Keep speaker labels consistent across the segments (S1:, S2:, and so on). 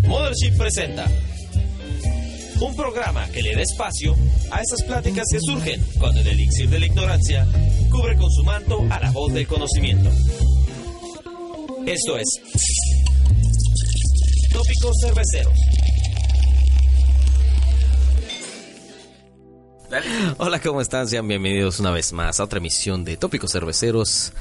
S1: del Chip presenta un programa que le da espacio a esas pláticas que surgen cuando el elixir de la ignorancia cubre con su manto a la voz del conocimiento. Esto es Tópicos Cerveceros.
S2: Hola, ¿cómo están? Sean bienvenidos una vez más a otra emisión de Tópicos Cerveceros.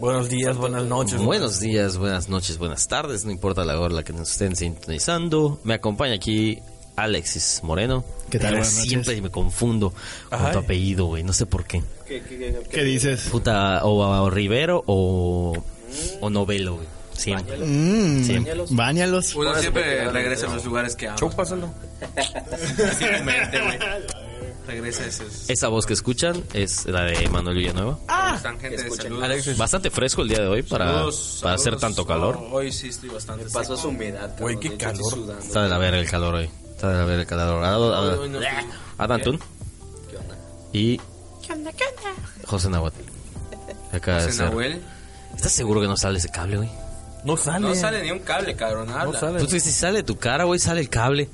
S3: Buenos días, buenas noches.
S2: Buenos días, buenas noches, buenas tardes, no importa la hora a la que nos estén sintonizando. Me acompaña aquí Alexis Moreno.
S4: ¿Qué tal?
S2: Ahora
S4: Buenas noches.
S2: Siempre me confundo con
S3: Ajá.
S2: tu apellido, güey, no sé por qué.
S4: ¿Qué dices?
S2: Puta, o, o Rivero o, o Novelo, güey. Siempre.
S4: Mm,
S2: Bañalos.
S4: Báñalos.
S5: Uno siempre regresa a los lugares que ama.
S3: Chúpaselo.
S5: Así tu mente, güey. Regresa a esos.
S2: Esa voz que escuchan es la de Manuel Villanueva.
S5: Están gente de salud.
S2: Bastante fresco el día de hoy para, para hacer tanto calor.
S5: hoy sí estoy bastante.
S6: Pasó
S5: seco.
S6: su humedad.
S3: Güey, qué
S6: cabrón.
S3: calor.
S6: De hecho, estoy
S2: Está de la verga el calor hoy. Está de la verga el calor. Ah, Ad- ad- Adán Tun. Y. José Nahuatl. Acaba de
S5: Ese
S2: ser.
S5: Nahuel,
S2: ¿Estás seguro que no sale ese cable, güey?
S3: No sale.
S5: No sale ni un cable, cabrón. Habla.
S3: No sale.
S2: Tú si sale de tu cara, güey, sale el cable.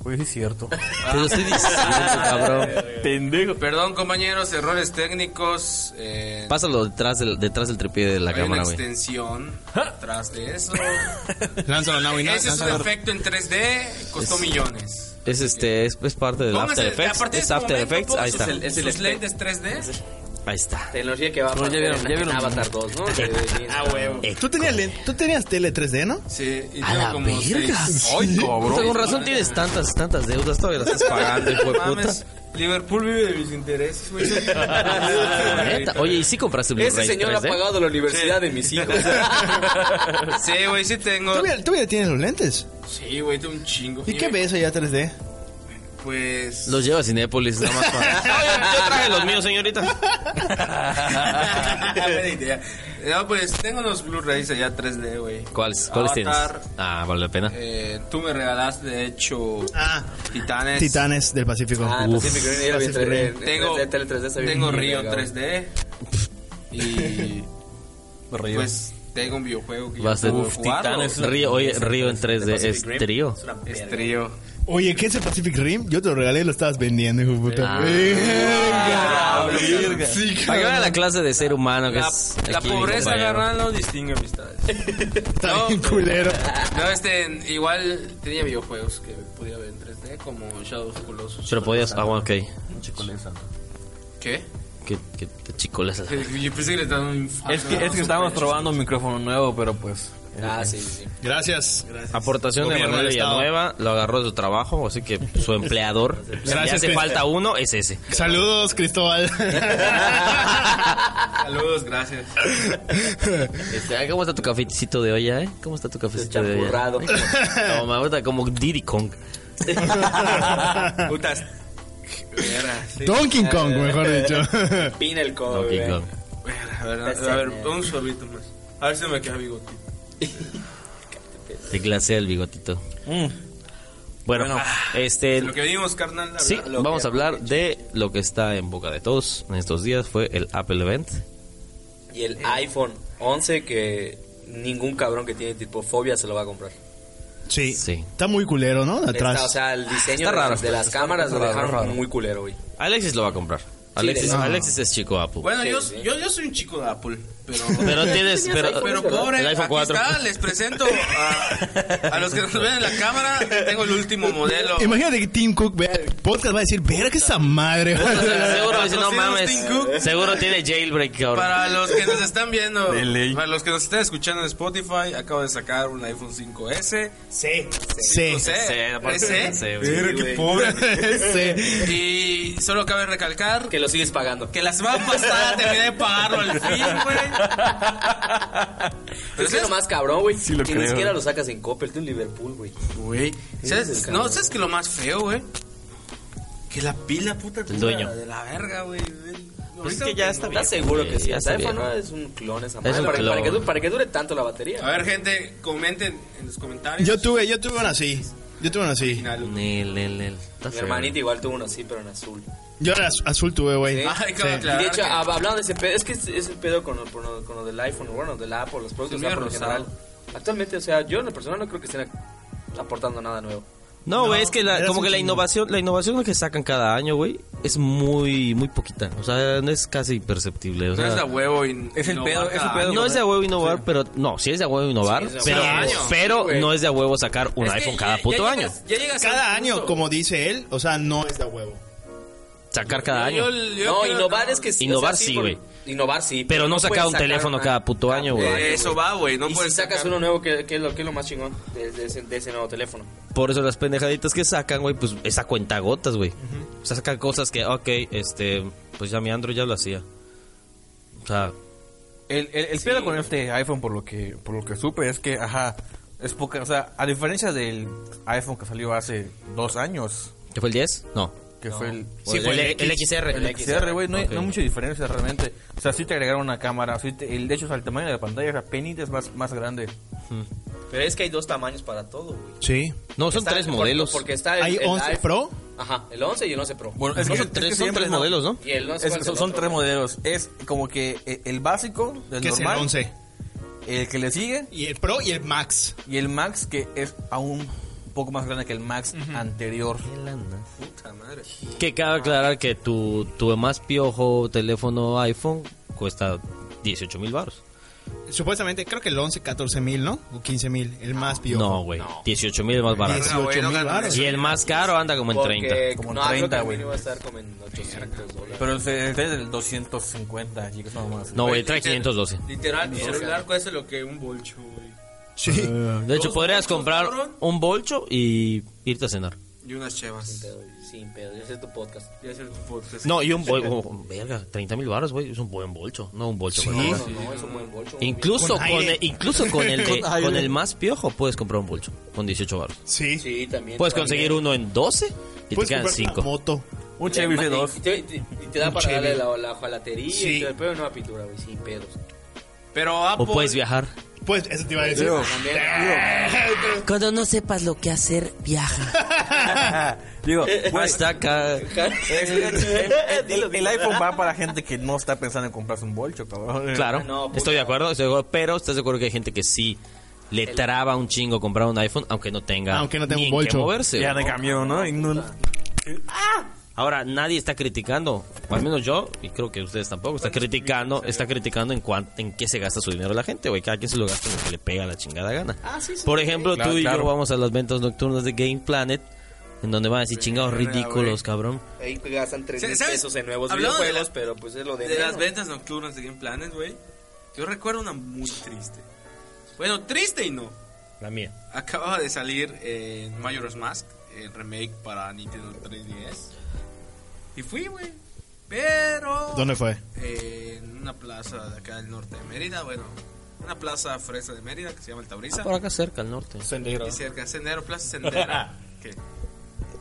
S3: Güey, sí es cierto.
S2: Te lo estoy diciendo, cabrón.
S3: Pendejo.
S5: Perdón, compañeros, errores técnicos. Eh,
S2: Pásalo detrás del, detrás del tripié de la
S5: hay una
S2: cámara, güey.
S5: extensión atrás de eso.
S4: Lánzalo, Nahui, no,
S5: Ese es un
S4: lánzalo.
S5: efecto en 3D. Costó millones.
S2: Es este, es, es parte del After
S5: Póngase- a
S2: Effects.
S5: partir de
S2: Es
S5: este
S2: After
S5: momento,
S2: Effects, ahí
S5: póngase
S2: está.
S6: el- es
S5: sus
S6: efecto.
S5: lentes 3D.
S2: Ahí está.
S6: Tecnología que va a pasar
S3: ya vieron,
S6: en
S3: ya vieron.
S6: Avatar 2, ¿no? ah, huevo.
S4: ¿Tú tenías, len- tú tenías tele 3D, ¿no?
S5: Sí, y
S2: A
S5: tengo
S2: la
S5: como
S2: verga.
S5: seis.
S3: Ay,
S2: Puta,
S3: cabrón.
S2: con razón tienes tantas, tantas deudas. Todavía las estás pagando, hijo de puta.
S5: Mames, Liverpool vive de mis intereses, güey.
S2: Neta. Oye, ¿y si compraste Blu-ray
S6: Ese señor ha
S2: 3D?
S6: pagado la universidad de mis hijos.
S5: Sí, güey, sí tengo.
S4: Todavía, todavía tienes los lentes.
S5: Sí, güey, tengo un chingo.
S4: ¿Y qué ves allá 3D?
S5: Pues.
S2: Los lleva a Cinépolis, nada más para... Yo traje los míos, señorita.
S5: Buena idea. No, pues tengo los Blu-rays allá 3D, güey.
S2: ¿Cuáles, cuáles tienes?
S5: Avatar,
S2: Ah, vale la pena.
S5: eh, tú me regalaste, de hecho,
S4: Ah,
S5: Titanes. Eh,
S4: Titanes del Pacífico.
S6: Ah,
S2: Uf.
S6: Pacific Rim, ya lo vi en
S4: Pacific
S6: 3D.
S4: Rim.
S6: en
S5: Tengo,
S6: 3D, Tele 3D, se ve
S5: tengo
S6: bien
S5: Río
S6: verga, güey.
S5: 3D. Y. pues tengo un videojuego que yo
S2: Vas de-
S5: puedo
S2: Uf,
S5: jugarlo.
S3: Titanes.
S2: Río, oye, Río en 3D es trío.
S5: Es trío.
S4: Oye, ¿qué es el Pacific Rim? Yo te lo regalé y lo estabas vendiendo, hijo de puta.
S2: Ah.
S4: Verga.
S5: Ah,
S4: Verga. Sí,
S2: Para que
S4: cabrón.
S2: vean la clase de ser humano que
S5: La,
S2: es.
S5: la
S2: aquí,
S5: pobreza,
S2: compañero.
S5: carnal, no distingue amistades.
S4: Está bien culero.
S5: No, este, igual tenía videojuegos que podía ver en 3D, como Shadow of the Colossus.
S2: Pero podías. Ah, bueno, ok.
S5: ¿Qué?
S2: Que, que te chicoles.
S5: Yo pensé que le estaban un infarto.
S3: Es que, es que estábamos probando un micrófono nuevo, pero pues.
S6: Ah, sí, sí.
S4: Gracias.
S2: Aportación de
S4: Gobierno
S2: Manuel
S4: del Estado.
S2: Villanueva. Lo agarró de su trabajo, así que su empleador. Si le hace
S4: Cristian.
S2: falta uno, es ese.
S4: Saludos, Cristóbal.
S5: Saludos, gracias.
S2: Este, ay, ¿Cómo está tu cafecito de olla, eh? ¿Cómo está tu cafecito de olla?
S6: Champurrado.
S2: No, me gusta como Diddy Kong.
S5: Putas. Verga, sí.
S4: Donkey Kong, mejor dicho.
S6: Pina el codo,
S2: Ok,
S6: güey.
S2: Kong.
S5: Verga, a ver,
S6: Pues
S5: a ver, un sorbito más. A ver si me queda bigotito.
S2: Te glasea el bigotito. Bueno, este.
S5: Mm. Lo que vimos, carnal. la
S2: Sí,
S5: verdad, lo
S2: vamos
S5: que-
S2: a hablar de lo que está en boca de todos en estos días. Fue el Apple Event.
S6: Y el iPhone 11 que ningún cabrón que tiene tipo fobia se lo va a comprar.
S4: Sí.
S2: Sí.
S4: Está muy culero, ¿no? De
S6: Está, o
S4: atrás.
S6: sea, el diseño
S2: Está
S6: de,
S2: raro,
S6: las- de las cámaras lo
S2: raro,
S6: dejaron
S2: raro.
S6: muy culero, güey.
S2: Alexis lo va a comprar. Alexis,
S6: de-
S2: Alexis es chico Apple.
S5: Bueno,
S6: Sí,
S5: yo,
S6: sí.
S5: Yo, yo soy un chico de Apple, pero.
S2: pero tienes. Pero,
S5: Pero pobre,
S2: el iPhone
S5: aquí
S2: 4.
S5: está, les presento a, a los que nos ven en la cámara. Tengo el último modelo.
S4: Imagínate que Tim Cook vea el podcast va a decir, verga esa madre.
S2: Seguro, dice, no
S5: Patrocinos
S2: mames.
S5: Tim Cook.
S2: Seguro tiene jailbreak ahora.
S5: Para los que nos están viendo,
S3: De ley.
S5: para los que nos están escuchando en Spotify, acabo de sacar un iPhone 5S.
S4: Sí. Sí.
S5: Sí.
S2: aparte-
S5: ¿Ese?
S2: Sí, güey.
S4: Verga, qué pobre. Sí.
S5: Y solo cabe recalcar que,
S6: Que lo sigues pagando.
S5: la semana pasada terminé de pagarlo al fin, güey.
S6: Pero
S5: Pero
S6: es que lo
S5: ¿sabes?
S6: más cabrón, güey.
S3: lo
S6: que ni
S3: creo.
S6: siquiera lo sacas en Coppel, tú en Liverpool, güey.
S5: Güey,
S6: Eres
S5: ¿sabes?
S6: el
S5: No,
S6: cabrón.
S5: ¿sabes que lo más feo, güey? Que la pila puta cura
S2: dueño.
S5: de la verga, güey.
S3: Pues
S2: es que ya está
S6: ¿Estás seguro que sí?
S2: Ya
S6: El
S2: está
S6: iPhone
S2: viejo.
S6: no es un clon esa
S2: un
S6: madre. Para,
S2: clon.
S6: para que, du- para que dure tanto la batería.
S5: A ver, gente, comenten en los comentarios.
S4: Yo tuve, yo tuve una así. Yo tuve una así.
S2: Nel, nel, nel. Está
S6: Mi
S2: feo.
S6: hermanita igual tuvo uno así, pero en azul.
S4: Yo era az- azul tuve, güey.
S6: ¿Sí?
S5: Ay, cabrón,
S4: Sí.
S5: claro.
S6: y de hecho,
S5: que-
S6: hab- hablando de ese pedo, es que es, es el pedo con lo, con lo- con lo del iPhone, bueno, del Apple, los productos
S5: Sí,
S6: Apple en
S5: rosado.
S6: general. Actualmente, o sea, yo en lo personal no creo que estén ac- aportando nada nuevo.
S2: No, güey, es que la,
S4: eras
S2: como
S4: un
S2: que la
S4: chingón.
S2: innovación, la innovación que sacan cada año, güey, es muy, muy poquita. O sea, no es casi perceptible. O
S5: No
S2: sea,
S5: es de a huevo. y-
S3: Es el
S5: no
S3: pedo,
S5: va
S3: es el
S5: cada
S3: pedo.
S5: año.
S2: no es de a huevo innovar, pero no, sí es de a huevo innovar,
S6: Sí, es de a
S2: pero,
S6: huevo.
S5: Sí,
S2: pero
S6: güey.
S2: no es de a huevo sacar un
S5: Es que
S2: iPhone
S5: ya-
S2: cada
S5: ya
S2: puto año.
S5: llegas- ya llegas a
S4: Cada
S5: un
S4: año,
S5: punto.
S4: como dice él, o sea, no es de a huevo.
S2: Sacar cada año.
S5: Yo- yo- yo
S6: No,
S5: creo-
S6: innovar es que sí,
S2: Innovar sí,
S6: por-
S2: güey.
S6: Innovar sí.
S2: Pero no sacar
S6: puedes
S2: un teléfono
S6: una-
S2: cada puto año, güey.
S6: año,
S5: Eh, Eso va, güey. No
S6: y si
S5: puedes
S6: sacas
S5: sacar-
S6: uno nuevo, ¿qué, qué es lo, qué es lo más chingón de, de ese, de ese nuevo teléfono?
S2: Por eso las pendejaditas que sacan, güey, pues esa cuenta gotas, güey. O sea, sacan cosas que, ok, este, pues ya mi Android ya lo hacía. O sea,
S3: El, el, el pedo con este iPhone, por lo que por lo que supe, es que, ajá, es poca. O sea, a diferencia del iPhone que salió hace dos años,
S2: ¿qué fue el 10? No.
S3: que fue el.
S2: O
S6: pues,
S2: el, el XR.
S3: El XR, güey, no, hay-
S2: Ok.
S3: no hay mucha diferencia realmente. O sea, sí te agregaron una cámara. Sí te- el, de hecho, o sea, el tamaño de la pantalla es apenas más, más grande.
S6: Pero es que hay dos tamaños para todo, güey.
S4: Sí.
S2: No, son
S6: Está-
S2: tres
S6: por-
S2: modelos.
S6: Porque está el,
S4: Hay
S6: el
S4: 11
S6: iPhone-
S4: Pro.
S6: Ajá, el 11 y el 11 Pro.
S3: Bueno,
S2: No, son tres, son
S3: siempre,
S2: tres modelos, ¿no?
S6: y el no
S3: Es
S6: sé
S3: que
S6: cuál es
S3: son,
S6: el
S3: son
S6: otro,
S3: tres
S6: güey.
S3: modelos. Es como que eh, el básico, el
S4: Que es el
S3: normal,
S4: 11.
S3: el que le sigue,
S4: Y el Pro y el Max.
S3: y el Max, que es aún un poco más grande que el Max anterior.
S5: Puta madre.
S2: Que cabe aclarar que tu, tu más piojo teléfono iPhone cuesta 18 mil baros.
S4: Supuestamente, creo que el 11, 14 mil, ¿no? O 15 mil. El más piojo.
S2: No, güey. 18 mil es más barato.
S4: 18
S5: No, güey,
S4: mil
S5: no,
S4: baros.
S2: Y el más caro anda como en
S6: Porque-
S2: 30.
S3: Como
S6: no, creo que
S3: 30,
S6: el
S3: güey.
S6: mínimo va a estar como en 800 dólares.
S3: Pero el, el del 250, chicos, no más.
S2: No, güey,
S5: Güey,
S2: trae
S5: literal-
S2: 512.
S5: Literal, mi celular cuesta lo que un bolcho, güey.
S4: Sí.
S2: De hecho,
S5: ¿Dos
S2: podrías
S5: bolchos,
S2: comprar
S5: cabrón?
S2: un bolcho y irte a cenar.
S5: Y unas chevas.
S6: Sin pedo, ese es tu podcast.
S5: Y hacer tu podcast.
S2: No, y un bolcho. Verga, 30 mil baros, güey. Es un buen bolcho. No un bolcho, güey.
S6: No, no, es un buen bolso.
S2: Incluso
S4: Con
S2: con,
S4: aire.
S2: el, incluso con el de-
S3: Con aire.
S2: con el más piojo puedes comprar un bolcho con 18 baros.
S4: Sí.
S6: Sí, también.
S2: Puedes conseguir uno en 12 y te
S4: Puedes
S2: quedan
S4: comprar una
S2: 5.
S4: moto.
S3: Un Chevy de
S6: dos.
S3: dos.
S6: Y te, y te- y te da para
S4: Chevy.
S6: darle la, la jalatería
S4: Sí.
S6: y todo el pedo, no a pintura, güey, sin pedos.
S5: Pero ah,
S2: O
S5: Apple.
S2: puedes viajar.
S4: Pues eso te iba a decir.
S6: Ah, También,
S2: Cuando no sepas lo que hacer, viaja.
S6: eh,
S3: Digo, eh, güey,
S2: Hashtag ah,
S3: el, el- eh, el- el- el iPhone va para gente que no está pensando en comprarse un bolcho,
S4: Ah,
S3: cabrón.
S2: Claro,
S6: No, puta.
S2: estoy de acuerdo, estoy de acuerdo, pero ¿estás de acuerdo que hay gente que sí le traba un chingo comprar un iPhone aunque no tenga,
S4: Aunque no tenga
S2: ni
S4: un
S2: en qué
S4: bolcho.
S2: moverse?
S3: Ya de camión, ¿no? Y no-
S2: Ahora, nadie está criticando, o al menos yo, y creo que ustedes tampoco, está criticando está criticando en cuan- en qué se gasta su dinero la gente, güey. Cada quien se lo gasta en lo que le pega la chingada gana.
S6: Ah,
S2: Por ejemplo,
S3: Claro,
S2: tú y
S3: claro.
S2: yo vamos a las ventas nocturnas de Game Planet, en donde van a decir chingados ridículos, cabrón.
S6: ahí gastan 3
S5: ¿Sabes?
S6: mil pesos en nuevos
S5: Hablando de
S6: videojuegos,
S5: la-
S6: pero pues es lo de.
S5: De las
S6: menos.
S5: ventas nocturnas de Game Planet, güey. Yo recuerdo una muy triste. Bueno, triste y no.
S2: La mía.
S5: Acababa de salir eh, Majora's Mask, el remake para Nintendo 3DS. Y fui, güey. Pero.
S4: ¿Dónde fue?
S5: Eh, en una plaza de acá del norte de Mérida, bueno. Una plaza fresa de Mérida que se llama El Tabriza.
S2: Ah, por acá cerca, al norte.
S5: Y cerca, Sendero, Plaza Sendera. que,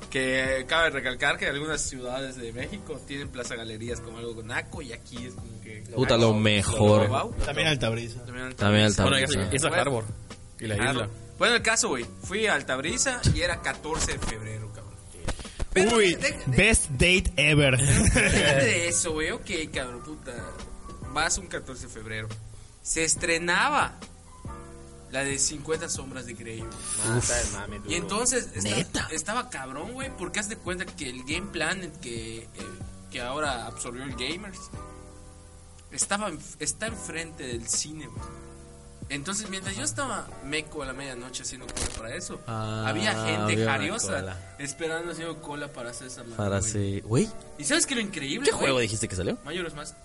S5: que cabe recalcar que algunas ciudades de México tienen plaza galerías como algo con naco y aquí es como que.
S2: Puta, lo mejor.
S5: Wow.
S4: También Altabrisa.
S5: También al
S2: También al
S5: Tabriza.
S2: Bueno, ya sé, Tabriza.
S7: Isla Harbor y la
S5: Ah,
S7: isla.
S5: no. Bueno, el caso, güey. Fui a Altabrisa y era 14 de febrero, cabrón. Pero
S4: Uy,
S5: de- de-
S4: best date ever.
S5: Fíjate de eso, güey. Ok, cabrón, puta. Vas un 14 de febrero. Se estrenaba la de 50 sombras de Grey. güey.
S6: Ah, está de mame,
S5: Y
S6: duro.
S5: entonces estaba, estaba cabrón, güey, porque haz de cuenta que el Game Planet que, eh, que ahora absorbió el Gamers estaba en- está enfrente del cine, güey. Entonces, mientras yo estaba meco a la medianoche haciendo cola para eso,
S2: Ah,
S5: había gente
S2: había una
S5: jariosa
S2: cola.
S5: esperando haciendo cola para hacer esa madre,
S2: Para
S5: güey.
S2: sí. Güey,
S5: ¿Y sabes qué lo increíble?
S2: ¿qué
S5: güey?
S2: juego dijiste que salió?
S5: Majora's Mask,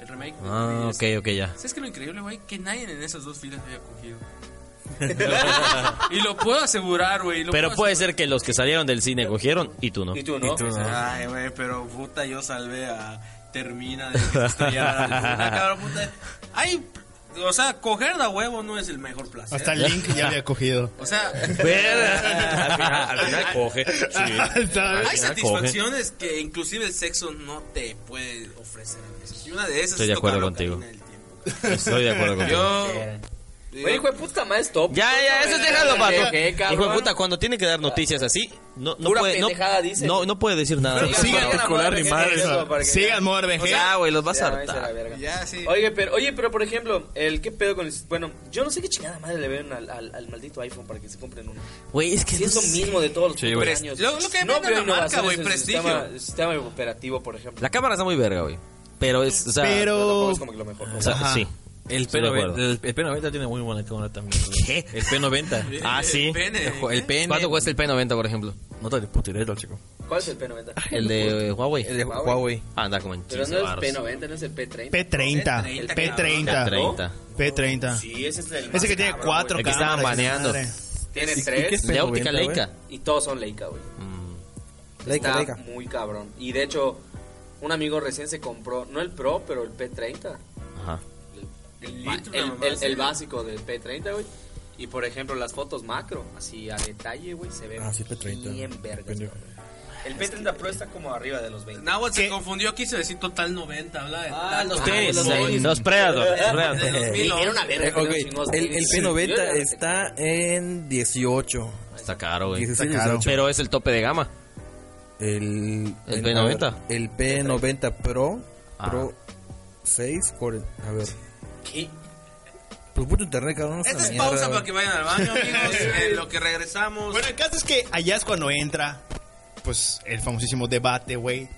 S5: el remake. de
S2: Ah,
S5: 3DS.
S2: ok, ok, ya.
S5: ¿Sabes qué lo increíble, güey? Que nadie en esas dos filas había cogido. y lo puedo asegurar, güey. lo
S2: Pero
S5: puedo
S2: puede ser que los que salieron del cine cogieron y tú no.
S6: Y tú no.
S5: Ay, güey, pero puta, yo salvé a Termina de
S6: Este,
S5: estrellar a la
S6: ah,
S5: luna, cabrón, puta. Ay, o sea, coger de a huevo no es el mejor placer.
S4: Hasta el link ya había cogido.
S5: O sea,
S6: pues,
S2: Verga. al, final, al final coge. Sí.
S4: Está-
S5: hay
S2: final
S5: satisfacciones que inclusive el sexo no te puede ofrecer. Y una de esas
S2: Estoy de
S5: es tocar
S2: acuerdo
S5: la
S2: contigo.
S5: cabina del tiempo.
S2: Estoy de acuerdo contigo.
S5: Yo...
S6: Oye, hijo de puta madre, stop.
S2: Ya, ya, eso déjalo,
S6: ¿Qué,
S2: pato.
S6: qué,
S2: Hijo de
S6: cabrón?
S2: puta, cuando tiene que dar noticias así, no, no
S6: Pura
S2: puede, no,
S6: pendejada dice.
S2: no, no puede decir nada.
S6: Pero
S4: Sigan
S6: para
S4: particular,
S6: una madre
S4: ni madre,
S6: que
S4: esa.
S6: eso, para que
S4: Sigan
S6: ya-
S4: muerve,
S6: O sea,
S2: ya, Ah, güey, los vas a
S6: ya, váyanse
S2: hartar.
S6: la verga.
S4: Ya, sí.
S6: Oye, pero, oye, pero por ejemplo, el qué pedo con el- Bueno, yo no sé qué chingada madre le ven al, al- al maldito iPhone para que se compren uno.
S2: Güey, es que
S6: Si es
S2: no
S6: lo
S2: sé.
S6: mismo de todos los
S3: Sí,
S6: putos
S3: güey.
S6: años.
S5: Lo- lo que
S6: no
S5: vende
S6: veo
S5: la marca,
S6: innovaciones
S5: güey,
S6: en el
S5: prestigio.
S6: Sistema, el sistema operativo, por ejemplo.
S2: La cámara está muy verga, güey. Pero es, o sea,
S4: Pero-
S6: tampoco es como que lo mejor.
S2: o sea,
S4: Ajá.
S2: sí.
S3: El
S2: Estoy de
S3: P90,
S2: acuerdo.
S3: el, el P90 tiene muy buena cámara también. güey.
S2: ¿Qué?
S3: El P90.
S2: Ah, sí.
S5: El pene.
S3: El, el PN.
S2: ¿Cuánto cuesta el P90, por ejemplo?
S3: No te disputiré, tal chico.
S6: ¿Cuál es el P90?
S2: El de eh, Huawei.
S3: El de
S6: Huawei.
S3: Huawei.
S2: Ah, anda como en
S6: Pero
S2: 15
S6: no es
S2: varos.
S6: P90, no es el P30.
S4: P30.
S5: P30,
S4: P30.
S2: P30.
S4: P30.
S6: Ah. Sí, ese es el más
S4: Ese que tiene
S6: cabrón,
S4: cuatro
S2: El que estaban
S4: cámaras,
S2: baneando.
S4: madre.
S6: güey. Tiene
S3: ¿Y- y qué
S6: tres
S3: es?
S2: De óptica
S3: P90, güey.
S2: Leica.
S6: y todos son Leica, güey.
S2: Mm,
S6: Está muy cabrón. Y de hecho, un amigo recién se compró, no el Pro, pero el P30.
S2: Ajá.
S5: El
S6: Ma-
S5: litro,
S6: El,
S5: nada más,
S6: el- el
S5: sí.
S6: básico del P30, güey. Y por ejemplo, las fotos macro, así a detalle, güey, se ve
S3: Ah, sí, P30.
S6: bien vergas.
S3: Pendejo.
S6: cabrón. El P30 Pro está como arriba de los 20.
S5: Nahuatl se
S4: ¿Qué?
S5: confundió, quiso decir total 90. Habla de.
S6: Ah, los
S2: Tenis,
S6: los
S2: eh,
S6: tenis.
S2: los Predator. los
S5: De
S2: Predator.
S5: los
S6: Sí,
S5: mil
S6: era una
S5: once.
S6: verga. que
S3: Eh, Ok,
S6: no chingó los
S3: el, el
S6: tenis. Yo
S3: P90
S6: era-
S3: está en 18.
S2: Está caro, güey.
S3: 16,
S4: Está caro.
S3: 18.
S2: Pero es el tope de gama.
S3: El,
S2: ¿El P90?
S3: a ver, El P90 Pro.
S2: Ah.
S3: Pro 6. core- A ver.
S6: ¿Qué?
S3: Pues puto internet, cabrón. no
S5: Esta
S3: una
S5: es
S3: mierda,
S5: pausa
S3: güey.
S5: para que vayan al baño, amigos. en lo que regresamos.
S4: Bueno, el caso es que allá es cuando entra, pues, el famosísimo debate, güey,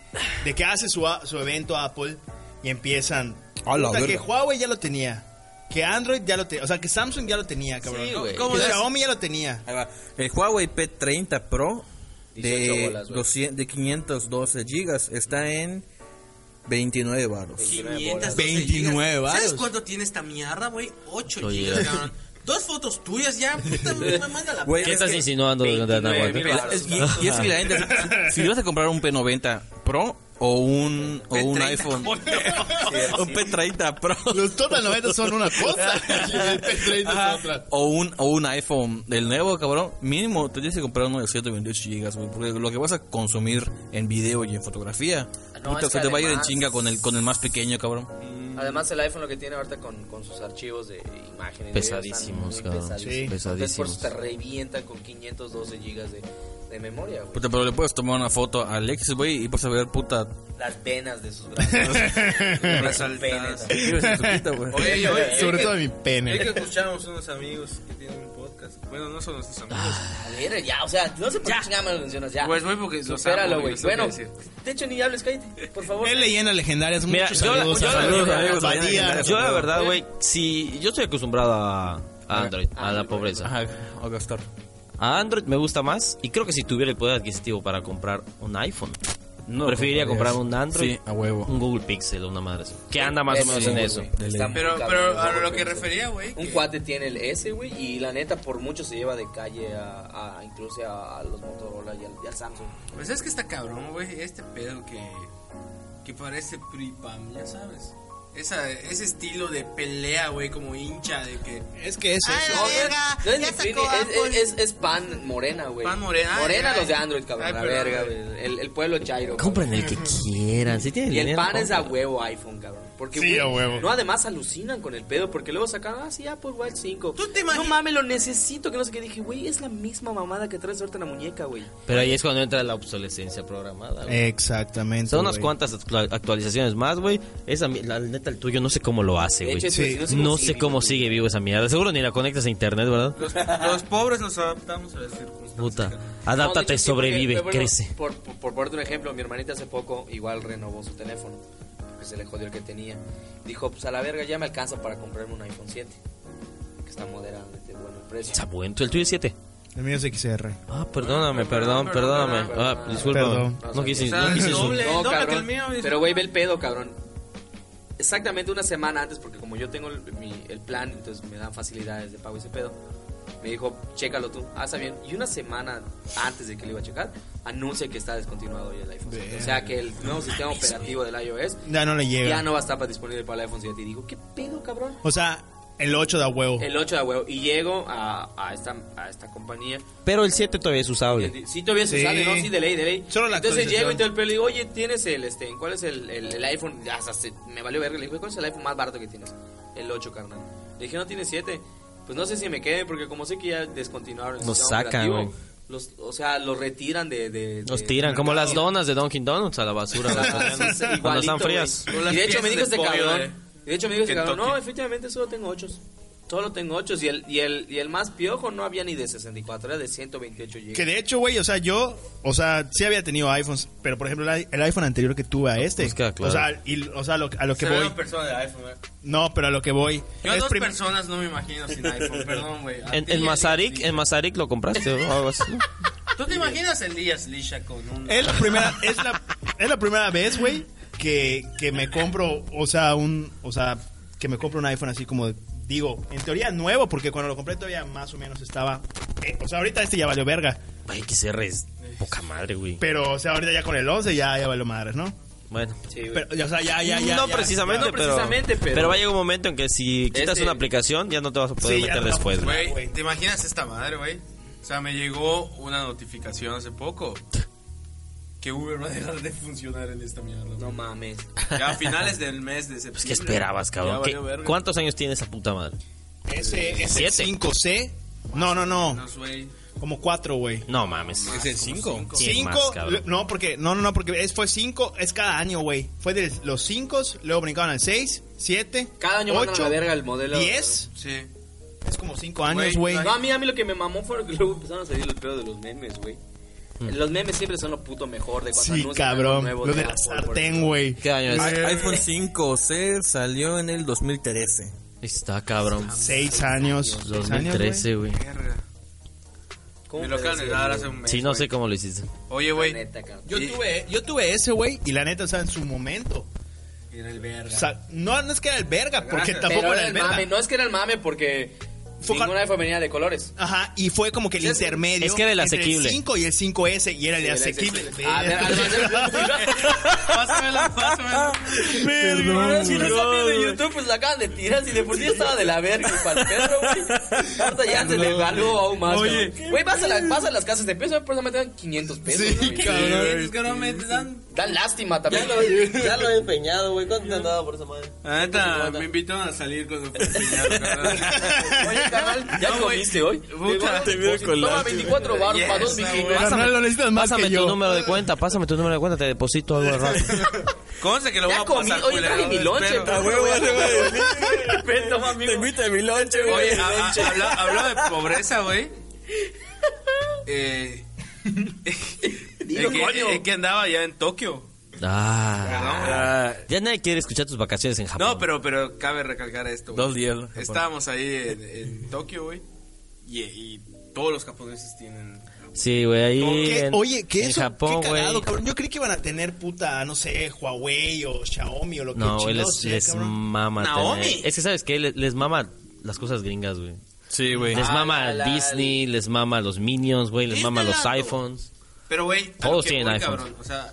S4: de que hace su, su evento Apple y empiezan...
S3: A la
S4: puta, que
S3: verga.
S4: Huawei ya lo tenía, que Android ya lo tenía, o sea, que Samsung ya lo tenía, cabrón.
S2: Sí, güey.
S4: que Xiaomi ya lo tenía.
S3: Ahí va. El Huawei P30 Pro
S6: 18
S3: de,
S6: bolas, güey.
S3: 200 de 512 gigas está en 29 baros.
S5: 500
S4: 29 varos.
S5: ¿Sabes cuánto tiene esta mierda, güey? 8
S2: Oye.
S5: gigas, cabrón. Dos fotos tuyas ya, puta, me manda la
S3: Güey,
S2: ¿Qué
S3: es
S2: estás
S3: que-
S2: insinuando de de
S6: 29
S2: Nahuatl?
S6: mil
S3: La-
S6: baros.
S3: es- y, y es que la gente, si, si vas a comprar un P90 Pro o un, o un
S5: P30,
S3: iPhone,
S5: coño.
S3: un P30 Pro
S4: Los Total 90 son una cosa y el P30
S3: Ajá.
S4: es otra.
S3: o un, o un iPhone del nuevo, cabrón, mínimo te tienes que comprar uno de 128 gigas, güey, porque lo que vas a consumir en video y en fotografía,
S6: No,
S3: puta,
S6: es
S3: se
S6: que
S3: te va a ir en
S6: además-
S3: chinga con el, con el más pequeño, cabrón.
S6: Además, el iPhone lo que tiene ahorita con, con sus archivos de imágenes.
S2: Pesadísimos,
S6: están muy
S2: cabrón.
S6: pesadísimos.
S2: Sí.
S6: Entonces, por eso te
S2: Pesadísimos.
S6: revientan con 512 gigas de, de memoria, güey.
S3: Puta, pero le puedes tomar una foto a Alexis, güey, y vas a ver, puta.
S6: Las venas de sus brazos. Los penes.
S5: Oye, oye,
S4: Sobre
S5: hay
S4: todo
S5: que-
S4: mi
S5: hay que
S4: pene.
S5: escuchamos unos amigos que tienen un podcast. Bueno, no son nuestros amigos.
S3: Ah.
S6: A ver, ya, o sea, no sé por qué chingada me lo mencionas, ya.
S5: Pues, güey, porque los amo,
S6: Supéralo,
S5: güey,
S6: güey.
S5: eso
S6: Bueno,
S5: quiere
S6: de hecho, ni hables, cállate, por favor.
S4: Es leyenda legendaria, es
S2: Mira,
S4: muchos
S2: yo la-
S4: saludos.
S2: yo
S4: a
S2: la-
S4: Badía,
S2: saludos,
S3: amigos,
S4: Badía,
S3: leyenda
S4: Badía.
S2: Yo, la verdad, güey, si yo estoy acostumbrado a a Android, a la
S6: Android.
S2: pobreza.
S3: Ajá, a gastar.
S2: A Android me gusta más y creo que si tuviera el poder adquisitivo para comprar un iPhone, preferiría comprar un Android,
S3: Sí, a huevo.
S2: un Google Pixel o una madre así. Que anda más o menos en eso.
S5: Pero, pero a lo que refería, güey.
S6: Un
S5: que-
S6: cuate tiene el S, güey, y la neta por mucho se lleva de calle a, a- incluso a, a los Motorola y al, y al Samsung.
S5: Pues es que está cabrón, güey. Este pedo que. que parece PRIPAM, ya sabes. Esa, ese estilo de pelea, güey, como hincha de que.
S4: Es que eso
S5: Ay,
S4: es...
S5: la verga,
S6: no es
S5: ya
S6: ni Fini,
S5: sacó
S6: es- es,
S5: Apple.
S6: es- es pan morena, güey.
S5: Pan morena, ay,
S6: Morena
S5: ay.
S6: los de Android, cabrón.
S5: Ay,
S6: la
S5: perdón,
S6: verga,
S5: güey.
S6: güey. El, el pueblo chairo. cabrón.
S2: Compren el que quieran. Si tienen
S6: Y el
S2: dinero,
S6: pan es a
S2: compren.
S6: huevo iPhone, cabrón. Porque,
S4: Sí,
S6: güey,
S4: a huevo.
S6: No, además alucinan con el pedo, porque luego sacan, ah, sí, Apple Watch 5.
S5: ¿Tú te imaginas-
S6: No mames, lo necesito, que no sé qué. Dije, güey, es la misma mamada que traes ahorita en la muñeca, güey.
S2: Pero ahí es cuando entra la obsolescencia programada. güey.
S4: Exactamente,
S2: Son unas
S4: güey.
S2: cuantas actua- actualizaciones más, güey. Esa, mi- la neta, el tuyo, no sé cómo lo hace,
S6: De
S2: güey.
S6: hecho, es- pues,
S4: Sí.
S2: No sé cómo sigue vivo esa mierda. Seguro ni la conectas a internet, ¿verdad?
S5: Los, los pobres nos adaptamos a las circunstancias.
S2: Puta.
S6: No, de
S2: Adáptate,
S6: hecho, sí, porque,
S2: sobrevive,
S6: pero bueno,
S2: crece.
S6: Por, por, por ponerte un ejemplo, mi hermanita hace poco igual renovó su teléfono, porque se le jodió el que tenía. Dijo, pues a la verga ya me alcanza para comprarme un iPhone 7, que está moderadamente bueno el precio.
S2: Está bueno. El tuyo es 7.
S4: El mío es XR.
S2: Ah, perdóname, perdón, perdóname. Ah, discúlpame.
S4: Perdón.
S2: No quise,
S6: O
S5: sea,
S2: no quise
S5: el
S2: eso.
S5: doble.
S6: No,
S5: que
S6: cabrón,
S5: el mío, dice.
S6: pero güey, ve el pedo, cabrón. Exactamente una semana antes, porque como yo tengo el, mi- el plan, entonces me dan facilidades de pago y ese pedo. Me dijo, chécalo tú, ah, está bien. Y una semana antes de que lo iba a checar, anuncia que está descontinuado ya el iPhone 7. O sea que el nuevo sistema operativo del iOS
S4: Ya no le llega.
S6: ya no va a estar para disponible para el iPhone 7. Y digo, ¿qué pedo, cabrón?
S4: O sea, el 8 da
S2: Oh.
S4: huevo.
S6: El 8 de huevo. Y llego a, a esta, a esta compañía.
S2: Pero el 7 todavía es usable.
S6: Si todavía se
S4: Sí.
S6: sale, ¿no? Eh, Sí, de ley, de ley.
S4: Solo la
S6: Entonces
S4: actualización.
S6: llego y todo el pelo y digo, oye, ¿tienes el, este, cuál es el, el, el iPhone? Ya, hasta se- me valió verga. Le dije, ¿cuál es el iPhone más barato que tienes? El 8, carnal. Le dije, no, tiene 7. Pues no sé si me quede, porque como sé que ya descontinuaron el
S2: Nos
S6: sistema
S2: sacan,
S6: operativo, Los, o sea, los retiran de... de-
S2: Los
S6: de-
S2: tiran como las donas de Dunkin' Donuts a la basura. las
S6: Ah, sí,
S2: ponían
S6: sí,
S2: Cuando
S6: igualito,
S2: están frías.
S6: güey.
S5: Con las
S6: Y de hecho me
S5: piezas
S6: dijo
S5: de
S6: este
S5: pollo
S6: cabrón.
S5: de
S6: De hecho me dijo este cabrón,
S5: Kentucky.
S6: no, efectivamente solo tengo 8. Solo tengo 8 y el, y, el, y el más piojo no había ni de 64, era de 128 GB.
S4: Que de hecho, güey, o sea, yo, o sea, sí había tenido iPhones, pero por ejemplo, el i- el iPhone anterior que tuve a este.
S2: Pues queda claro.
S4: O sea, y, o sea lo- a lo que
S5: Se ve
S4: voy.
S5: una persona de iPhone, ¿eh? güey.
S4: No, pero a lo que voy.
S5: Yo
S4: es
S5: dos
S4: prim-
S5: personas no me imagino sin iPhone, perdón, güey. A
S2: En,
S5: ti,
S2: en
S5: a
S2: Mazarik,
S5: ti.
S2: en Mazarik lo compraste, ¿no? Algo así.
S5: ¿Tú te imaginas el Elías Lisha con un...
S4: Es la primera, es la, es la primera vez, güey, que, que me compro, o sea, un, o sea, que me compro un iPhone así como, digo, en teoría nuevo, porque cuando lo compré todavía más o menos estaba, eh, o sea, ahorita este ya valió verga,
S2: Ay, que se es poca madre, güey.
S4: pero, o sea, ahorita ya con el 11 ya, ya valió madres, ¿no?
S2: Bueno.
S6: Sí, güey.
S4: Pero, o sea, ya, ya, ya.
S2: no,
S4: ya,
S2: precisamente,
S6: No
S2: pero,
S6: precisamente, pero-
S2: va a llegar un momento en que si quitas
S6: Ese-
S2: una aplicación ya no te vas a poder
S4: Sí, ya
S2: meter
S4: no.
S2: después. güey.
S5: Güey, ¿te imaginas esta madre, güey? O sea, me llegó una notificación hace poco que Uber va a dejar de funcionar en esta mierda. güey.
S6: No mames.
S5: Ya a finales del mes de septiembre.
S2: Pues, ¿Qué esperabas,
S5: Ya
S2: cabrón?
S5: valió
S2: ¿Qué-
S5: verga.
S2: ¿Cuántos años tiene esa puta madre?
S4: ya. Ese, ese
S2: Siete.
S4: 5C. No, no, no.
S5: No, güey.
S4: Como 4, güey.
S2: No mames.
S5: Es el 5.
S2: ¿Quién
S4: Cinco,
S2: más, cabrón?
S4: lo- no, porque, no, no, no, porque es, fue cinco, es cada año, güey. Fue de los cinco, luego brincaban al seis, siete,
S6: Cada año mandan
S4: ocho,
S6: a la verga el modelo.
S4: diez.
S5: Sí.
S4: Es como cinco años,
S5: Güey,
S4: güey.
S6: No, a mí, a mí lo que me mamó fue que luego empezaron a salir los pedos de los memes, güey. Los memes siempre son lo puto mejor de cuando
S4: Hmm. Sí,
S6: anuncian algo
S4: cabrón.
S6: nuevo
S4: Lo de la
S6: Apple, por
S4: sartén, güey.
S2: ¿Qué año es?
S4: Ay,
S3: iPhone 5C salió en el 2013.
S2: Está cabrón.
S4: Seis años. seis años, güey.
S2: 2013, güey.
S5: Verga.
S6: ejemplo. ¿Cómo
S5: Mi
S6: te
S5: local me
S6: decía,
S5: da
S6: güey?
S5: hace un mes.
S2: Sí, no
S5: güey.
S2: sé cómo lo hiciste.
S5: Oye,
S6: La
S5: güey.
S6: neta, cabrón.
S4: Yo tuve, yo tuve ese, güey. Y la neta, o sea, en su momento.
S5: Era el verga.
S4: O sea, no, no es que era el verga, porque
S5: Gracias.
S4: tampoco
S6: Pero
S4: era
S6: era
S4: el
S6: el
S4: verga.
S6: mame, no es que era el mame porque
S4: Fue-
S6: ninguna iPhone venía de colores.
S4: Ajá, y fue como que el
S6: Es-
S4: intermedio.
S2: es que era el
S4: entre
S2: asequible.
S4: El 5 y el 5S, y era el asequible.
S6: Ah, ver,
S5: Pásamelo, pásamelo.
S6: Perdón, si no están viendo YouTube, pues la acaban de tirar. Si de por sí estaba de la verga y pa'l perro, güey. Ahorita ya se le ganó aún más.
S4: Oye.
S6: Oye, güey, vas a, la- vas a las casas de peso, por eso me dan 500 pesos.
S4: Sí,
S6: güey.
S4: cabrón.
S5: Esos cabrones me dan-
S6: Dan lástima también.
S7: Ya lo he empeñado, güey. ¿Cuánto te han dado por esa madre?
S5: La neta, me invitaron a salir cuando fui a enseñar, cabrón.
S6: Oye, carnal, ¿ya
S5: No, güey.
S6: comiste hoy?
S5: Puta, te
S6: Digo, Toma 24 baros para dos vikingos.
S4: Carnal, lo necesitas más
S2: Pásame
S4: que
S2: tu
S4: yo.
S2: número de cuenta, pásame tu número de cuenta, te deposito algo de rato.
S5: Conste que lo voy
S6: Ya
S5: a
S6: comí,
S5: pasar,
S6: oye, traje
S5: culero,
S6: mi lonche.
S5: espero.
S6: pero- Ven, toma, amigo.
S5: Oye, a- a- habla- hablaba de pobreza, güey. Eh,
S6: Dilo,
S5: es,
S6: coño.
S5: que, es que andaba ya en Tokio.
S2: Ah,
S5: Ah,
S2: ya nadie quiere escuchar tus vacaciones
S6: Ah,
S2: en Japón.
S5: No, pero, pero cabe recalcar esto. güey.
S3: Dos días.
S5: Estábamos ahí en, en Tokio, güey. Y, y todos los japoneses tienen.
S2: Sí, güey, ahí.
S4: ¿Qué?
S2: en-
S4: Oye, ¿qué
S2: en
S4: eso?
S2: Japón,
S4: qué
S2: güey.
S4: cagado, cabrón. Yo creí que iban a tener puta, no sé, Huawei o Xiaomi o lo que
S2: No, güey,
S4: chingados
S2: les,
S4: sea,
S2: les
S4: cabrón.
S2: mama.
S5: Naomi.
S2: tener- Es que, ¿sabes qué? Les, les mama las cosas gringas, güey.
S3: Sí, güey.
S2: Les
S6: Ah,
S2: mama
S6: la- la-
S2: Disney, les mama los Minions, güey, les mama los
S5: Disneyland,
S2: iPhones.
S5: Pero, güey, a lo
S2: Todos
S5: que
S2: tienen
S5: voy,
S2: iPhones.
S5: cabrón, O sea,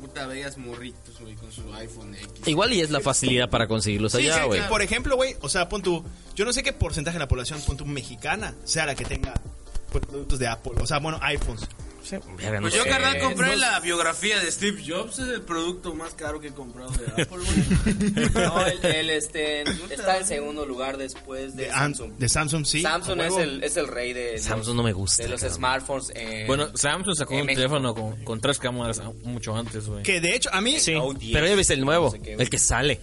S5: puta, veías morritos, güey, con su iPhone X.
S2: Igual y es la facilidad para conseguirlos
S4: Sí,
S2: allá,
S4: sí,
S2: güey.
S4: que, por ejemplo, güey, o sea, pon tú, yo no sé qué porcentaje de la población, pon tú, mexicana, sea la que tenga pues, productos de Apple, o sea, bueno, iPhones.
S2: Verga, no
S5: Pues yo,
S2: sé.
S5: carnal, compré la biografía de Steve Jobs, es el producto más caro que he comprado de Apple, güey.
S6: No, el, el, este, está en segundo lugar después de,
S4: De, An-
S6: Samsung.
S4: de Samsung, sí.
S6: Samsung
S4: a
S6: es
S4: huevo.
S6: el, es el rey de los-
S2: Samsung no me gusta,
S6: de los
S2: cabrón.
S6: smartphones. en-
S3: Bueno, Samsung sacó
S6: En
S3: un
S6: México.
S3: teléfono con, con tres cámaras ah, mucho antes, güey.
S4: Que de hecho, a mí.
S2: Sí,
S6: Oh, diez.
S2: pero ya viste el nuevo,
S6: No sé qué, güey. Ah,
S2: el que sale.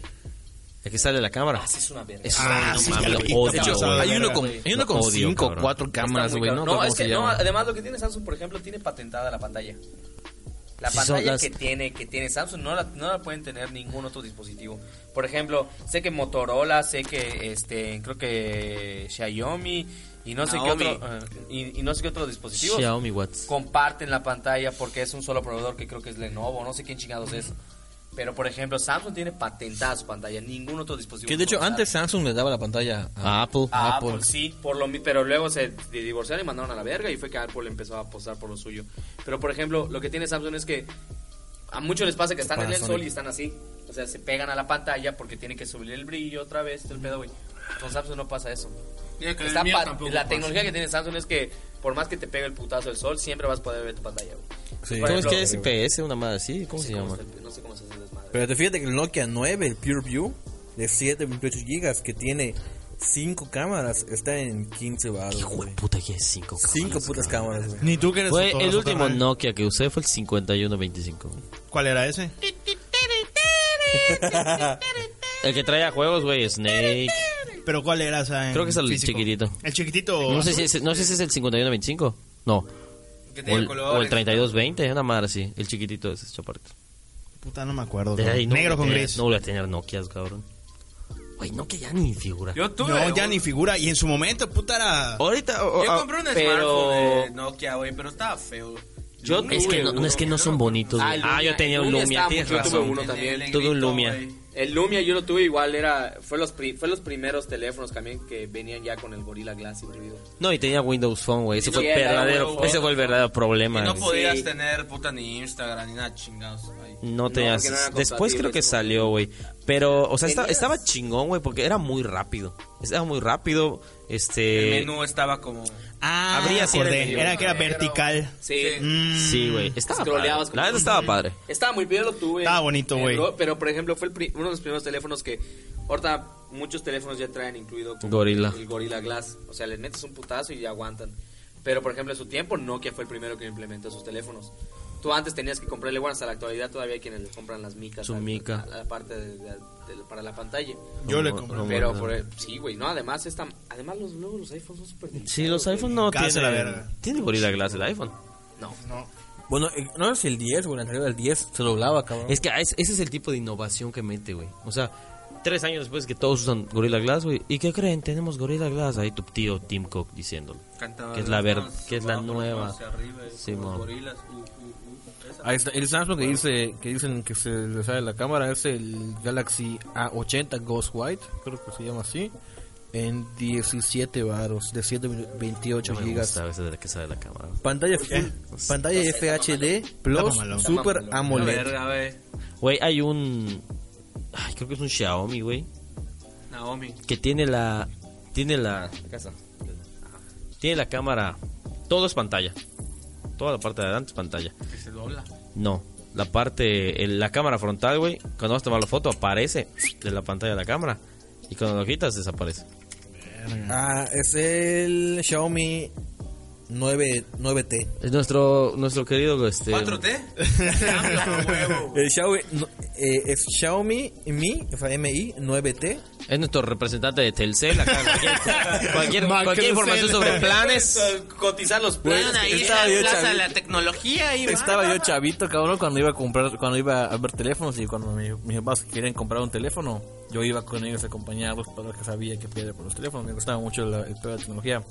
S2: El que sale de la cámara.
S6: sí, es una verga.
S2: Eso,
S4: Ah,
S2: no
S4: sí,
S2: mames,
S4: ya lo
S2: lo
S4: vi,
S2: odio,
S4: está pasado de
S2: güey.
S3: hay uno con,
S6: güey.
S3: hay uno
S2: Lo
S3: con
S2: odio,
S3: cinco,
S2: cabrón.
S3: cuatro
S6: Está
S3: cámaras,
S6: muy
S3: güey.
S6: caro.
S3: No,
S6: No,
S3: ¿Cómo
S6: es
S3: se
S6: que no, eh,
S3: llama?
S6: además lo que tiene Samsung, por ejemplo, tiene patentada la pantalla. La
S2: Sí, son
S6: pantalla
S2: las-
S6: que tiene que tiene Samsung no la, no la pueden tener ningún otro dispositivo. Por ejemplo, sé que Motorola, sé que este creo que Xiaomi y no sé qué
S5: Naomi.
S6: otro eh, y, y no sé qué otro dispositivo
S2: Xiaomi Watts.
S6: comparten la pantalla porque es un solo proveedor que creo que es Lenovo, no sé quién chingados es. Pero por ejemplo, Samsung tiene patentada su pantalla, ningún otro dispositivo.
S3: Que de hecho
S6: Samsung.
S3: antes Samsung le daba la pantalla a Apple.
S6: ah, A Apple. sí, Ah, por lo mi- pero luego se divorciaron y mandaron a la verga y fue que Apple empezó a apostar por lo suyo. Pero por ejemplo, lo que tiene Samsung es que a muchos les pasa que están en el sol y están así, o sea, se pegan a la pantalla porque tienen que subir el brillo otra vez, todo el pedo, güey. Con Samsung no pasa eso.
S5: Mira que el
S6: Está
S5: mío
S6: pa-
S5: tampoco
S6: la
S5: pasa.
S6: tecnología que tiene Samsung es que por más que te pegue el putazo del sol, siempre vas a poder ver tu pantalla, güey.
S3: Sí.
S6: Por
S2: ¿Cómo es
S6: ejemplo,
S2: que es IPS? Una madre así, ¿cómo
S6: no sé
S2: se
S6: cómo
S2: llama?
S6: se- No sé cómo se hace el desmadre.
S3: Pero te fíjate que el Nokia 9, el Pure View, de 7, 28 gigas, que tiene Cinco cámaras. Está en 15 baros,
S2: Hijo de
S3: güey.
S2: puta, ya es 5
S3: Cinco putas cámaras, güey.
S4: Ni tú que eres
S2: Fue el
S4: fotógrafo,
S2: último
S4: carnal.
S2: Nokia que usé fue el 5125.
S4: ¿Cuál era ese?
S2: El que traía juegos, güey, Snake.
S4: ¿Pero cuál era? o sea, en
S2: Creo que es el
S4: físico?
S2: chiquitito.
S4: El chiquitito.
S2: No sé si es, no sé si es el 5125. No.
S6: Que
S2: O
S6: tenga
S2: el,
S6: colores.
S2: o el 3220, una madre así. El chiquitito es ese chaparrito.
S4: Puta, no me acuerdo.
S2: De ahí
S4: güey.
S2: no
S4: Negro
S2: voy a
S4: con
S2: tener-
S4: gris.
S2: No voy a tener Nokias, cabrón. Güey, Nokia ya ni figura.
S5: Yo tuve.
S4: No, ya
S5: un-
S4: ni figura. Y en su momento, puta, era...
S2: Ahorita. o-
S5: Yo
S2: o-
S5: compré un
S6: pero-
S5: smartphone de Nokia, güey, pero estaba feo.
S2: yo- es, que no, no, es que no son bonitos. güey. Ah, yo tenía un Lumia,
S6: estaba
S2: tienes
S6: mucho, yo tuve
S2: razón.
S6: uno también.
S2: Tuve un Lumia.
S6: El Lumia yo lo tuve igual, era fue los pri- fue los primeros teléfonos también que venían ya con el Gorilla Glass incluido.
S2: No, y tenía Windows Phone, güey. Ese
S6: Y
S2: fue
S6: no-
S2: verdadero,
S6: Windows
S2: ese fue el verdadero problema.
S5: Y no
S2: güey.
S5: podías
S6: Sí.
S5: tener puta ni Instagram ni nada chingados. ahí.
S2: No
S6: No,
S2: tenías.
S6: porque no era
S2: Después creo que
S6: compatible,
S2: salió, güey. Pero, o sea, esta-
S6: Tenías.
S2: estaba chingón, güey, porque era muy rápido. Estaba muy rápido.
S5: El
S2: Este.
S5: menú estaba como.
S4: Ah,
S2: Abría así el
S4: acordé.
S2: menú.
S4: Era que era vertical.
S6: Sí.
S4: Mm.
S2: Sí, güey. Estaba padre.
S6: Scrolleabas con-
S2: La neta estaba padre.
S6: Estaba muy bien, lo tuve.
S4: Estaba bonito,
S6: Eh,
S4: güey.
S6: bro, Pero, por ejemplo, fue el pri- uno de los primeros teléfonos que. Ahorita muchos teléfonos ya traen incluido. como
S2: Gorila.
S6: El Gorilla Glass. O sea, les metes un putazo y ya aguantan. Pero, por ejemplo, en su tiempo, Nokia fue el primero que implementó esos teléfonos. Tú antes tenías que comprarle, bueno, hasta la actualidad todavía hay quienes le compran las micas.
S2: Su
S6: al-
S2: mica.
S6: a la parte de- de- de- para la pantalla.
S4: Yo le
S2: Como-
S4: compré.
S2: como-
S6: Pero, por, e-, sí, güey, no, además, esta, además los, luego los iPhones son súper
S2: Sí, los
S6: delicados,
S2: iPhones no
S4: Casa
S2: tienen.
S4: la verga.
S2: Tiene Gorilla Glass el iPhone.
S6: güey. No,
S4: No.
S3: Bueno, eh, no es el 10, güey. Anterior al 10 se doblaba, cabrón.
S2: Es que es- ese es el tipo de innovación que mete, güey. O sea, tres años después que todos usan Gorilla Glass, güey. ¿Y qué creen? Tenemos Gorilla Glass. Ahí tu tío Tim Cook diciéndolo.
S5: Cantaba
S2: Que es la
S5: las
S2: ver-
S5: manos
S2: que es la
S5: abajo, las
S2: nueva.
S5: manos arriba, y
S2: Sí,
S5: los
S2: mo.
S5: gorilas, uh, uh, uh, esa.
S3: Ahí está. El Samsung que, dice, que dicen que se le sale la cámara es el Galaxy A80 Ghost White, creo que se llama así, en 17 varos, de 128
S2: Yo me
S3: gigas.
S2: gusta a veces de que sale la cámara.
S3: Pantalla, full- pantalla FHD Plus
S4: malo.
S3: Super
S6: Está
S5: Una
S3: AMOLED.
S5: verga, güey.
S2: Güey, hay un. Ay, creo que es un Xiaomi, güey.
S5: Naomi.
S2: Que tiene la. Tiene la. Tiene la cámara. Todo es pantalla. Toda la parte de adelante es pantalla.
S5: Que se dobla.
S2: No. La parte, el- la cámara frontal, güey, cuando vas a tomar la foto aparece de la pantalla de la cámara. Y cuando lo quitas desaparece. Mm.
S3: Ah, es el Xiaomi 9, 9T.
S2: Es nuestro, nuestro querido, este...
S5: ¿4T?
S3: El Xiaomi, no, eh, es Xiaomi Mi, o sea, MI 9T.
S2: Es nuestro representante de Telcel. Acá, cualquier, cualquier,
S4: Macrocel.
S2: cualquier información sobre planes.
S6: Cotizar los planes.
S5: Ahí
S3: Estaba
S5: en
S3: yo
S5: Plaza
S3: chavito.
S5: de la Tecnología. ahí va.
S3: Estaba yo chavito, cabrón, cuando iba a comprar, cuando iba a ver teléfonos y cuando mi- mis papás querían comprar un teléfono, yo iba con ellos a acompañarlos para que sabía que pedía por los teléfonos. Me gustaba mucho la, el pedo de la tecnología.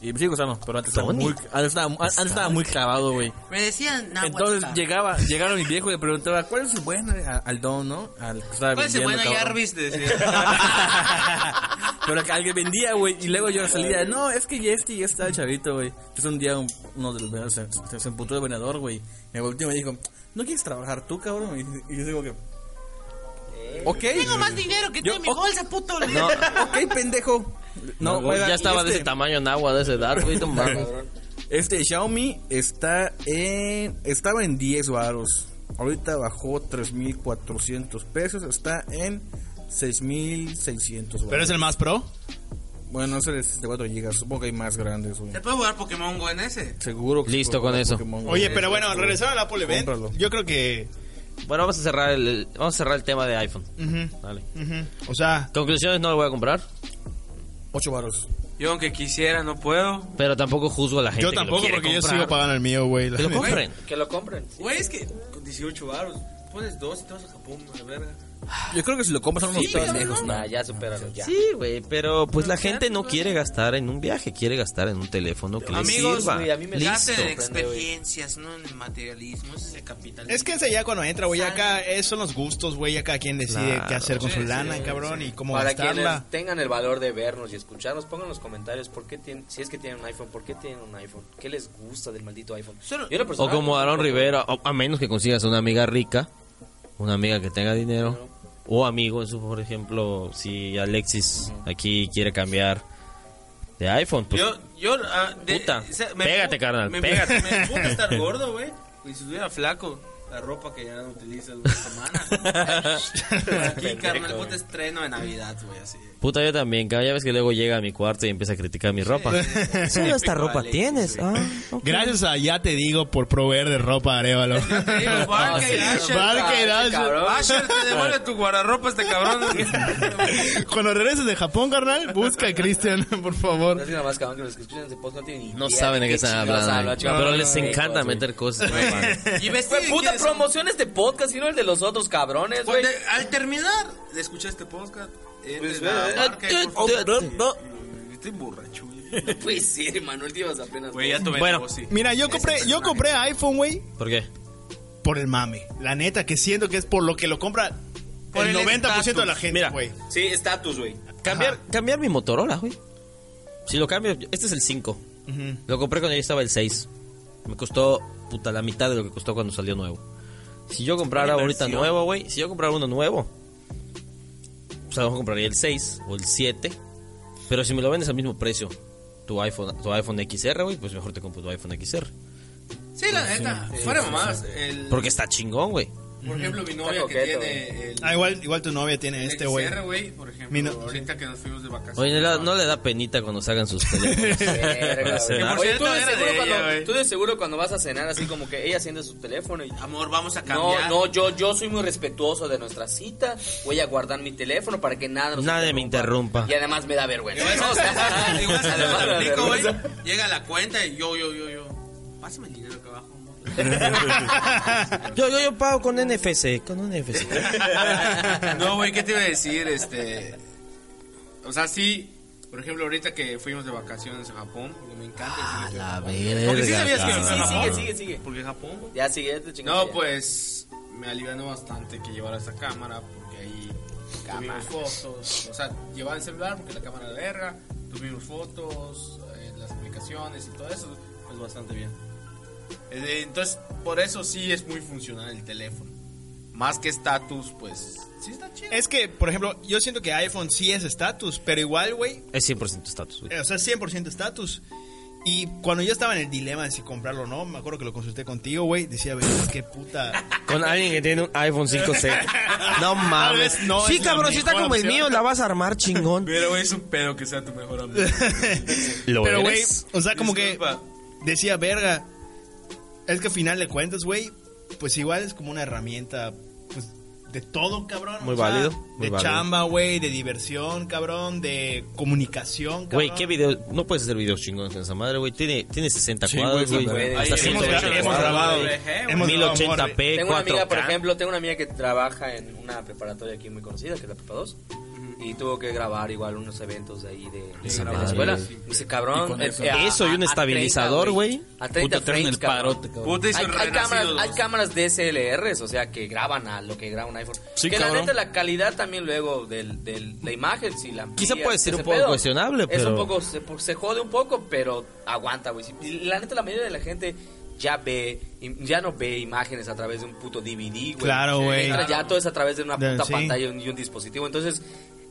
S3: Y me sigue gustando, pero antes estaba
S2: Tony.
S3: muy, antes estaba, antes estaba muy clavado, güey.
S5: Me decían, nah,
S3: Entonces
S5: WhatsApp.
S3: llegaba, llegaba mi viejo y le preguntaba, ¿cuál es el bueno? A- Al don, ¿no? Al que estaba
S5: ¿Cuál es el bueno
S3: vendiendo, cabrón.
S5: Jarvis? Decía.
S3: Pero que alguien vendía, güey. Y luego yo salía, no, es que ya este y ya está el chavito, güey. Entonces un día un- uno de los vendedores se, se, se emputó de vendedor, güey. Me volteó y me dijo, ¿no quieres trabajar tú, cabrón? Y, y yo digo que. Ok. Tengo más dinero que tú en mi bolsa, puto. No, ok, pendejo.
S2: No,
S3: No,
S2: güey,
S3: oiga,
S2: ya
S3: y
S2: estaba de
S3: este,
S2: ese tamaño en agua, de esa edad, güey. no mames.
S3: este Xiaomi está en. Estaba en 10 varos. Ahorita bajó 3.400 pesos. Está en 6.600 varos.
S4: ¿Pero es el más pro?
S3: Bueno, ese es de 4 GB, supongo que hay más grandes, güey.
S5: ¿Se puede jugar Pokémon Go en ese?
S3: Seguro que
S2: Listo
S3: se puede
S2: con
S3: jugar
S2: eso.
S3: Pokémon, güey.
S4: Oye, pero bueno, regresando al Apple Event,
S3: Cómpralo.
S4: yo creo que...
S2: Bueno, vamos a cerrar el, el- vamos a cerrar el tema de iPhone.
S4: ujú,
S2: Dale.
S4: ujú. O sea,
S2: Conclusiones no lo voy a comprar,
S3: 8 varos.
S5: Yo aunque quisiera, no puedo.
S2: pero tampoco juzgo a la gente.
S4: yo
S2: que lo
S4: tampoco
S2: quiere
S4: porque yo
S2: comprar.
S4: sigo pagando el mío, güey. la
S2: Que lo
S4: neta.
S2: compren.
S6: Que lo compren.
S5: Güey, es que con 18 baros, pones dos y te vas a Japón, a la verga.
S3: Yo creo que si lo compras son unos pendejos, ¿no?
S6: Nah, Ah, ya supéralo, ya.
S2: Sí, güey, pero pues la gente no quiere gastar en un viaje, quiere gastar en un teléfono que le
S5: Amigos,
S2: sirva.
S6: güey, a mí me
S5: Gasten en
S6: Listo.
S5: experiencias, no en materialismo. Ese es el capital.
S4: Es que ese ya cuando entra, güey, acá eh, son los gustos, güey, acá quien decide
S2: Claro.
S4: qué hacer con
S5: Sí,
S4: su
S5: sí,
S4: lana,
S5: sí,
S4: cabrón, y cómo
S6: Para
S4: gastarla.
S6: quienes tengan el valor de vernos y escucharnos, pongan en los comentarios por qué tienen, si es que tienen un iPhone, por qué tienen un iPhone, qué les gusta del maldito iPhone.
S5: Solo-
S6: Yo en lo
S2: O
S6: personal-
S2: como Aaron Rivera, o- a menos que consigas una amiga rica, una amiga que tenga dinero, o amigo, eso, por ejemplo, si Alexis aquí quiere cambiar de iPhone, pues
S5: Yo, yo, ah, de-
S2: Puta,
S5: o sea,
S2: pégate,
S5: pu-
S2: carnal,
S5: me,
S2: pégate.
S5: Me puta estar gordo, güey. Y si estuviera flaco. la ropa que ya no utilizas una semana. Aquí, carnal, puta estreno de Navidad, güey, así.
S2: Puta, yo también. Cada vez que luego llega a mi cuarto y empieza a criticar mi ropa. Solo esta ropa
S5: Vale,
S2: tienes.
S5: sí.
S2: Ah, ok.
S4: Gracias a Ya Te Digo por proveer de ropa a Arevalo.
S5: Te digo, Barca y Asher,
S4: Ah,
S5: ah,
S4: Barca y
S5: cabrón.
S4: Asher.
S5: Asher, te devuelve tu guardarropa este cabrón.
S4: Cuando regreses de Japón, carnal, busca a Cristian, por favor.
S6: Es que nada más, cabrón, que los que escuchan ese podcast no tienen ni
S2: No
S6: idea
S2: saben de qué
S6: chingados
S2: están hablando.
S6: hablan, chaval.
S2: pero les encanta
S6: güey.
S2: meter cosas. en la mano.
S5: y
S6: Fue
S5: vestir,
S6: puta
S5: ¿quieres?
S6: promoción este podcast y no el de los otros cabrones, güey.
S5: Cuando- al terminar de escuchar este podcast, eh,
S6: Pues,
S5: de la
S6: eh,
S5: Barca y-
S2: eh,
S5: oh,
S2: eh, no, no.
S5: eh, Estoy borracho, güey.
S6: Pues sí, Manuel, te ibas apenas.
S5: Güey, ya tomé
S2: Bueno.
S5: bueno. sí.
S4: Mira, yo compré, yo compré iPhone, güey,
S2: ¿Por qué?
S4: por el mame. La neta, que siento que es por lo que lo compra
S5: Por
S4: el 90%
S5: el
S4: de la
S5: estatus.
S4: gente,
S2: Mira.
S4: güey.
S6: Sí, estatus, güey.
S2: Cambiar, cambiar mi Motorola, güey. Si lo cambio, este es el 5.
S4: Ujú.
S2: Lo compré cuando yo estaba el 6. Me costó puta la mitad de lo que costó cuando salió nuevo. Si yo comprara ahorita nuevo, güey, si yo comprara uno nuevo, pues a lo mejor compraría el 6 o el 7. Pero si me lo vendes al mismo precio, tu iPhone, tu iPhone XR, güey, pues mejor te compro tu iPhone XR.
S5: Sí, la neta, fuera mamadas. el-
S2: Porque está chingón, güey.
S5: Por ejemplo, mi novia que
S6: coqueto,
S5: tiene el,
S4: Ah, igual, igual tu novia tiene
S5: el
S4: este, güey.
S5: XR, güey, por
S4: Mi
S5: ejemplo,
S4: no-
S5: ahorita que nos fuimos de vacaciones.
S2: Oye, no, le- no le da penita cuando salgan sus teléfonos.
S6: Verga, güey.
S2: Cenar.
S6: Oye,
S5: Por
S6: tú de,
S5: cierto, era
S6: seguro
S5: de
S6: cuando,
S5: ella, güey.
S6: tú de seguro cuando vas a cenar así como que ella enciende su teléfono y...
S5: Amor, vamos a
S6: No,
S5: cambiar.
S6: no, yo, yo soy muy respetuoso de nuestra cita. Voy a guardar mi teléfono para que nada nos
S2: Nadie me interrumpa.
S6: Y además me da
S5: Y
S6: vergüenza.
S5: vas a- y vas a-
S6: Además me da
S5: rico, güey,
S6: vergüenza.
S5: Llega la cuenta y yo, yo, yo, yo. Pásame el dinero que abajo, amor.
S2: Yo, yo, yo pago con NFC, con NFC.
S5: No, güey, ¿qué te iba a decir? Este. O sea, sí. Por ejemplo, ahorita que fuimos de vacaciones a Japón, porque me encanta. Ah,
S2: La
S5: Porque sí sabías que
S6: Sí,
S5: iba a
S6: sí, sigue,
S5: Japón.
S6: sigue, sigue.
S5: Porque Japón, güey.
S6: Ya sigue, ya te chingaste
S5: No,
S6: ya.
S5: pues me alivianó bastante que llevara esta cámara porque ahí tuvimos fotos. O sea, llevaba el celular porque la cámara de verga, tuvimos fotos, eh, las aplicaciones y todo eso, pues bastante bien. Eh, Entonces, por eso sí es muy funcional el teléfono. Más que estatus, pues sí está chido.
S4: Es que, por ejemplo, yo siento que iPhone sí es estatus, pero igual, güey,
S2: Es 100% estatus, güey.
S4: eh, o sea, 100% estatus. Y cuando yo estaba en el dilema de si comprarlo o no, me acuerdo que lo consulté contigo, güey, decía, "Ve, qué puta...
S2: Con alguien que tiene un iPhone 5C. No mames.
S4: vez no
S2: sí,
S4: es la
S2: cabrón, si está
S4: mejor
S2: como el
S4: opción.
S2: mío, la vas a armar chingón.
S5: Pero güey, es un pedo que sea tu mejor amigo.
S2: Lo
S4: Pero, güey,
S2: eres.
S4: o sea, como
S5: Disculpa.
S4: que decía, verga, es que al final de cuentas, güey, pues igual es como una herramienta, pues, de todo, cabrón.
S2: Muy
S4: o sea,
S2: válido, muy
S4: de
S2: válido.
S4: chamba, güey, de diversión, cabrón, de comunicación, cabrón.
S2: Güey, qué video. No puedes hacer videos chingones con esa madre, güey. Tiene, tiene 60
S3: Sí,
S2: cuadros,
S3: güey,
S2: güey.
S6: güey.
S2: Hasta
S5: Ahí
S4: hemos,
S2: 120
S4: gra- hemos
S2: cuadros,
S4: grabado,
S2: güey.
S4: hemos grabado, amor, güey.
S2: 1080p,
S6: Tengo una amiga, por
S2: 4K.
S6: ejemplo, tengo una amiga que trabaja en una preparatoria aquí muy conocida, que es la Prepa 2. Y tuvo que grabar igual unos eventos de ahí de, de-
S2: Esa
S6: de la
S2: madre,
S6: escuela.
S2: güey.
S6: Dice,
S3: Y
S6: cabrón.
S3: con
S6: eh,
S3: eso.
S6: eh, a-
S2: Eso y un
S6: a- a
S2: estabilizador,
S6: 30,
S2: güey.
S6: A 30
S3: Puta, te en
S6: frames,
S3: el
S6: cabrón.
S3: parote, cabrón.
S5: Puta, y
S6: Hay,
S5: sus
S6: hay cámaras,
S5: renacidos.
S6: hay cámaras DSLRs, o sea, que graban a lo que graba un iPhone.
S3: Sí,
S6: que la
S3: cabrón.
S6: neta, la calidad también luego del, del, la imagen, si la
S2: Quizá
S6: amplías,
S2: puede ser
S6: ese
S2: un poco cuestionable,
S6: Es
S2: pero-
S6: un poco, se, por- se jode un poco, pero aguanta, güey. Si- y La neta, la mayoría de la gente ya ve, im- ya no ve imágenes a través de un puto DVD, güey.
S4: Claro,
S6: Sí,
S4: güey.
S6: ahora Ya todo es a través de una
S4: De-
S6: puta
S4: sí.
S6: pantalla y un- y un dispositivo. Entonces,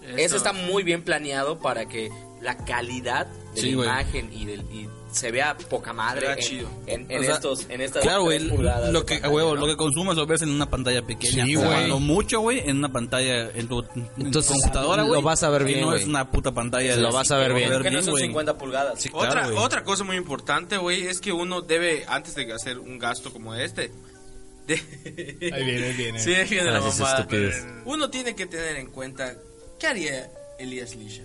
S6: eso,
S5: Eso.
S6: está muy bien planeado para que la calidad de
S3: Sí,
S6: la
S3: güey.
S6: imagen y del... y se vea poca madre
S5: Vea
S6: en,
S5: chido.
S6: en- en
S3: O sea,
S6: estos en estas
S3: Claro, güey,
S6: tres pulgadas
S3: lo
S6: de
S3: que, a
S6: pantalla,
S3: huevo,
S6: ¿no?
S3: lo que consumas lo ves en una pantalla pequeña.
S4: Sí,
S3: O
S4: güey.
S3: a Lo mucho, güey, en una pantalla, en tu en tu
S2: Entonces,
S3: computadora,
S2: lo
S3: güey.
S2: vas a ver
S3: que
S2: bien,
S3: No
S2: güey.
S3: es una puta pantalla.
S2: Lo
S3: de-
S2: vas a ver
S3: que
S2: bien.
S6: que no son
S3: güey.
S6: 50 pulgadas.
S3: Sí, claro,
S5: Otra,
S3: güey.
S5: otra cosa muy importante, güey, es que uno debe, antes de hacer un gasto como este, de-
S4: Ahí viene, ahí viene.
S5: Sí, ahí viene la
S2: Frases
S5: mamada.
S2: estúpidas.
S5: Uno tiene que tener en cuenta, ¿qué haría Elías Lisha?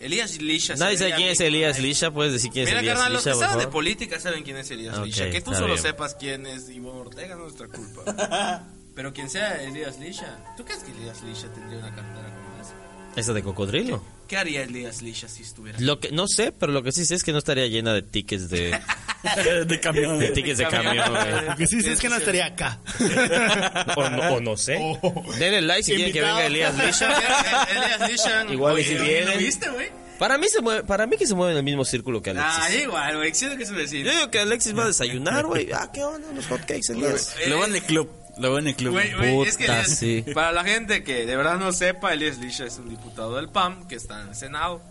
S5: Elías Lisha.
S2: Nadie sabe
S5: sería
S2: quién
S5: mi-
S2: es Elías Lisha. Puedes decir quién es
S5: Mira,
S2: Elías
S5: carnal, los que
S2: Lisha, por
S5: saben de
S2: favor?
S5: política saben quién es Elías
S2: Ok,
S5: Lisha. Que tú
S2: está
S5: solo
S2: bien.
S5: sepas quién es Ivonne Ortega no es nuestra culpa. Pero quien sea Elías Lisha, ¿tú crees que Elías Lisha tendría una cartera como esa?
S2: Esa de cocodrilo.
S5: ¿Qué haría Elías Lisha si estuviera?
S2: Lo que, no sé, pero lo que sí sé es que no estaría llena de tickets de,
S3: de camión.
S2: de, tickets de camión, güey.
S4: Porque sí, sí, es que no estaría acá.
S2: O no, o no sé.
S4: Oh.
S2: Denle like si quieren que
S4: Invitado.
S2: venga Elías Lisha.
S5: Elías Lisha.
S2: Igual y si
S5: ¿lo-
S2: viene.
S5: ¿Lo viste, güey?
S2: Para mí, se mueve, para mí que se mueve en el mismo círculo que Alexis.
S5: Ah, igual, güey. Siento que es un
S2: Yo
S5: vecino.
S2: digo que Alexis va a desayunar, güey. Ah, ¿qué onda? Los hotcakes, Elías.
S5: Eh,
S3: Lo veo en el club. Lo veo en el club.
S5: Güey, güey, es que
S2: Puta,
S5: Elías-
S2: sí.
S5: para la gente que de verdad no sepa, Elías Lisha es un diputado del PAM que está en el Senado.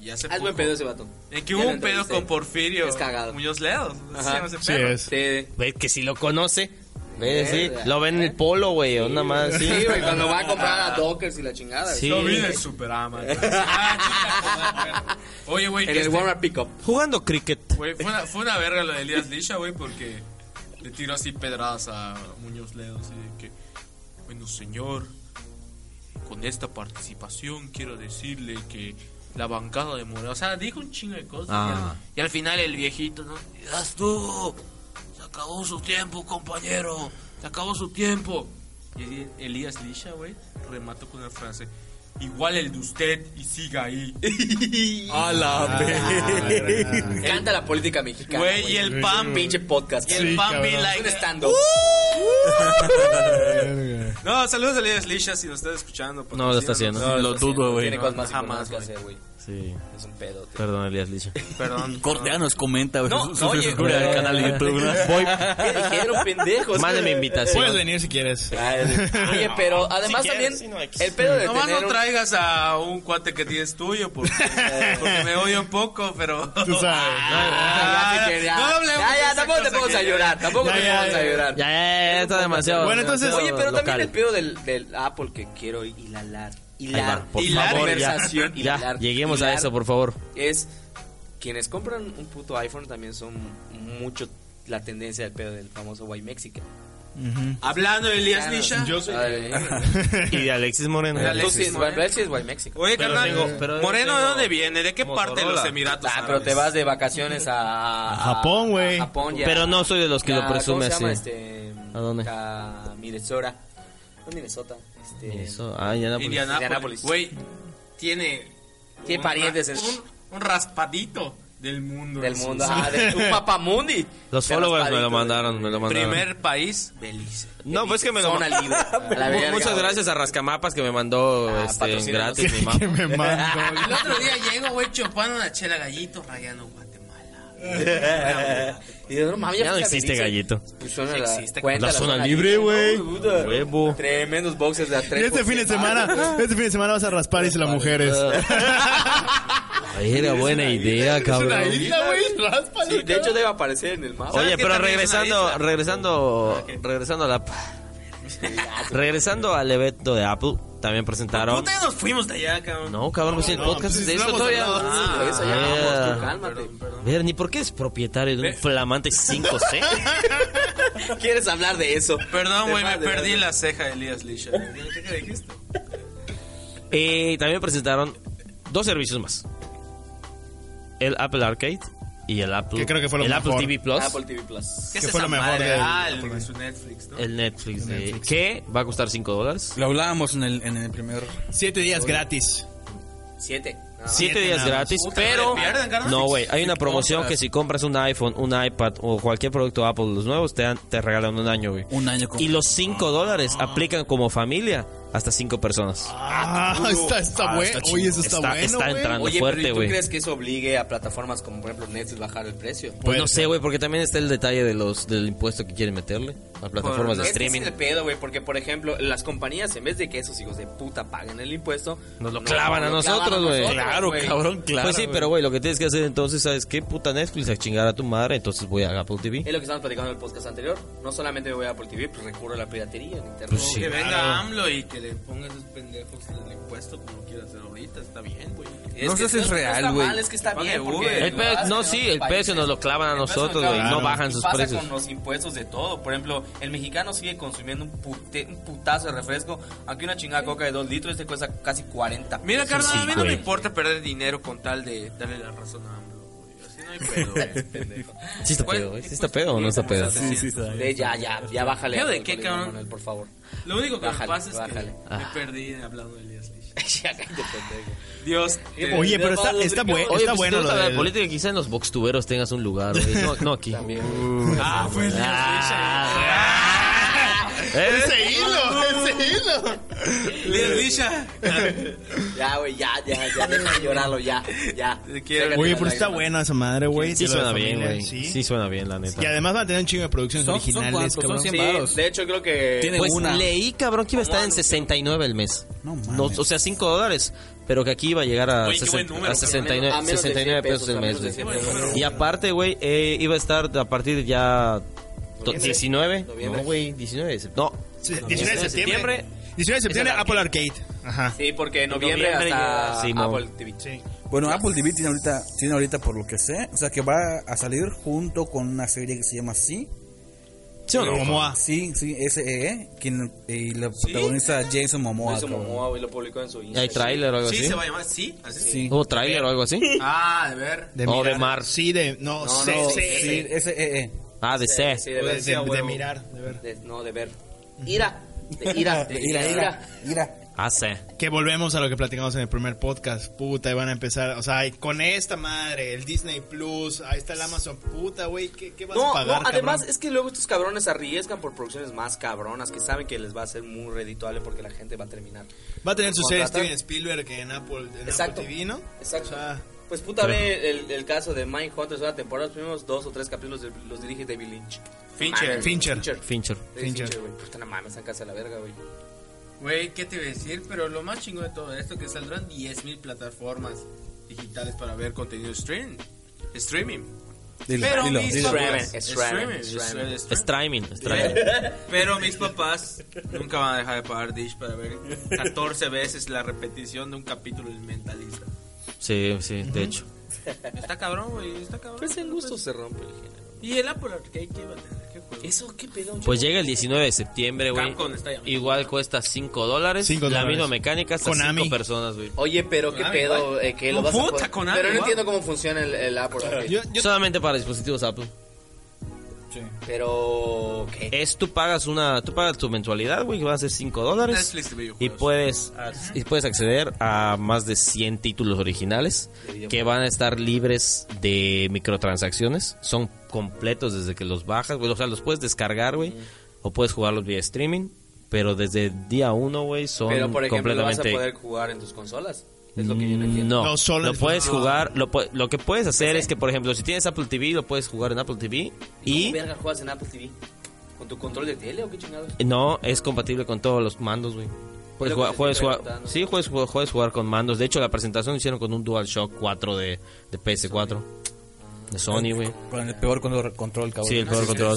S5: Y hace
S6: Haz buen
S5: poco-
S6: pedo ese vato.
S5: En que
S6: Ya
S5: hubo
S6: lo
S5: un pedo
S6: entrevisté.
S5: con Porfirio
S6: Es cagado.
S5: Muñoz Ledo.
S6: Ajá.
S5: Sí,
S4: Sí, es.
S6: Sí,
S2: Ve que si lo conoce. Ve, sí,
S6: Verga.
S2: lo ven en el polo, güey, o nada
S5: Ah,
S2: más. Sí,
S6: Sí, güey, cuando va a comprar a Dockers y la chingada. güey.
S2: Sí.
S5: Lo vi en el Superama. güey. Ah, chica, Oye, güey.
S6: En el
S5: este-
S6: Walmart Pickup.
S2: Jugando cricket.
S5: Güey, fue una, fue una verga lo de Elías Lisha, güey, porque le tiró así pedradas a Muñoz Ledo, así de que, bueno, señor, con esta participación quiero decirle que la bancada de Morena, o sea, dijo un chingo de cosas.
S2: Ah.
S5: Y, al, y al final el viejito, ¿no? Ya estuvo, se acabó su tiempo, compañero, se acabó su tiempo. Y Eli- Elías Lisha, güey, remató con una frase. Igual el de usted y siga ahí.
S6: A la
S3: Ah.
S4: verga.
S6: Me encanta la política mexicana.
S5: Güey, y el pan,
S6: Pinche podcast.
S5: Y el pan be
S4: cabrón.
S5: like,
S6: Un stand-up.
S5: No, saludos a Lidia Slisha si lo estás escuchando. porque
S2: No, lo
S5: sí,
S2: está haciendo.
S5: no,
S2: lo dudo, güey.
S6: Tiene cosas más
S5: Jamás,
S6: jamás que hacer, güey.
S2: Sí,
S6: Es un pedo. tío.
S2: perdón, Elías Licha.
S5: Perdón.
S3: Corteanos comenta, güey.
S6: No,
S3: su-
S6: no,
S3: su
S6: oye,
S3: frescura
S6: güey.
S3: del canal de YouTube, ¿no? Voy.
S6: ¿Qué dijeron, pendejos?
S2: Mándeme
S4: Puedes
S2: invitación.
S4: venir si quieres.
S6: Ay, Oye, pero además también el pedo de
S5: Nomás
S6: tener
S5: no
S6: un-
S5: traigas a un cuate que tienes tuyo porque, porque me odio un poco, pero.
S4: Tú sabes.
S6: Ah, ya
S5: Ah,
S6: te quería.
S5: no
S6: ya,
S5: hablemos de
S6: ya,
S5: esa
S6: tampoco te
S5: cosa
S6: vamos
S5: que
S6: a
S5: ya-
S6: llorar, tampoco
S4: Ya,
S6: te
S4: ya,
S6: vamos a
S4: ya.
S6: llorar.
S2: Ya, ya, ya, está demasiado.
S4: Bueno, entonces-
S6: Oye, pero también
S2: local.
S6: el pedo del, del Apple que quiero hilar,
S2: Ahí
S6: hilar,
S2: va, por
S6: hilar
S2: favor, ya.
S6: conversación,
S2: Ya,
S6: hilar,
S2: lleguemos a
S6: hilar,
S2: eso, por favor.
S6: Es quienes compran un puto iPhone también son mucho la tendencia del pedo del famoso white mexican.
S5: Hablando de Elías Lisha.
S4: Yo soy-
S6: Ay, eh,
S2: Y de Alexis Moreno.
S5: Dale.
S6: tú sí,
S5: Alexis,
S6: es-
S5: ¿no?
S6: bueno, él sí es white mexican.
S5: Oye, carnal,
S2: tengo- pero
S5: Moreno, ¿de
S2: tengo-
S5: dónde viene? ¿De qué parte de los
S2: Motorola.
S5: Emiratos?
S6: Ah, pero te vas de vacaciones a,
S4: A Japón, güey.
S6: a Japón ya.
S2: Pero no soy de los que lo
S6: Ya,
S2: presume
S6: ¿cómo se llama?
S2: así.
S6: Este,
S2: ¿A dónde?
S6: A Minnesota. No Minnesota. Este,
S2: Eso, ah, ya no, pues.
S5: Indianápolis.
S6: Indianápolis.
S5: Güey, tiene.
S6: Tiene
S5: un
S6: parientes
S5: ra-
S6: en-
S5: Un, un raspadito del mundo.
S6: Del
S5: Sí,
S6: mundo.
S5: sí.
S6: Ah, de un papamundi.
S2: Los
S6: De
S2: followers me
S6: raspadito,
S2: lo mandaron, me lo mandaron.
S5: Primer país, Belice.
S2: no, pues que me
S6: de
S2: lo
S6: Zona libre. A la
S2: Mu-
S6: verga,
S2: Muchas
S6: güey.
S2: gracias a Rascamapas que me mandó
S6: Ah,
S2: este,
S6: patrocínanos.
S2: gratis mi mamá.
S4: Que me mando.
S5: El otro día llego, güey, chupando una chela gallito, rayando Guatemala.
S6: Y de, no mames,
S2: Ya no
S6: fíjate,
S2: existe
S6: dice,
S2: gallito.
S6: pues, suena
S5: Sí
S6: la,
S5: existe.
S6: cuenta
S2: La zona libre, güey.
S6: puta.
S2: Huevo.
S6: Tremendos boxes de a tres
S4: Y este
S6: por
S4: fin de
S6: semana,
S4: semana, este fin de semana vas a raspar y se las mujeres.
S2: Ay, era buena idea, cabrón.
S6: güey. Sí, de hecho debe aparecer en el mapa.
S2: Oye,
S5: que
S2: pero
S5: también es una
S2: regresando,
S5: isla?
S2: regresando, regresando a la, regresando al evento de Apple, también presentaron.
S5: Puta, ya nos fuimos de allá, cabrón.
S2: No, cabrón, pues el podcast es de esto todavía.
S6: Ah,
S2: Ah,
S6: eso ya vamos, tú cálmate.
S2: Ver, ni por qué es propietario de un flamante 5C.
S6: ¿Quieres hablar de eso?
S5: Perdón,
S6: Te
S5: güey, me
S6: vale,
S5: perdí
S6: vale.
S5: la ceja de Elías Lisha. ¿Qué qué dijiste?
S2: Y también presentaron dos servicios más: el Apple Arcade y el Apple,
S4: Que creo que fue lo
S2: el
S4: mejor.
S2: Apple TV Plus.
S6: Apple TV Plus.
S5: ¿Qué
S4: Que
S5: es
S4: fue lo
S5: esa
S4: mejor
S5: madre?
S4: de-
S5: Ah,
S4: de-
S5: el- su Netflix, ¿no?
S2: El Netflix, de- que va a costar 5 dólares.
S3: Lo hablábamos en el, en el primer.
S4: Siete días gratis.
S6: Siete. nada más.
S2: 7
S4: Siete
S2: días
S4: nada más.
S2: gratis,
S5: Puta,
S2: pero...
S5: ¿le pierden, carnal?
S2: No, güey, hay una
S3: Sí,
S2: promoción
S3: compras.
S2: que si compras un iPhone, un iPad o cualquier producto Apple, los nuevos, te, dan- te regalan un año, güey.
S3: Un año con.
S2: Y los 5 dólares aplican como familia hasta 5 personas.
S4: Ah, está, está bueno. Oye, eso está,
S2: Está-
S4: bueno.
S2: está
S4: güey.
S2: entrando.
S6: Oye,
S2: fuerte,
S6: pero ¿y tú
S2: güey.
S6: crees que eso obligue a plataformas como por ejemplo Netflix bajar el precio?
S2: Pues
S4: Puede
S2: no sé, güey, porque también está el detalle de los del impuesto que quieren meterle a plataformas de
S6: Ese
S2: streaming.
S6: Es el pedo, güey, porque por ejemplo, las compañías en vez de que esos hijos de puta paguen el impuesto,
S2: Nos lo
S6: no,
S2: clavan a
S6: nos lo
S2: nosotros, güey.
S6: nosotros, güey.
S2: Pues sí, pero güey, lo que tienes que hacer entonces, ¿sabes qué? Puta Netflix, a chingar a tu madre, entonces voy a Apple TV.
S6: Es lo que estábamos platicando en el podcast anterior. No solamente me voy a Apple TV, pues recurro a la piratería en internet.
S2: Pues sí.
S5: Que
S4: claro.
S5: venga AMLO y que le ponga esos pendejos del impuesto como quiera hacer ahorita. Está bien, güey.
S3: No sé
S6: que
S3: si es
S6: no
S3: real,
S6: está
S3: güey.
S6: mal, Es que está
S5: Pague
S6: bien,
S5: Uber.
S6: porque
S2: El
S6: lo
S2: pe-
S6: hacen
S2: no,
S6: en
S2: sí,
S6: otros
S2: el precio
S6: países.
S2: nos lo clavan a
S6: El precio
S2: nosotros,
S6: nos
S2: güey.
S6: clavan.
S2: No
S4: Claro.
S2: bajan
S6: Y
S2: sus
S6: pasa
S2: precios.
S6: con los impuestos de todo. Por ejemplo, el mexicano sigue consumiendo un, pute- un putazo de refresco. Aunque una chingada coca de 2 litros, este cuesta casi 40.
S5: Mira,
S2: Sí,
S5: carnal,
S2: sí,
S5: a mí no
S2: güey.
S5: me importa perder dinero con tal de darle la razón a AMLO, güey. Así no hay pedo,
S6: este
S5: güey.
S2: Sí está pedo, güey. Sí está pedo o no está pedo.
S5: Sí, sí, sí.
S6: De ya, ya, ya bájale.
S5: ¿Yo de
S6: al
S5: qué,
S6: alcoholismo,
S5: cabrón?
S6: Manuel, por favor.
S5: Lo único que
S6: Bájale,
S5: me pasa es
S6: bájale.
S5: que me perdí hablando de Elías Lisha.
S6: Ya, cállate, pendejo.
S5: Dios. te-
S4: Oye, pero está, está, bue-
S2: Oye,
S4: está
S2: pues,
S4: bueno
S2: si te
S4: lo
S2: gusta la
S4: del-
S2: política, quizá en los boxtuberos tengas un lugar, güey. No, no aquí.
S5: Ah, fue Elías
S2: ah.
S4: Ese hilo, ese hilo.
S5: Lisha. Elías Lisha.
S6: Ya, güey, ya, ya, ya, deja de llorarlo, ya, ya.
S5: Te quiero.
S6: Sácate
S4: Oye,
S6: las
S4: pero está
S6: lágrimas.
S4: buena esa madre, güey.
S2: Sí
S4: de lo de
S2: suena bien,
S4: familia,
S2: güey.
S4: sí.
S2: Sí suena bien, la neta.
S4: Y además van a tener un chingo de producciones
S3: Son- son
S4: originales,
S3: cuantos,
S4: cabrón.
S3: son cien
S6: Sí,
S3: varos.
S6: de hecho creo que...
S3: Tiene
S2: Pues
S3: una.
S2: leí, cabrón, que iba a estar en 69 el mes.
S3: No mames.
S2: o sea, 5 dólares. Pero que aquí iba a llegar a,
S5: Oye, qué buen
S2: 60
S5: número,
S2: a 69,
S6: cabrón. A menos de
S2: 69
S6: 100
S2: pesos el
S6: pesos, a
S2: mes.
S6: menos de
S2: güey.
S6: 100 pesos.
S2: Y aparte, güey, eh, iba a estar a partir de ya To- 19.
S8: Noviembre.
S2: No, güey, 19 de septiembre. No.
S4: Sí, 19 de septiembre. 19 de septiembre,
S6: Es el
S4: Apple Arcade. Ajá.
S6: Sí, porque en noviembre,
S2: Noviembre
S6: hasta
S2: ya- sí, mo.
S6: Apple TV.
S4: Sí.
S9: Bueno, Apple TV tiene ahorita, tiene ahorita por lo que sé, o sea que va a salir junto con una serie que se llama Sí.
S2: ¿Sí o no?
S4: Momoa.
S9: Sí, sí, SEE, quien eh, y la protagoniza Jason Momoa.
S6: Jason
S9: cabrón.
S6: Momoa, güey, lo publicó en su
S2: ¿Y ¿Hay
S6: Instagram.
S2: tráiler o algo
S5: Sí,
S2: así?
S5: se va a llamar. Sí, así sí.
S9: Sí.
S2: ¿Hubo tráiler o algo así?
S5: Ah, de ver.
S2: O de
S4: mirar.
S2: mar.
S4: Sí, de. No,
S6: No,
S4: sí,
S6: no,
S4: sí.
S9: Sí, E SEE.
S2: Ah, de C.
S6: Sí,
S4: O
S6: de
S4: De,
S6: ver, sí, a
S4: de- de
S6: huevo.
S4: mirar, de ver.
S6: De- no, de ver. Ira. De ira.
S9: De Ira, ira, ira.
S2: Ah, C.
S4: Que volvemos a lo que platicamos en el primer podcast. Puta, y van a empezar. O sea, y con esta madre, el Disney Plus, ahí está el Amazon. Puta, güey, ¿qué, qué vas a
S6: No,
S4: pagar?
S6: no, además
S4: cabrón?
S6: es que luego estos cabrones arriesgan por producciones más cabronas que saben que les va a ser muy redituable porque la gente va a terminar.
S4: Va a tener su serie
S6: ¿Contratar?
S4: Steven Spielberg en Apple, en
S6: Exacto.
S4: Apple TV, ¿no?
S6: Exacto.
S4: O sea,
S6: Pues puta, ve el, el caso de Mindhunter, una temporada, los primeros dos o tres capítulos de- los dirige David Lynch.
S5: Fincher.
S4: Fincher.
S6: Fincher.
S2: Fincher.
S6: David
S4: Fincher.
S6: Fincher, güey. Puta, no mames, sácase a la verga, güey.
S5: Güey, ¿qué te iba a decir? Pero lo más chingo de todo esto que saldrán 10.000 plataformas digitales para ver contenido stream, streaming.
S9: Dilo,
S5: pero
S9: dilo,
S5: mis
S9: dilo.
S6: Streaming,
S5: papás, streaming,
S6: streaming.
S5: streaming.
S2: Streaming. streaming.
S5: Pero- Pero mis papás nunca van a dejar de pagar Dish para ver 14 veces la repetición de un capítulo del Mentalista.
S2: Sí, sí, de hecho.
S5: Está cabrón, güey, está cabrón.
S6: Pues en gusto se rompe el género.
S5: Y el Apple Arcade, ¿qué va a tener? ¿Qué juego?
S6: Eso, qué pedo. un
S2: Pues
S6: chico?
S2: llega el 19 de septiembre, güey.
S5: Capcom está llamando.
S2: Igual cuesta 5 dólares.
S4: Cinco
S2: La
S4: dólares.
S2: misma mecánica hasta
S4: Konami.
S2: 5 personas, güey.
S6: Oye, pero qué
S5: Konami,
S6: pedo,
S5: igual.
S6: eh, que lo
S5: No,
S6: vas a
S5: puta,
S6: poder-
S5: Konami,
S6: Pero no
S5: igual.
S6: entiendo cómo funciona el, el Apple Arcade.
S4: ¿ah? yo, yo-
S2: Solamente para dispositivos Apple.
S6: Pero, ¿qué?
S2: Es tú pagas una, tú pagas tu mensualidad, güey, que va a ser 5 dólares.
S5: Netflix de
S2: Y
S5: videojuegos.
S2: puedes, y puedes acceder a más de 100 títulos originales que van a estar libres de microtransacciones. Son completos desde que los bajas, güey. O sea, los puedes descargar, güey. O puedes jugarlos vía streaming. Pero desde día uno, güey, son
S6: Pero, por ejemplo, ¿lo vas a
S2: completamente...
S6: poder jugar en tus consolas? Es lo que yo no entiendo.
S2: No,
S4: No, solo
S2: lo
S4: en-
S2: puedes jugar, lo, pu- lo que puedes hacer es que, por ejemplo, si tienes Apple TV, lo puedes jugar en Apple TV
S6: ¿Y?
S2: y
S6: verga juegas en Apple TV? ¿Con tu control de tele o qué chingados?
S2: no es compatible con todos los mandos, güey. Puedes
S6: Lo
S2: jugar,
S6: que te
S2: puedes
S6: estoy
S2: jugar,
S6: preguntando.
S2: sí, puedes, ju- puedes jugar con mandos. De hecho, la presentación la hicieron con un DualShock 4 de, de PS4 de Sony, güey.
S9: Con el peor control, control cabrón.
S3: Ah,
S2: Sí, el peor control.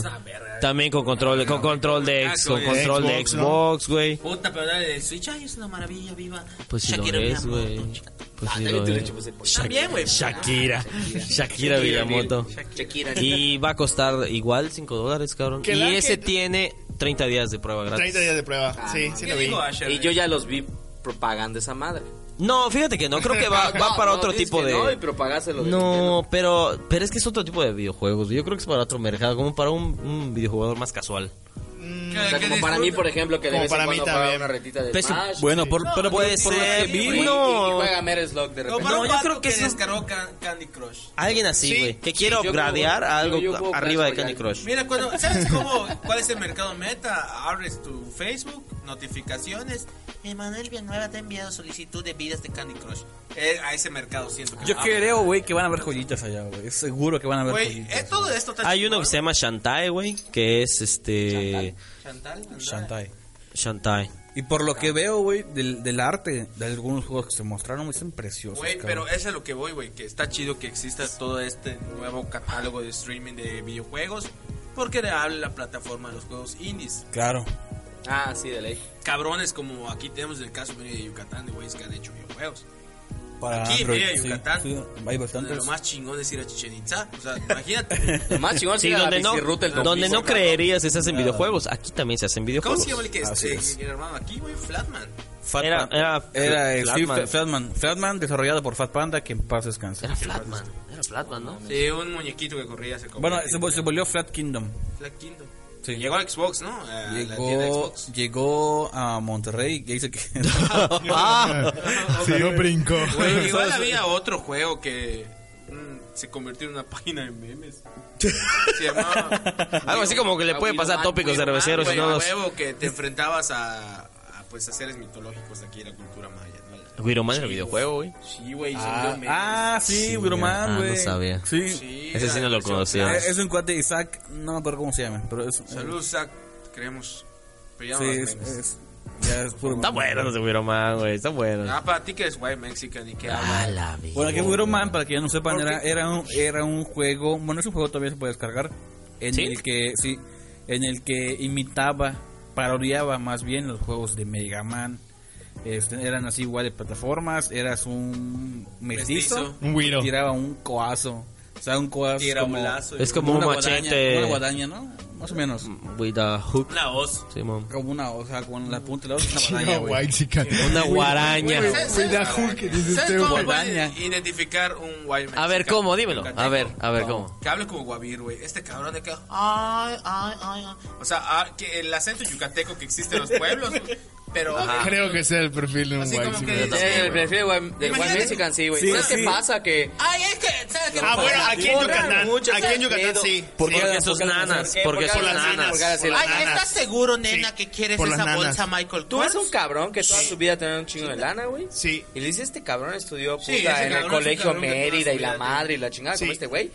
S2: También con control, con control de X, con control de
S4: Xbox, ¿no?
S2: Xbox, güey.
S5: Puta, pero dale el Switch, ay, es una maravilla viva.
S2: Pues si lo
S5: Shakira
S2: es,
S5: Villamoto,
S2: güey.
S5: chica.
S2: Pues sí
S6: Ah,
S2: lo
S6: también te lo
S2: es.
S6: echo, pues, el-
S5: También, güey.
S2: Shakira, Shakira Villamoto.
S6: Shakira.
S2: Y va a costar igual 5 dólares, cabrón.
S4: Que
S2: Y
S4: la
S2: ese
S4: que-
S2: tiene 30 días de prueba gratis.
S4: 30 días de prueba. sí, sí
S5: ¿Qué
S4: lo vi.
S5: digo, Asher?
S6: Y yo ya los vi propagando esa madre.
S2: No, fíjate que no, creo que va, va
S6: No,
S2: para
S6: no,
S2: otro
S6: dices
S2: tipo
S6: que No, y
S2: de...
S6: propagárselo. de Nintendo.
S2: No, pero pero es que es otro tipo de videojuegos. Yo creo que es para otro mercado, como para un, un videojugador más casual.
S5: Que-
S4: Mm.
S6: O sea,
S5: que
S6: como para mí,
S5: disfruta.
S6: por ejemplo, que de
S4: Como
S6: vez en
S4: para mí
S6: cuando juega
S4: también.
S6: una retita de
S2: Pero sí,
S6: Smash.
S9: Bueno, por, pero por-
S2: puede
S9: por lo
S2: ser,
S9: que
S6: güey,
S9: vi,
S6: y-
S9: güey,
S2: no.
S6: Y, y juega Metal Slug de
S5: No,
S6: repente.
S5: para
S2: No,
S5: un
S2: yo
S5: vato
S2: creo que
S5: que
S2: sí.
S5: descargó Ca- Candy Crush.
S2: Alguien así,
S4: Sí,
S2: güey, que
S6: sí,
S2: quiere
S6: yo
S2: upgradear
S6: puedo-
S2: algo
S6: yo- yo puedo
S2: arriba de
S6: Clash
S2: Candy Crush.
S5: Mira, cuando, ¿sabes cómo, cuál es el mercado meta? Abres tu Facebook, notificaciones. Emanuel Villanueva te ha enviado solicitud de vidas de Candy Crush. Eh, a ese mercado siento que.
S9: Yo
S5: Ah,
S9: creo, güey, que van a haber joyitas allá, güey. Es Seguro que van a haber
S5: Güey,
S9: joyitas.
S5: eh, todo esto está
S2: Hay
S5: chingón.
S2: uno que se llama Shantae, güey, que es este...
S5: Chantal. Chantal.
S9: Shantae.
S2: Shantae.
S9: Y por lo que veo, güey, del, del arte de algunos juegos que se mostraron, güey, están preciosos.
S5: Güey,
S9: cabrón.
S5: pero eso es lo que voy, güey. Que está chido que exista todo este nuevo catálogo de streaming de videojuegos. Porque le habla la plataforma de los juegos indies.
S9: Claro.
S6: Ah, sí, de ley.
S5: Cabrones, como aquí tenemos el caso de Yucatán, de güeyes que han hecho videojuegos.
S9: Para
S5: Aquí,
S9: Android.
S5: mira,
S9: sí,
S5: Yucatán.
S9: sí, hay
S5: Donde
S9: bastantes.
S5: lo más chingón es ir a Chichen Itza. O sea, imagínate.
S6: Lo más chingón
S2: Sí,
S6: es ir a la
S2: donde no,
S6: bicirruta, el Ah.
S2: donde
S6: topizo,
S2: no
S6: cabrón.
S2: creerías que se hacen videojuegos. Aquí también se hacen
S5: ¿Cómo
S2: videojuegos.
S5: se llama el que
S9: Así
S5: este,
S9: es.
S5: el hermano aquí, güey? Flatman.
S9: Fat
S2: Era-
S9: Pan-
S2: era
S9: era eh, sí,
S2: Flatman.
S9: Flatman. Flatman. desarrollado por Fat Panda, que en paz descanse.
S2: Era Flatman, era Flatman, ¿no?
S5: Sí, un muñequito que corría hace como.
S9: Bueno, se, vol- se volvió Flat Kingdom.
S5: Flat Kingdom.
S9: Sí.
S5: Llegó a Xbox, ¿no? A Ah, la tienda de
S9: Llegó,
S5: Xbox.
S9: llegó a Monterrey y dice que...
S5: Ah,
S4: Ah, Sí, lo brincó.
S5: Güey, igual había otro juego que mm, se convirtió en una página de memes. Se llamaba.
S2: Algo así como que le puede pasar a tópicos
S5: Güey,
S2: cerveceros
S5: man,
S2: y no
S5: güey,
S2: los...
S5: a huevo que te enfrentabas a, a, pues a seres mitológicos de aquí de la cultura maya, ¿no?
S2: Wiroman era videojuego, güey.
S5: Sí, güey, se volvió
S9: ah,
S5: meme.
S9: ah, sí,
S2: Sí,
S9: Wiroman,
S2: ah,
S9: güey.
S2: no sabía.
S9: Sí.
S5: Sí,
S2: Ese sí no
S5: la
S2: lo
S5: versión
S2: conocía.
S3: ah,
S5: clásica.
S9: Eh, Es un cuate Isaac, no me acuerdo cómo se llama, pero es...
S5: Saludos, Zach. Creemos. Pero ya no
S9: Sí,
S5: las
S9: es,
S5: memes.
S9: es- ya es puro...
S2: Está bueno los de Wiroman, güey, está bueno.
S5: Ah, para ti que eres white mexican y que
S2: A
S5: habla.
S2: Ah, la vida.
S9: Bueno, que Wiroman, para que ya no sepan,
S5: ¿Por
S9: era,
S5: qué?
S9: era, un, era un juego... Bueno, es un juego todavía se puede descargar. En
S2: ¿Sí?
S9: el que, sí,
S3: en el que Eh, imitaba, parodiaba más bien los juegos de Mega Man. Este, eran así igual de plataformas, eras un mestizo,
S10: Mestizo.
S4: Un güiro.
S3: tiraba un coazo. O sea, un coazo.
S10: Tira un lazo.
S2: Es como un
S3: una guadaña,
S2: machete.
S3: Una guadaña, ¿no? Más o menos.
S5: Mm.
S2: With a hook.
S10: Una voz.
S2: Sí, mom.
S3: Como una, o sea, con la punta de la otra. Una
S4: Una
S3: guadaña, güey.
S4: guaychica.
S2: Una guaraña.
S4: Una juque, dice
S10: ¿Sabes
S4: usted,
S10: cómo
S4: güey.
S10: pueden
S3: Guadaña.
S10: identificar un white man?
S2: A ver,
S10: Chica-
S2: ¿cómo? Dímelo.
S10: chicateco.
S2: A ver, a ver, ¿cómo?
S10: Que hable como guavir, güey. Este cabrón de que... Ay, ay, ay, ay. O sea, ah, que el acento yucateco que existe en los pueblos, güey. Pero...
S4: Creo que sea el perfil de un
S10: Así como
S4: guaychica.
S10: que-
S6: Sí, el perfil de Guay- Eh, de Guay
S10: Imagínate.
S6: Mexican, sí, güey.
S3: Sí,
S6: ¿Sabes qué
S3: sí.
S6: pasa? Que
S10: Ay, es que... ¿Sabes qué?
S4: Ah, bueno, aquí en
S6: Borran
S4: Yucatán.
S6: mucho
S4: Aquí en
S6: ese
S4: Yucatán
S6: pedo.
S4: sí.
S2: Porque,
S4: Sí.
S2: sus nanas.
S6: ¿Qué?
S2: Porque
S6: ¿Por qué
S2: sus
S6: las nanas?
S2: nanas.
S6: ¿Por qué las-
S4: Ay,
S10: Ay, ¿estás seguro, nena,
S4: Sí.
S10: que quieres
S4: Por las
S10: esa
S4: nanas.
S10: bolsa Michael
S6: tú eres
S10: Kors?
S6: un cabrón que toda su vida tenía un chingo de lana, güey.
S4: Sí.
S6: Y le dice, este cabrón estudió puta
S10: Sí, ese
S6: en el
S10: cabrón es un
S6: colegio
S10: cabrón que toda
S6: Mérida
S10: su
S6: y la
S10: vida
S6: madre y la chingada
S4: Sí.
S6: como este güey.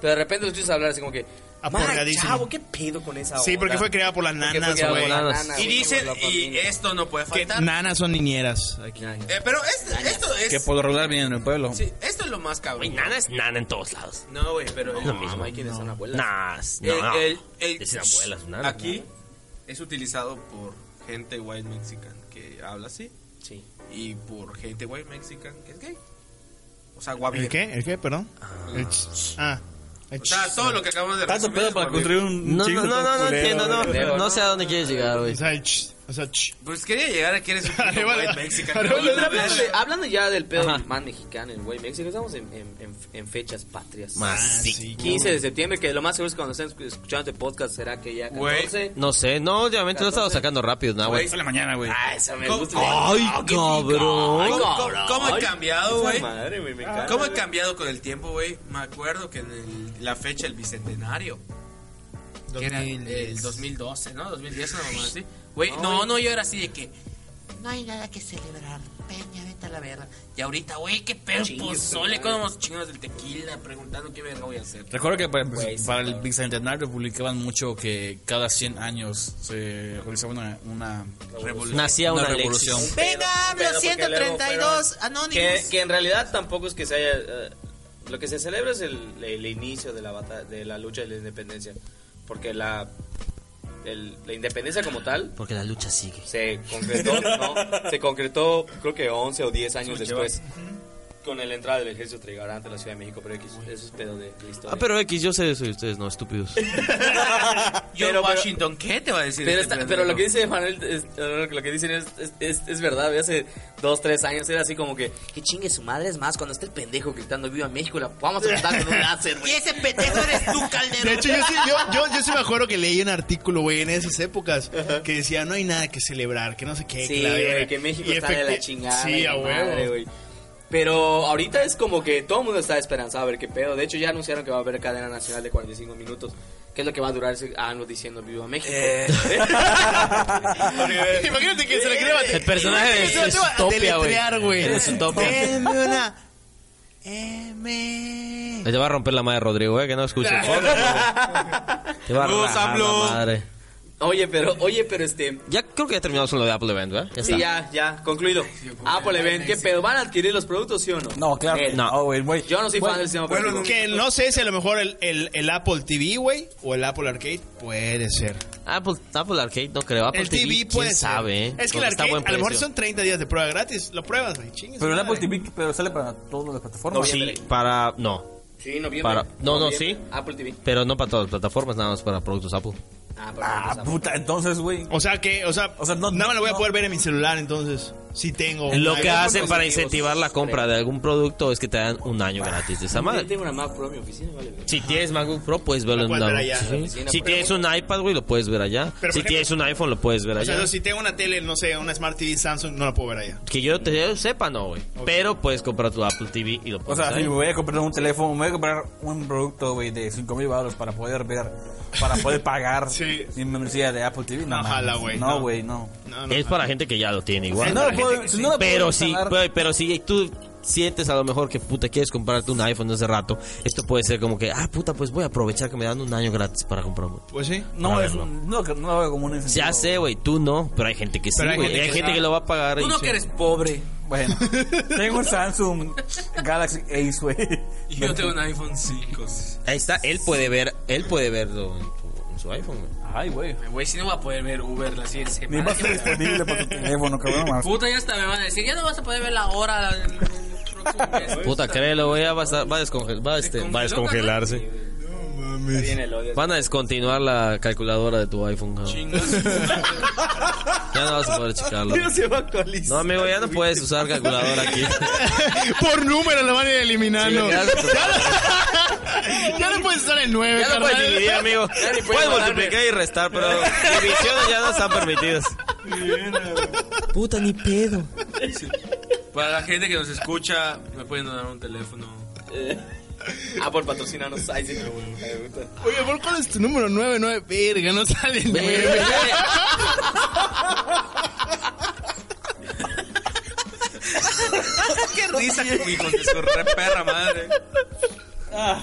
S6: Pero de repente lo escuchas hablar así como que... "Madre,
S4: Aporgadísimo.
S6: chavo, ¿qué pedo con esa
S4: Sí, porque
S6: onda?"
S4: fue creada por las
S6: Porque fue
S4: nanas,
S6: creada por
S4: güey.
S6: las
S2: Nanas.
S6: nanas,
S10: Y
S6: güey,
S10: dicen,
S6: como los
S10: y
S6: locos,
S10: esto no puede
S4: Que
S10: faltar.
S4: nanas son niñeras. Aquí.
S10: Eh, pero es- esto es...
S3: Que por lo regular vienen en el pueblo.
S10: Sí, esto es lo más cabrón.
S2: Güey, nana es nana en todos lados.
S10: No, güey, pero...
S2: Es lo mismo.
S6: Mamá, ¿y quiénes son abuelas?
S2: Nas.
S10: El-
S2: No.
S10: el- el-
S2: Dicen abuelas, nana.
S10: Aquí es utilizado por gente white mexican que habla así
S6: Sí.
S10: y por gente white mexican que es gay. O sea, guapo.
S4: ¿El qué? ¿El qué? Perdón. El ch- Ah. El
S10: O sea,
S4: ch-
S10: todo lo que acabamos de
S3: Tanto
S10: resumir
S3: pedo
S10: es
S3: para
S10: guapo.
S3: construir un
S2: No, no,
S3: chingo
S2: no, no, no
S3: culero,
S2: entiendo, no.
S3: güey.
S2: No sé a dónde quieres llegar, güey.
S4: O sea, el ch- O sea, ch-
S10: Pues quería llegar a que eres un puto
S4: Arriba la-
S10: white mexican.
S4: arriba
S10: cabrón,
S4: la-
S10: la
S6: Hablando, de-
S10: verga.
S6: hablando ya del pedo
S2: Ajá.
S6: más mexicano, el güey México, estamos en, en- en- en fechas patrias.
S2: Más.
S4: Ah, sí.
S6: 15 de septiembre, que lo más seguro es que cuando estén escu- escuchando este podcast será que ya
S10: Güey.
S6: 14.
S2: No sé, no, últimamente lo he estado sacando rápido, nah, güey.
S3: Eso es la mañana, güey.
S6: Ah, esa me
S10: ¿Cómo-
S6: gusta.
S2: Ay,
S3: Ah,
S2: cabrón.
S6: Ay,
S10: ¿Cómo,
S6: cabrón.
S10: cómo he cambiado, güey?
S6: Esa madre, güey, me encanta.
S10: ¿Cómo he cambiado con el tiempo, güey? Me acuerdo que en el- la fecha del bicentenario, que era el 2012, ¿no? 2010, una mamá así. Güey, no, no, yo era así de que no hay nada que celebrar, peña, vete a la verga. Y ahorita, güey, qué pedo, pozole, con unos chingados del tequila, preguntando qué verga voy a hacer.
S3: Recuerdo que pues, para, para el bicentenario publicaban mucho que cada 100 años se realizaba una, una revolución.
S2: Nacía una
S3: revolución.
S2: Alexis.
S6: Venga, los 132 anónimos. Que, que en realidad tampoco es que se haya. eh, lo que se celebra es el, el inicio de la, bata- de la lucha de la independencia. Porque la, el- la independencia como tal
S2: Porque la lucha sigue.
S6: se concretó, ¿no? Se concretó, creo que 11 o 10 años después. Con la entrada del ejército trigarante a la Ciudad de México. Pero X, eso es pedo de, de historia.
S2: Ah, pero X, yo sé eso y ustedes no, estúpidos.
S10: Yo,
S6: Pero-
S10: Washington, ¿qué te va a decir?
S6: Pero,
S10: este
S6: está-
S10: pendejo?
S6: pero lo que dice Manuel, es- lo que dicen es, es, es- es verdad, güey. hace dos, tres años era así como que, que chingue su madre es más, cuando esté el pendejo gritando viva México, la vamos a matar con un láser, güey.
S10: ese pendejo eres tú, Calderón.
S4: De hecho, yo sí, yo, yo, yo sí me acuerdo que leí un artículo, güey, en esas épocas que decía, no hay nada que celebrar, que no sé qué.
S6: Sí,
S4: la
S6: güey,
S4: verga".
S6: que México
S4: Y
S6: está de la
S4: efecti-
S6: chingada. y
S4: Sí,
S6: la
S4: a
S6: madre,
S4: huevo.
S6: güey. Pero ahorita es como que todo el mundo está esperanzado a ver qué pedo. De hecho, ya anunciaron que va a haber cadena nacional de 45 minutos. Que es lo que va a durar ese año diciendo Viva México.
S4: Imagínate que se le quiere bater.
S2: El personaje de
S4: Se lo tengo a
S2: Zootopia, güey.
S4: deletrear, güey.
S2: De Zootopia.
S4: Denme una M.
S2: Te va a romper la madre Rodrigo, eh, que no escucho. Te va a
S10: Saludos,
S2: rajar la
S10: AMLO.
S2: madre.
S6: oye, pero, oye, pero este.
S2: Ya creo que ya terminamos con lo de Apple Event, ¿verdad? Ya
S6: Sí,
S2: está.
S6: ya, ya, concluido. Ah, Apple Event, ¿qué pedo? ¿Van a adquirir los productos, sí o no?
S3: No, claro.
S6: Nel.
S3: No, oh, güey, güey.
S6: Yo no soy
S3: Güey,
S6: fan del sistema
S10: bueno,
S6: operativo.
S4: Que no sé si a lo mejor el, el, el Apple TV, güey, o el Apple Arcade. Puede ser.
S2: Apple, Apple Arcade no creo. Apple
S4: el TV, puede
S2: quién
S4: ser.
S2: sabe, eh.
S4: Es que el
S2: Porque está
S4: Arcade,
S2: buen
S4: a lo mejor
S2: precio.
S4: son 30 días de prueba gratis. Lo pruebas, güey. chingue su
S3: Pero el
S4: madre.
S3: Apple TV pero sale para todas las plataformas.
S2: Sí, para... No.
S6: Sí, noviembre.
S2: Para- no, no, sí.
S6: Apple TV.
S2: Pero no para todas las plataformas, nada más para productos Apple.
S6: Ah, pero
S3: Ah,
S6: entonces,
S3: puta, entonces, güey.
S4: O sea que, o sea,
S3: O sea, no-
S4: nada más lo voy a
S3: no.
S4: poder ver en mi celular, entonces. Si tengo.
S2: Lo
S4: una- pues,
S2: que hacen para
S6: positivos,
S2: incentivar la compra de algún producto es que te dan un año gratis de esa
S6: Apple. pues, Yo
S2: madre.
S6: tengo una Mac Pro en mi oficina, vale. güey.
S2: Si tienes MacBook Pro, puedes verlo
S4: Lo
S2: en
S4: puedes
S2: una...
S4: ver allá, en la
S2: sí.
S6: oficina,
S2: Si
S6: por
S2: tienes un iPad, güey, lo puedes ver allá.
S4: Pero, por
S2: si
S4: ejemplo-
S2: tienes un iPhone, lo puedes ver
S4: O sea,
S2: allá.
S4: yo si tengo una tele, no sé, una Smart TV Samsung, no la puedo ver allá.
S2: Que yo te yo sepa, no, güey. Pero puedes comprar tu Apple TV y lo
S3: O
S2: puedes
S3: sea,
S2: ver
S3: si me
S2: ahí.
S3: voy a comprar un teléfono, me voy a comprar un producto, güey, de 5 mil baros para poder ver, para poder pagar
S4: Sí.
S3: mi membresía de Apple TV. No,
S4: No,
S3: mames.
S4: jala, güey,
S3: No,
S4: no.
S3: güey, no.
S4: No, no,
S2: Es
S4: no.
S2: para gente que ya lo tiene
S3: Si
S2: igual.
S3: no lo puedo- si no lo puedo
S2: Pero sí,
S3: instalar-
S2: pero, pero si tú sientes a lo mejor que puta quieres comprarte un iPhone hace rato, esto puede ser como que, ah, puta, pues voy a aprovechar que me dan un año gratis para comprar uno.
S4: Pues sí.
S3: No, es, un- no, no lo veo como un incentivo.
S2: Ya sé, güey, tú no, pero hay gente que sí,
S4: Pero hay
S2: güey. Hay,
S4: gente que
S2: gente
S4: sí.
S2: que lo va a pagar.
S10: Tú
S2: y
S10: no
S2: sí.
S10: que eres pobre.
S3: Bueno, tengo un Samsung Galaxy Ace, güey.
S10: Y yo tengo un iPhone 5.
S2: Ahí está, él puede ver, él puede verlo en, tu- en su iPhone, güey.
S3: Ay, güey.
S10: Güey, si no va a poder ver Uber la siguiente
S9: Ni va
S10: semana.
S9: a estar disponible para tu
S3: Eh,
S9: teléfono, Eh, cabrón. Más.
S10: Puta, ya hasta me van a decir, ya no vas a poder ver la hora. la- el próximo mes.
S2: Puta, créelo, güey, ya va a, estar- va a, descongel- va, este,
S10: congeló,
S2: va a descongelarse. Van a descontinuar la calculadora de tu iPhone, cabrón. Ya no vas a poder checarla. güey.
S4: se va a actualizar.
S2: No, amigo, ya no puedes usar calculadora aquí.
S4: Por número lo van a ir eliminando.
S2: Sí, ya se-
S4: ya no puedes estar en 9,
S2: Ya no puedes dividir, amigo.
S6: ni puedes
S2: Puedes
S6: guardarme.
S2: multiplicar y restar, pero divisiones ya no están permitidas. Puta, ni pedo.
S10: Para la gente que nos escucha, me pueden donar un teléfono.
S6: Apple patrocinanos. Ay,
S10: Ah,
S6: sí, me gusta.
S4: Oye, ¿por cuál es tu número 9? 9, verga, no sale el 9.
S10: ¡Qué risa, hijos de su re perra madre! Ah.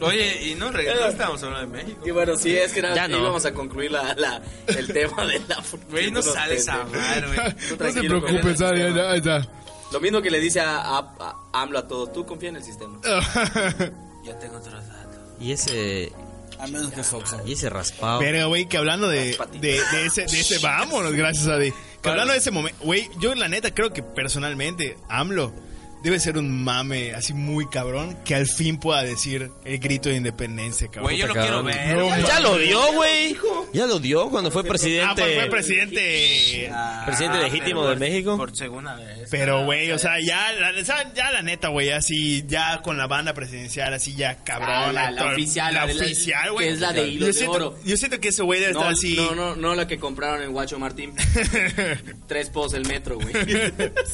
S10: Oye, y no, re- no estábamos hablando de México.
S6: Y bueno, sí, es que nada,
S2: Ya no.
S6: íbamos a concluir la, la- el tema de la
S10: Güey, no sales a amar, güey.
S4: No se preocupe, sale, ahí está.
S6: Lo mismo que le dice a, a- a AMLO a todos, tú confía en el sistema.
S10: Yo tengo otros datos.
S2: Y ese,
S9: A menos que Soxon.
S2: y ese
S6: Ah.
S2: raspado.
S4: Verga, güey, que hablando de, de, de ese, de ese, vámonos, gracias a ti. Que hablando de ese momento, güey, yo la neta creo que personalmente, AMLO debe ser un mame así muy cabrón que al fin pueda decir el grito de independencia, cabrón.
S10: Güey, yo lo quiero
S2: cabrón.
S10: ver.
S4: No,
S10: güey.
S2: Ya lo dio, güey. Ya lo dio cuando fue Ah,
S4: Ah, pues fue
S2: presidente.
S4: presidente.
S2: Presidente legítimo
S10: pero
S2: de
S10: por-
S2: México.
S10: Ah, Por segunda vez.
S4: Pero, güey, o sea, ya la, esa- ya la neta, güey, así, ya con la banda presidencial, así, ya
S6: Ah,
S4: cabrón.
S6: la- la
S4: actual-
S6: oficial,
S4: La
S6: la de la-
S4: oficial, güey.
S6: que es la de hilo
S4: yo
S6: de
S4: siento,
S6: oro.
S4: Yo siento que ese güey debe
S6: No,
S4: estar así.
S6: no, no, no la que compraron en Guacho Martín. Tres pos el metro, güey.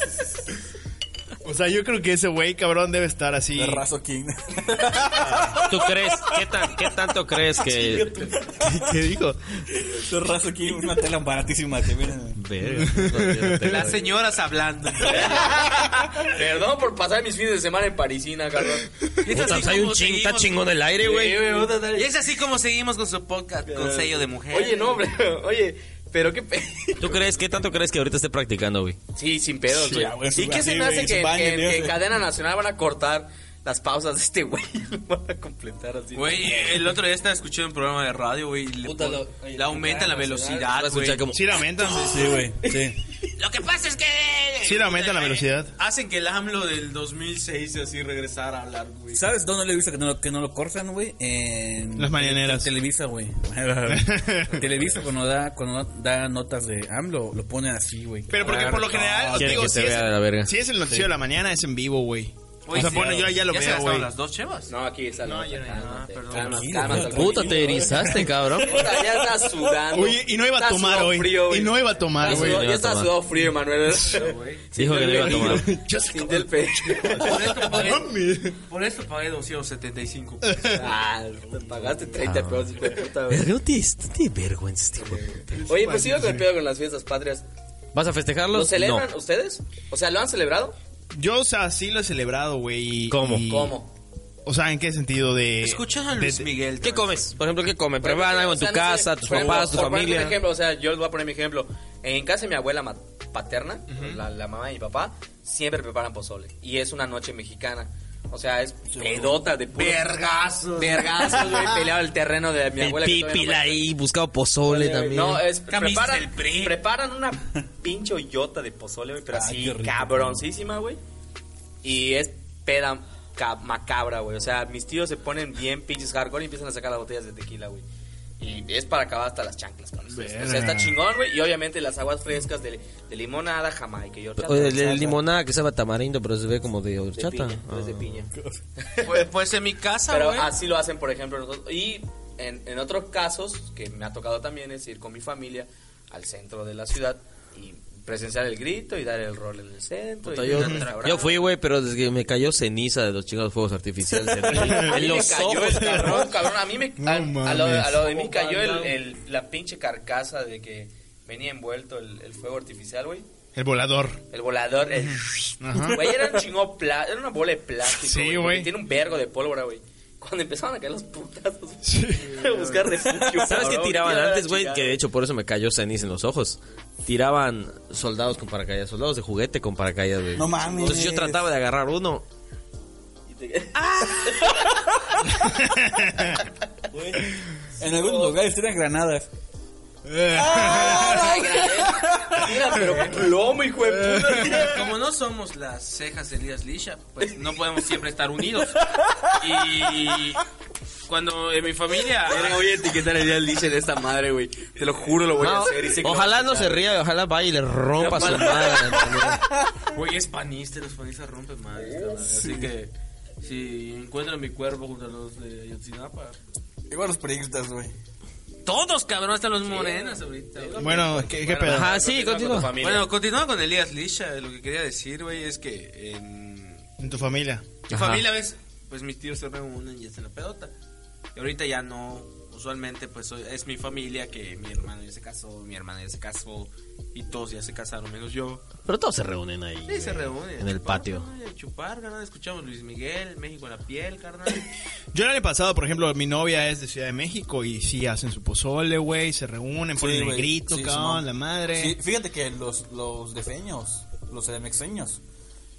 S4: O sea, yo creo que ese güey, cabrón, debe estar así.
S9: De Razo King.
S2: ¿Tú crees? ¿Qué, tan- qué tanto crees que.?
S4: ¿Qué dijo?
S9: De Razo King, una tela baratísima. Que miren.
S2: Verga, no tiene-
S10: Las señoras hablando.
S6: Perdón por pasar mis fines de semana en Parisina, cabrón.
S10: Y es
S2: Puta,
S10: así
S2: pues hay un
S10: como
S2: ching, está
S10: seguimos-
S2: chingón el aire, güey.
S10: Y es así como seguimos con su podcast, con sello de mujer.
S6: Oye, no, hombre, oye, pero qué pe-
S2: ¿Tú crees? ¿Qué tanto crees que ahorita esté practicando, güey?
S6: Sí, sin pedos,
S9: Sí,
S6: güey.
S9: ya, güey,
S6: ¿Y qué se
S9: así,
S6: me
S9: güey,
S6: hace
S9: se
S6: que,
S9: bañen,
S6: que-
S9: Dios,
S6: que en
S9: güey.
S6: cadena nacional van a cortar las pausas de este güey? Lo van a completar así.
S10: Güey, el otro día estaba escuchando un programa de radio, güey. y Le,
S6: Puta,
S10: pon-
S6: lo-
S10: le aumentan la velocidad,
S2: Vas a
S10: güey.
S2: escuchar como-
S4: Sí, la aumentan.
S9: Sí, güey. Sí.
S10: Lo que pasa es que...
S4: Sí, le aumentan la velocidad.
S10: Hacen que el AMLO del 2006 así regresara a hablar, güey.
S9: ¿Sabes dónde le he visto que no, lo- que no lo cortan, güey? En.
S4: Las mañaneras.
S9: en Televisa, güey. Televisa cuando da, cuando da notas de AMLO, lo ponen así, güey.
S4: Pero porque por lo general,
S2: Quieren
S4: digo,
S2: que
S4: si
S2: se
S4: es,
S2: vea de la verga.
S4: si es el noticiero de la mañana, es en vivo, güey. O
S10: Oye,
S4: sea,
S10: sí,
S4: bueno, yo ya lo
S10: ¿Ya se
S4: veo,
S10: gastaron
S4: güey.
S10: las dos chevas?
S6: No, aquí está la
S10: No,
S6: nota,
S10: yo no,
S6: cálmate,
S10: no, perdón.
S6: cálmate,
S9: Tranquilo,
S6: cálmate,
S9: güey,
S2: Puta,
S6: güey.
S2: te erizaste, cabrón.
S6: Puta, ya está sudando.
S4: Oye, y no iba a
S6: Está
S4: tomar
S6: sudado
S4: hoy.
S6: frío, güey.
S4: Y no iba a tomar,
S6: Está
S4: güey.
S2: No
S6: sudado-
S2: iba
S6: Ya
S2: a
S6: está
S2: tomar.
S6: sudado frío, Manuel.
S2: Dijo que no iba a tomar.
S4: Yo sé
S6: Sin del pecho.
S10: Por esto pagué,
S4: Mami.
S10: por esto pagué 275.
S6: Ah, te pagaste
S2: Ah.
S6: 30 pesos, hijo de puta, güey.
S2: Verga, no tienes no tienes vergüenza, este hijo de puta.
S6: Oye, pues sigo con el pedo con las fiestas patrias.
S2: ¿Vas a
S6: ¿Lo
S2: festejarlos? No.
S6: celebran ustedes? O sea, ¿lo han celebrado?
S4: Yo, o sea, sí lo he celebrado, güey. y-
S2: ¿Cómo?
S4: y-
S6: ¿Cómo?
S4: O sea, ¿en qué sentido de...?
S10: Escucha a
S4: de-
S10: Luis
S4: de-
S10: Miguel.
S2: ¿Qué comes? Por ejemplo, ¿qué comes? ¿Preparan algo en
S6: O
S2: tu
S6: sea, no sé,
S2: casa, tus
S6: por ejemplo,
S2: papás, tu
S6: por ponerte un
S2: familia?
S6: ejemplo, o sea, yo les voy a poner mi ejemplo. En casa de mi abuela ma- paterna, la, la mamá de mi papá, siempre preparan pozole. Y es una noche mexicana. O sea, es pedota de puro... Vergazos. Vergazos, güey. Peleado el terreno de mi
S2: El
S6: abuela. que todavía no
S2: pipil
S6: muere.
S2: ahí, buscado pozole también.
S6: No, es
S10: Camisas
S6: preparan,
S10: del PRI.
S6: preparan una pinche hoyota de pozole, güey, pero así cabroncísima, güey. Y es peda ca- macabra, güey. O sea, mis tíos se ponen bien pinches hardcore y empiezan a sacar las botellas de tequila, güey. Y es para acabar hasta las chanclas. con eso. O sea, está chingón, güey. Y obviamente las aguas frescas de, de limonada, jamaica y horchata.
S2: Oye, el, el limonada que sabe a tamarindo, pero se ve como de
S6: de
S2: horchata.
S6: piña, no es de
S2: Ah.
S6: piña.
S10: Pues, pues en mi casa,
S6: Pero
S10: güey.
S6: así lo hacen, por ejemplo, nosotros. Y en, en otros casos, que me ha tocado también, es ir con mi familia al centro de la ciudad y presenciar el grito y dar el rol en el centro.
S2: Puta,
S6: y
S2: yo,
S6: ir al restaurante.
S2: yo fui, güey, pero desde que me cayó ceniza de los chingados fuegos artificiales. en-
S6: A mí
S2: en
S6: me
S2: los
S6: cayó
S2: ojos,
S6: el
S2: cabrón.
S6: cabrón, cabrón. A mí me.
S4: No
S6: a- a, lo,
S4: mames.
S6: a lo de mí cayó el, el- la pinche carcasa de que venía envuelto el, el fuego artificial, güey.
S4: El volador.
S6: El volador. el-
S4: Ajá.
S6: Güey, era un chingo. pla- Era una bola de plástico.
S4: Sí,
S6: porque
S4: güey.
S6: Tiene un vergo de pólvora, güey. Cuando empezaron a caer los putazos. a buscar refugio.
S2: ¿Sabes qué
S6: cabrón,
S2: tiraban
S6: ya era
S2: antes, güey?
S6: chingada.
S2: Que de hecho por eso me cayó ceniza en los ojos. Tiraban soldados con paracaídas, soldados de juguete con paracaídas, güey.
S9: No mames.
S2: Entonces yo trataba de agarrar uno.
S9: En algunos lugares tiran granadas.
S6: Mira, pero plomo, hijo de puta.
S5: Como no somos las cejas de Elías Lisha, pues no podemos siempre estar unidos. Y cuando en mi familia.
S2: pues.
S6: Verga, Voy a etiquetar el día del DJ de esta madre, güey. Te lo juro, lo voy a
S2: No,
S6: hacer. y sé que
S2: ojalá no se ría, ojalá vaya y le rompa su madre.
S5: Güey, es panista, los panistas rompen madres, cabrón. Así que si encuentran mi cuerpo junto a los de Ayotzinapa.
S9: Igual los periodistas, güey.
S5: Todos, cabrón, hasta los morenas ahorita. güey.
S4: Bueno, ¿qué, qué pedo?
S2: Ajá, sí, continúa.
S5: Bueno,
S2: Bueno,
S5: continuando con Elías Lisha, lo que quería decir, güey, es que en
S4: En tu familia.
S5: mi
S2: Ajá.
S5: familia, ves, pues mis tíos se reúnen y hacen la pedota. Y ahorita ya no, usualmente, pues soy- es mi familia que mi hermano ya se casó, mi hermana ya se casó, y todos ya se casaron, menos yo.
S2: pero todos se reúnen ahí.
S5: Sí, se
S2: güey,
S5: reúnen.
S2: En el
S5: Chupar,
S2: patio.
S5: carnal, a Chupar, carnal. Escuchamos Luis Miguel, México en la piel, carnal.
S4: Yo el año pasado, por ejemplo, mi novia es de Ciudad de México y sí hacen su pozole, güey, se reúnen, ponen el
S9: güey.
S4: grito,
S9: Sí,
S4: cabrón,
S9: Simón.
S4: la madre.
S9: Sí, fíjate que los, los defeños, los edamexeños,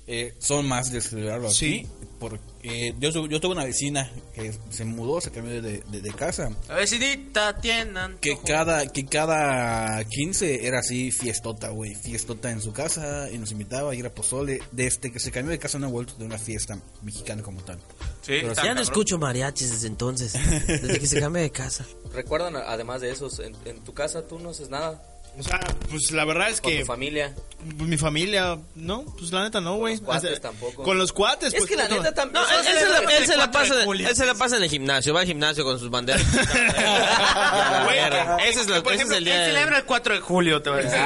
S9: eh, son más de celebrarlo así.
S4: Sí.
S9: Porque, eh, yo, su- yo tuve una vecina que se mudó, se cambió de, de- de casa.
S5: La vecinita tienen.
S9: Que cada, que cada 15 era así fiestota, güey. Fiestota en su casa y nos invitaba y era pozole. Desde que se cambió de casa no ha vuelto de una fiesta mexicana como tal.
S5: Sí,
S2: Ya
S5: está
S2: no
S5: cabrón.
S2: escucho mariachis desde entonces, desde que se cambia de casa.
S6: Recuerdan, además de esos, en, en tu casa tú no haces nada.
S4: O sea, pues la verdad es
S6: Con
S4: que
S6: tu familia.
S4: pues, mi familia, no, pues la neta no, güey.
S6: los cuates
S4: Hasta-
S6: tampoco.
S4: Con los cuates,
S6: Es
S4: pues,
S6: que la
S4: puto.
S6: neta también.
S2: No, él, Ah, él se la, él se la pasa, él se la pasa en el gimnasio, va al gimnasio con sus banderas. Ya, la
S4: Güey,
S2: verga. Ese es, la-
S4: por
S2: ese es
S4: ejemplo,
S2: el día de-
S5: Celebra el 4 de julio, te voy a decir.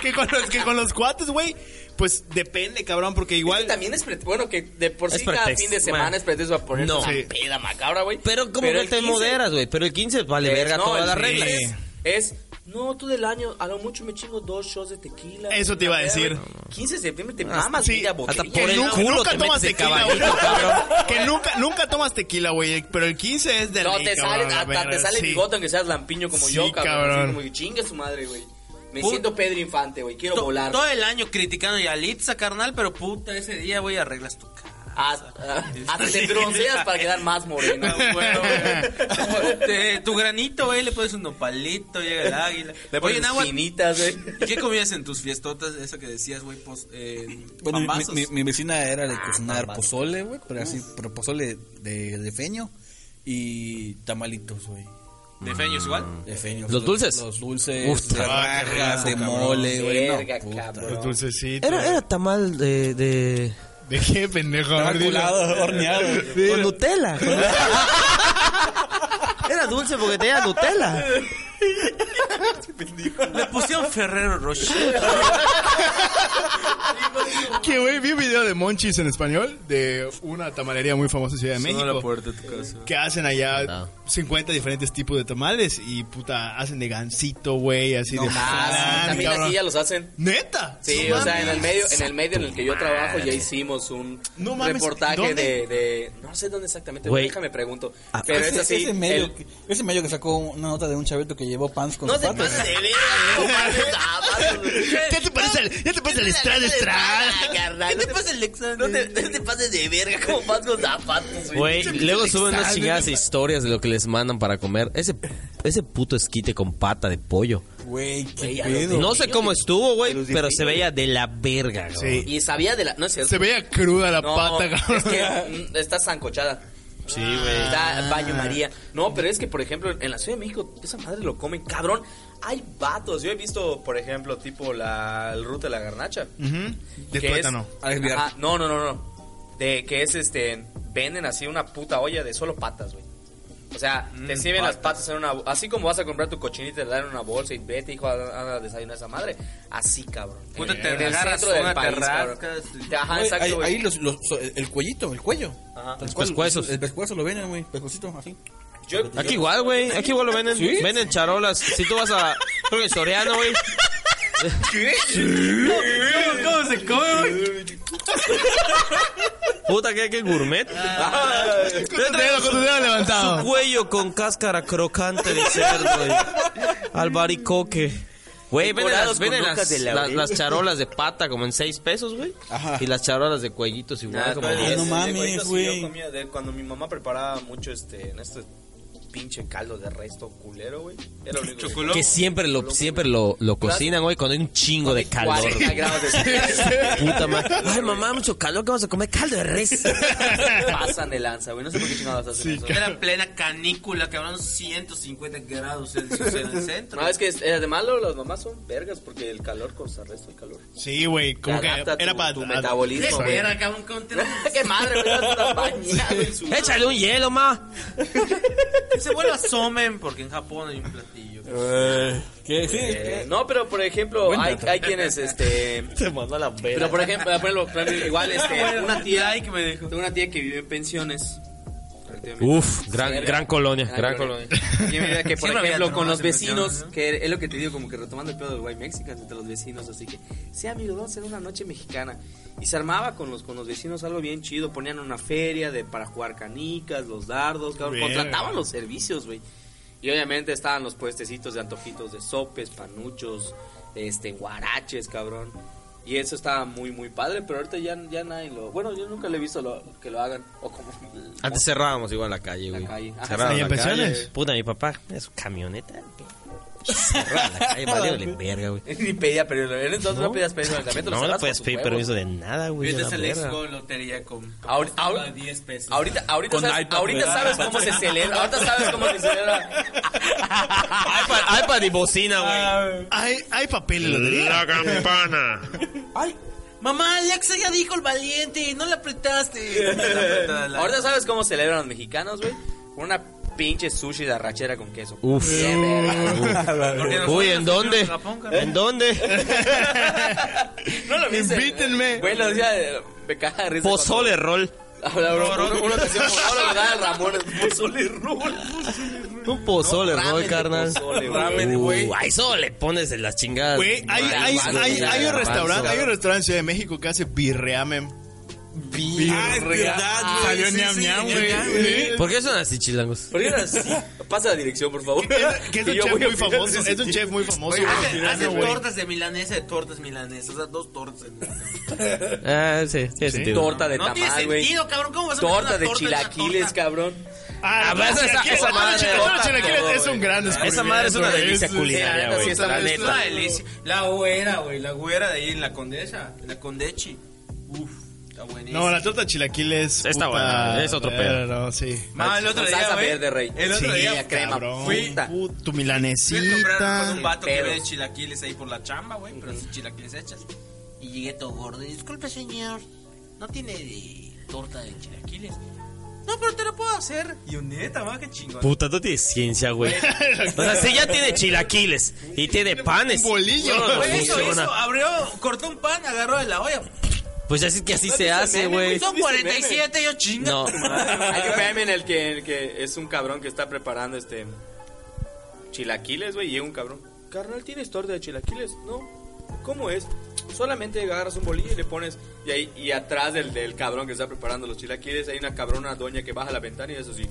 S4: que, con los, que con los cuates, güey, pues depende, cabrón, porque igual...
S6: También es pre- bueno que de por
S2: Es
S6: sí cada
S2: pretexto,
S6: fin de
S2: man.
S6: semana es pretexto para ponerse
S2: No.
S6: una
S4: Sí.
S6: peda macabra, güey.
S2: Pero como
S6: Pero
S2: que
S6: el
S2: te
S6: 15
S2: moderas, güey. Pero el 15 vale
S6: es-
S2: verga
S6: Eh, no,
S2: toda
S6: el
S2: la
S6: fin
S2: regla.
S6: Es, no, tú del año, a lo mucho me chingo dos shows de tequila.
S4: Eso te iba a
S6: güey.
S4: decir.
S6: 15 de septiembre te mamas
S4: sí,
S6: media
S2: hasta
S6: botella.
S2: por
S4: Que
S2: el
S4: nunca,
S2: culo
S4: nunca
S2: te
S4: tomas
S2: metes el
S4: tequila, güey.
S2: caballito, cabrón.
S4: que nunca, nunca tomas tequila, güey. Pero el 15 es de
S6: No,
S4: ley,
S6: te
S4: cabrón,
S6: sale,
S4: la
S6: hasta
S4: verga,
S6: te sale
S4: sí.
S6: bigote aunque seas lampiño como
S4: Sí,
S6: yo, cabrón. Así
S4: cabrón.
S6: como que chinga su madre, güey. Me
S5: Put-
S6: siento Pedro Infante, güey. Quiero
S5: To-
S6: volar.
S5: Todo el año criticando a Yalitza, carnal, pero puta, ese día, güey, arreglas tu cara.
S6: Hasta Ah, hasta te bronceas para quedar más moreno.
S5: Ah, bueno, güey. Te- tu granito, güey, le pones un nopalito, llega el águila.
S6: Le
S5: Oye,
S6: pones
S5: Nahua,
S6: finitas, güey.
S5: ¿qué comías en tus fiestotas? Eso que decías, güey, pos- eh,
S9: Bueno, mi- mi,
S5: pambazos.
S9: mi- mi vecina era de cocinar
S6: pambazos.
S9: pozole, güey, pero así, pero pozole de, de feño y tamalitos, güey.
S5: ¿De feños igual?
S9: De feño.
S2: ¿Los dulces?
S9: Los dulces,
S2: Uf,
S9: de
S4: ah, qué
S9: rajas, de
S4: rico, cabrón.
S9: mole, güey. no,
S6: Verga,
S9: puta.
S6: cabrón.
S4: Los dulcecitos.
S2: Era, era tamal de, de-
S4: ¿De qué, pendejo? A ver, dilo.
S9: Calculado, horneado.
S2: con Nutella. Era dulce porque tenía Nutella.
S5: Le pusieron Ferrero Rocher.
S4: Que, güey, vi un video de Monchis en español de una tamalería muy famosa en Ciudad de México.
S5: de tu casa.
S4: Que hacen allá
S2: No.
S4: 50 diferentes tipos de tamales y puta, hacen de gansito, güey, así de.
S6: Ah,
S4: flan,
S6: también
S4: cabrón.
S6: aquí ya los hacen.
S4: Neta.
S6: Sí,
S4: No
S6: o sea, en
S4: mames.
S6: el medio, en el medio en el que yo trabajo ya hicimos un
S4: No mames,
S6: reportaje
S4: ¿dónde?
S6: de, de- no sé dónde exactamente,
S2: Güey.
S6: déjame pregunto,
S2: Ah,
S6: pero es
S9: ese,
S6: así,
S9: ese medio,
S6: el-
S9: que, ese medio que sacó una nota de un chavito que llevó pants con
S6: no se
S9: zapatos.
S6: pasa de ah, verga,
S4: ¿Qué te parece el, ya te parece el Estrada Estrada?
S6: ¿Qué te pasa el No te, no te pases de verga, como vas con zapatos,
S2: Güey,
S6: Pinche
S2: luego
S6: pinche
S2: suben unas
S6: extraño.
S2: chingadas historias de lo que les mandan para comer. Ese, ese puto esquite con pata de pollo.
S9: Güey, qué
S6: Güey, a los
S9: pedo.
S2: No sé cómo estuvo, güey,
S6: Pero sí,
S2: pero
S6: sí,
S2: se veía de la verga, güey.
S4: Sí.
S6: Y sabía de la, no es cierto.
S4: Se veía cruda la
S6: No,
S4: pata, cabrón.
S6: es que mm, está zancochada. Sí, güey. Está baño María. No, pero es que, por ejemplo, en la Ciudad de México, esa madre lo comen, cabrón. Hay vatos. Yo he visto, por ejemplo, tipo la el ruta de la garnacha.
S4: Ujú. De
S6: que es-
S4: tuétano.
S9: Alex Villar.
S6: Ajá, no, no, no, no. De que es este. Venden así una puta olla de solo patas, güey. O sea, te sirven las patas en una. Así como vas a comprar tu cochinita, te la dan en una bolsa y vete, hijo, a, a desayunar esa madre. Así, cabrón.
S5: Puta,
S6: En-
S5: te
S6: en el
S5: agarras
S6: centro del
S5: una, te
S6: país, cabrón.
S5: rascas.
S6: Ajá,
S9: Güey,
S6: exacto,
S9: ahí,
S6: güey.
S9: ahí los, los- so- el cuellito, el cuello.
S6: Ajá.
S9: Tal
S2: Los
S9: cual,
S2: pescuezos.
S9: El pescuezo lo venden, güey. Pescuecito, así.
S6: Yo-
S2: Aquí igual, güey. Aquí igual lo venden.
S9: ¿Sí?
S2: Venden charolas. Si tú vas a. Creo que en Soriano, güey.
S5: ¿Cómo se come, güey?
S2: Puta, que, que gourmet.
S4: Con tu dedo, con tu dedo levantado.
S2: Cuello con cáscara crocante de cerdo, güey. Albaricoque. Güey, venden
S6: Decorados
S2: las, venden
S6: con hojas
S2: las,
S6: de
S2: la-
S6: laurel.
S2: las charolas de pata como en 6 pesos, güey.
S9: Ajá.
S2: Y las charolas de cuellitos igual,
S6: Ah,
S2: como
S6: no,
S9: no
S2: diez.
S6: no
S9: mames,
S6: mames,
S9: güey.
S6: güey. Cuando mi mamá preparaba mucho este, en este pinche caldo de resto culero, güey. Era lo único.
S11: Chocoló.
S2: Que siempre lo, siempre lo, lo cocinan, güey, cuando hay un chingo de calor.
S6: 40
S2: güey.
S6: grados de Celsius.
S2: Puta madre. Ay, mamá, mucho calor, que vamos a comer caldo de res.
S6: Pasan de lanza, güey. No sé por qué chingados hacen eso.
S5: Era plena canícula, cabrón, 150 grados Celsius en el centro.
S6: No, es que es- eh, además lo- las mamás son vergas porque el calor contrarresta el calor.
S4: Sí, güey, como que
S6: Adapta tu-
S4: era para...
S6: tu
S4: ad-
S6: metabolismo, güey.
S5: Era, cabrón, con
S6: ¡Qué madre, güey! Estás toda bañada en sudor.
S2: Échale un hielo, ma.
S5: Se vuelve a somen porque en Japón hay un platillo.
S12: ¿Qué? Sí.
S6: Eh, no, pero por ejemplo,
S12: Buen
S6: hay,
S12: dato.
S6: hay quienes, este...
S2: Se mandó a la
S6: Pero
S2: vera.
S6: por ejemplo, por ejemplo, claro, igual, este,
S5: Ah, Bueno,
S6: una tía...
S5: ay, que me dejó.
S6: Tengo una tía que vive en pensiones. relativamente
S2: Uf, gran,
S6: Verga.
S2: gran colonia,
S6: Ah,
S2: gran
S6: creo
S2: colonia.
S6: que- Yo me veía que, por
S5: Siempre había
S6: ejemplo, con
S5: tronadas
S6: los
S5: en pensiones,
S6: vecinos,
S5: ¿no?
S6: que es lo que te digo, como que retomando el pedo del White Mexican entre los vecinos, así que, sí, amigo, vamos a hacer una noche mexicana. Y se armaba con los, con los vecinos algo bien chido, ponían una feria de, para jugar canicas, los dardos, cabrón,
S4: Verga.
S6: contrataban los servicios, güey. Y obviamente estaban los puestecitos de antojitos de sopes, panuchos, este, guaraches, cabrón. Y eso estaba muy, muy padre, pero ahorita ya, ya nadie lo... Bueno, yo nunca le he visto lo- que lo hagan. O como...
S2: Antes cerrábamos igual la calle,
S6: La
S2: güey.
S6: calle. Ajá.
S2: Cerraron
S4: ¿Y en
S2: la calle.
S4: pensiones?
S2: Puta, mi papá, su camioneta. Cerraron la calle, valiéndole verga, güey.
S6: Ni pedía permiso. En entonces no, pedías permiso en el camioneta, lo
S2: No, no
S6: sacabas
S2: puedes
S6: con tus
S2: pedir
S6: huevos.
S2: permiso de nada, güey. a
S5: Yo
S2: la
S5: te le
S2: verga.
S5: con lotería con, con
S6: Ahora- ahora-
S5: a 10 pesos.
S6: Ahorita, ahorita,
S12: Con
S6: sabes,
S12: iPad,
S6: ahorita
S12: ¿verdad?
S6: sabes cómo se celebra. Ahorita sabes cómo se celebra.
S2: iPad, iPad y bocina,
S12: Ah,
S2: güey.
S4: Hay, hay papel en la lotería.
S5: Mamá, Alexa ya dijo el valiente, no la apretaste. La apretada, la-
S6: Ahorita sabes cómo celebran los mexicanos, güey. Con una pinche sushi de arrachera con queso.
S2: Uf.
S6: Bien, verga.
S5: Porque nosotros
S2: Uy, ¿en
S5: nos fuimos
S2: dónde?
S5: a Japón, carnal.
S2: ¿En dónde?
S6: No lo viste.
S4: Invítenme.
S6: Güey, los días de- me caga de risa.
S2: Pozole roll.
S6: cuando- Ahora, bro, uno- uno te hacía por ahora lo da el Ramón. Pozole rol.
S2: Un pozole
S6: No,
S2: roll,
S6: ramen de
S2: carnal.
S6: pozole, güey.
S2: Ramen, güey. Uh, a eso le pones de las chingadas.
S4: Güey, hay, hay,
S6: Garbanzo,
S4: hay, hay un
S6: garbanzo.
S4: restaurante, hay un restaurante en Ciudad de México que hace birreamen.
S12: Ah, es verdad, güey.
S4: Salió
S12: Sí,
S4: ñam
S12: sí,
S4: ñam,
S12: ñam,
S4: güey.
S12: ñam.
S4: Sí.
S2: ¿Por qué son así chilangos?
S6: ¿Por qué era así? Pasa la dirección, por
S2: Pues,
S6: favor.
S4: Que es
S6: Y
S4: un
S6: yo
S4: chef
S6: voy a
S4: muy
S6: fijar-
S4: famoso,
S6: sí, sí,
S4: es un
S6: sí.
S4: chef muy famoso.
S5: Oye, hace-
S4: güey,
S5: hace
S4: güey.
S5: tortas de milanesa de tortas milanesas. O sea, dos tortas Ah, de milanesa.
S2: Ah, sí, tiene sentido.
S6: Torta de
S5: No tiene
S6: tamal, güey.
S5: sentido, cabrón. ¿Cómo vas a
S6: Torta
S5: meter
S6: de
S5: una torta en una
S6: chilaquiles,
S5: torta?
S6: cabrón.
S4: Ah,
S2: Ah, pero esa-
S4: chilaquiles,
S2: esa madre-
S4: chilaquiles, chilaquiles es un gran
S2: Esa madre es una delicia
S6: la
S2: culinaria,
S6: neta, sí
S2: güey.
S6: es la
S2: La
S5: Es una
S2: neta.
S5: delicia. La güera, güey. La güera de ahí en la condesa. La condechi. Uf, está buenísima.
S4: No, la torta chilaquiles.
S2: Está buena, es otro pedo.
S4: eh, No, sí.
S5: Ma, el otro
S6: Con
S5: día,
S6: salsa
S5: güey,
S6: verde, rey.
S5: El otro
S4: Sí,
S5: día
S6: crema,
S4: cabrón.
S5: fui-
S4: Puta. Tu milanesita.
S5: Fui a comprar con un vato que
S6: Pedos.
S5: vende chilaquiles ahí por la chamba, güey, pero sin chilaquiles hechas. Y llegué todo gordo. y, Disculpe, señor, ¿no tiene de torta de chilaquiles? No, pero te lo puedo hacer. Y yo, neta, más que chingón.
S2: Puta, no tiene ciencia, güey. O sea, si ya tiene chilaquiles y tiene panes.
S4: Un bolillo.
S2: no, no
S5: Güey, eso,
S2: funciona.
S5: eso, abrió, cortó un pan, agarró de la olla.
S2: Pues así que así se hace,
S6: meme,
S2: güey.
S5: Son 47, yo chinga.
S2: No.
S6: Hay un meme en el que, en el que es un cabrón que está preparando este chilaquiles, güey, y llega un cabrón. Carnal, ¿tienes torta de chilaquiles? No. ¿Cómo es? Solamente agarras un bolillo y le pones y ahí y atrás del, del cabrón que está preparando los chilaquiles hay una cabrona doña que baja la ventana y eso sí.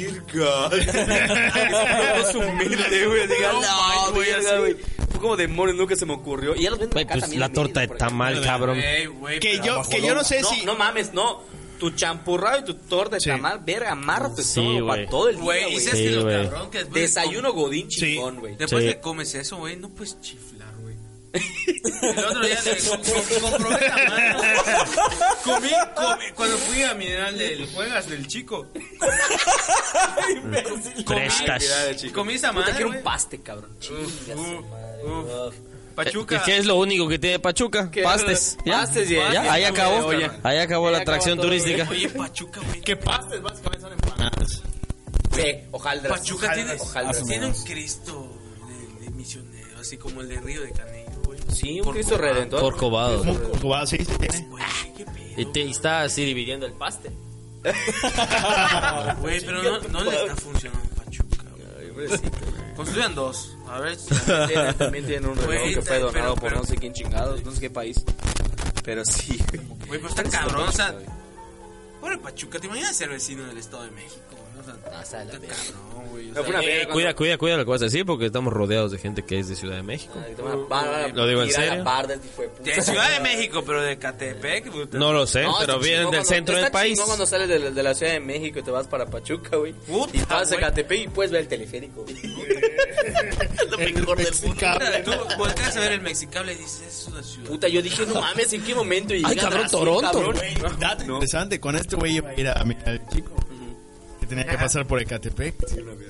S6: Virga. es humilde, güey. Diga, no, verga, güey. Fue como demonios, nunca se me ocurrió. Y ya los venden
S2: Güey,
S6: acá
S2: pues
S6: también
S2: la
S6: en Mérida,
S2: torta de
S6: por Eh, ejemplo.
S2: tamal, cabrón.
S5: Güey, güey,
S4: Que
S5: pero
S4: yo,
S5: abajo
S4: que yo no sé
S6: No,
S4: si.
S6: no mames, no. Tu champurrado y tu torta de
S4: Sí.
S6: tamal, verga, amarra
S2: Sí,
S6: tu estómago
S2: güey.
S6: para todo el día,
S5: Güey,
S6: güey.
S5: ¿y sabes
S2: Sí,
S5: que lo
S2: güey.
S5: cabrón que después
S6: Desayuno godín
S4: Sí.
S6: chingón, güey.
S5: Después
S2: Sí.
S5: que comes eso, güey, no puedes chiflar, güey. El otro día le com- com- comprobé la mano. Comí, comí- cuando fui a mineral del juegas del chico.
S2: Prestas.
S6: chico.
S5: Comí esa
S6: Puta,
S5: madre,
S6: quiero un
S5: güey.
S6: paste, cabrón.
S5: Uf,
S6: Chingas.
S5: uf, uf.
S2: Es
S5: Pachuca.
S2: que es lo único que tiene Pachuca.
S6: ¿Qué?
S2: Pastes. Ya,
S6: Pastes, ya.
S2: Ya, ahí acabó.
S6: Oye.
S2: Ahí acabó
S6: Ahí
S2: la
S6: acaba
S2: atracción
S6: todo, güey.
S2: turística.
S5: Oye, Pachuca, güey.
S4: Que pastes, básicamente son empanadas.
S6: Sí, hojaldras.
S5: Pachuca tiene,
S6: Hojaldras.
S5: tiene un Cristo de, de misionero, así como el de Río de Janeiro, güey.
S6: Sí, un Cristo Redentor.
S2: Corcovado.
S4: Como cubado, sí, sí tiene.
S5: Güey, qué pedo.
S2: Y te- y está así dividiendo el paste.
S5: Güey, pero no, no le está funcionando a Pachuca, güey. Construyan dos. A ver. si-
S6: Tienen- También tienen un reloj
S5: Güey,
S6: que fue
S5: pero-
S6: donado por
S5: pero-
S6: no sé quién chingados, no sé qué país. Pero sí.
S5: Güey, pero está cabrón, o sea. Pobre Pachuca, ¿te imaginas ser vecino del Estado de México? No, o sea,
S6: Hasta Ah, la
S5: está
S6: verga.
S5: cabrón, güey.
S6: Pero
S5: o sea,
S6: fue una verga
S2: Cuida, cuida, cuida lo que vas a decir porque estamos rodeados de gente que es de Ciudad de México.
S6: cuando- Ah, que te van a- van a
S2: Lo digo en
S6: tirar a la
S2: serio.
S6: barda, el hijo de puta.
S5: de Ciudad de México, pero de Catepec. puta.
S2: No lo sé,
S6: No, está
S2: Eh, pero vienen
S6: chingón
S2: del
S6: cuando-
S2: centro
S6: está
S2: del país.
S6: chingón cuando sales de, de la Ciudad de México y te vas para Pachuca, güey.
S5: Puta,
S6: Y vas a
S5: güey.
S6: Catepec y puedes ver el teleférico. Lo mejor del mundo.
S4: Mexicable.
S5: Tú volteas a ver el mexicable y dices, es una ciudad.
S6: Puta, yo dije, no mames, ¿en qué momento? Y Ay,
S2: cabrón, Toronto,
S4: Dato interesante, con este güey iba a ir a América del Chico. Que tenía que pasar por Ecatepec.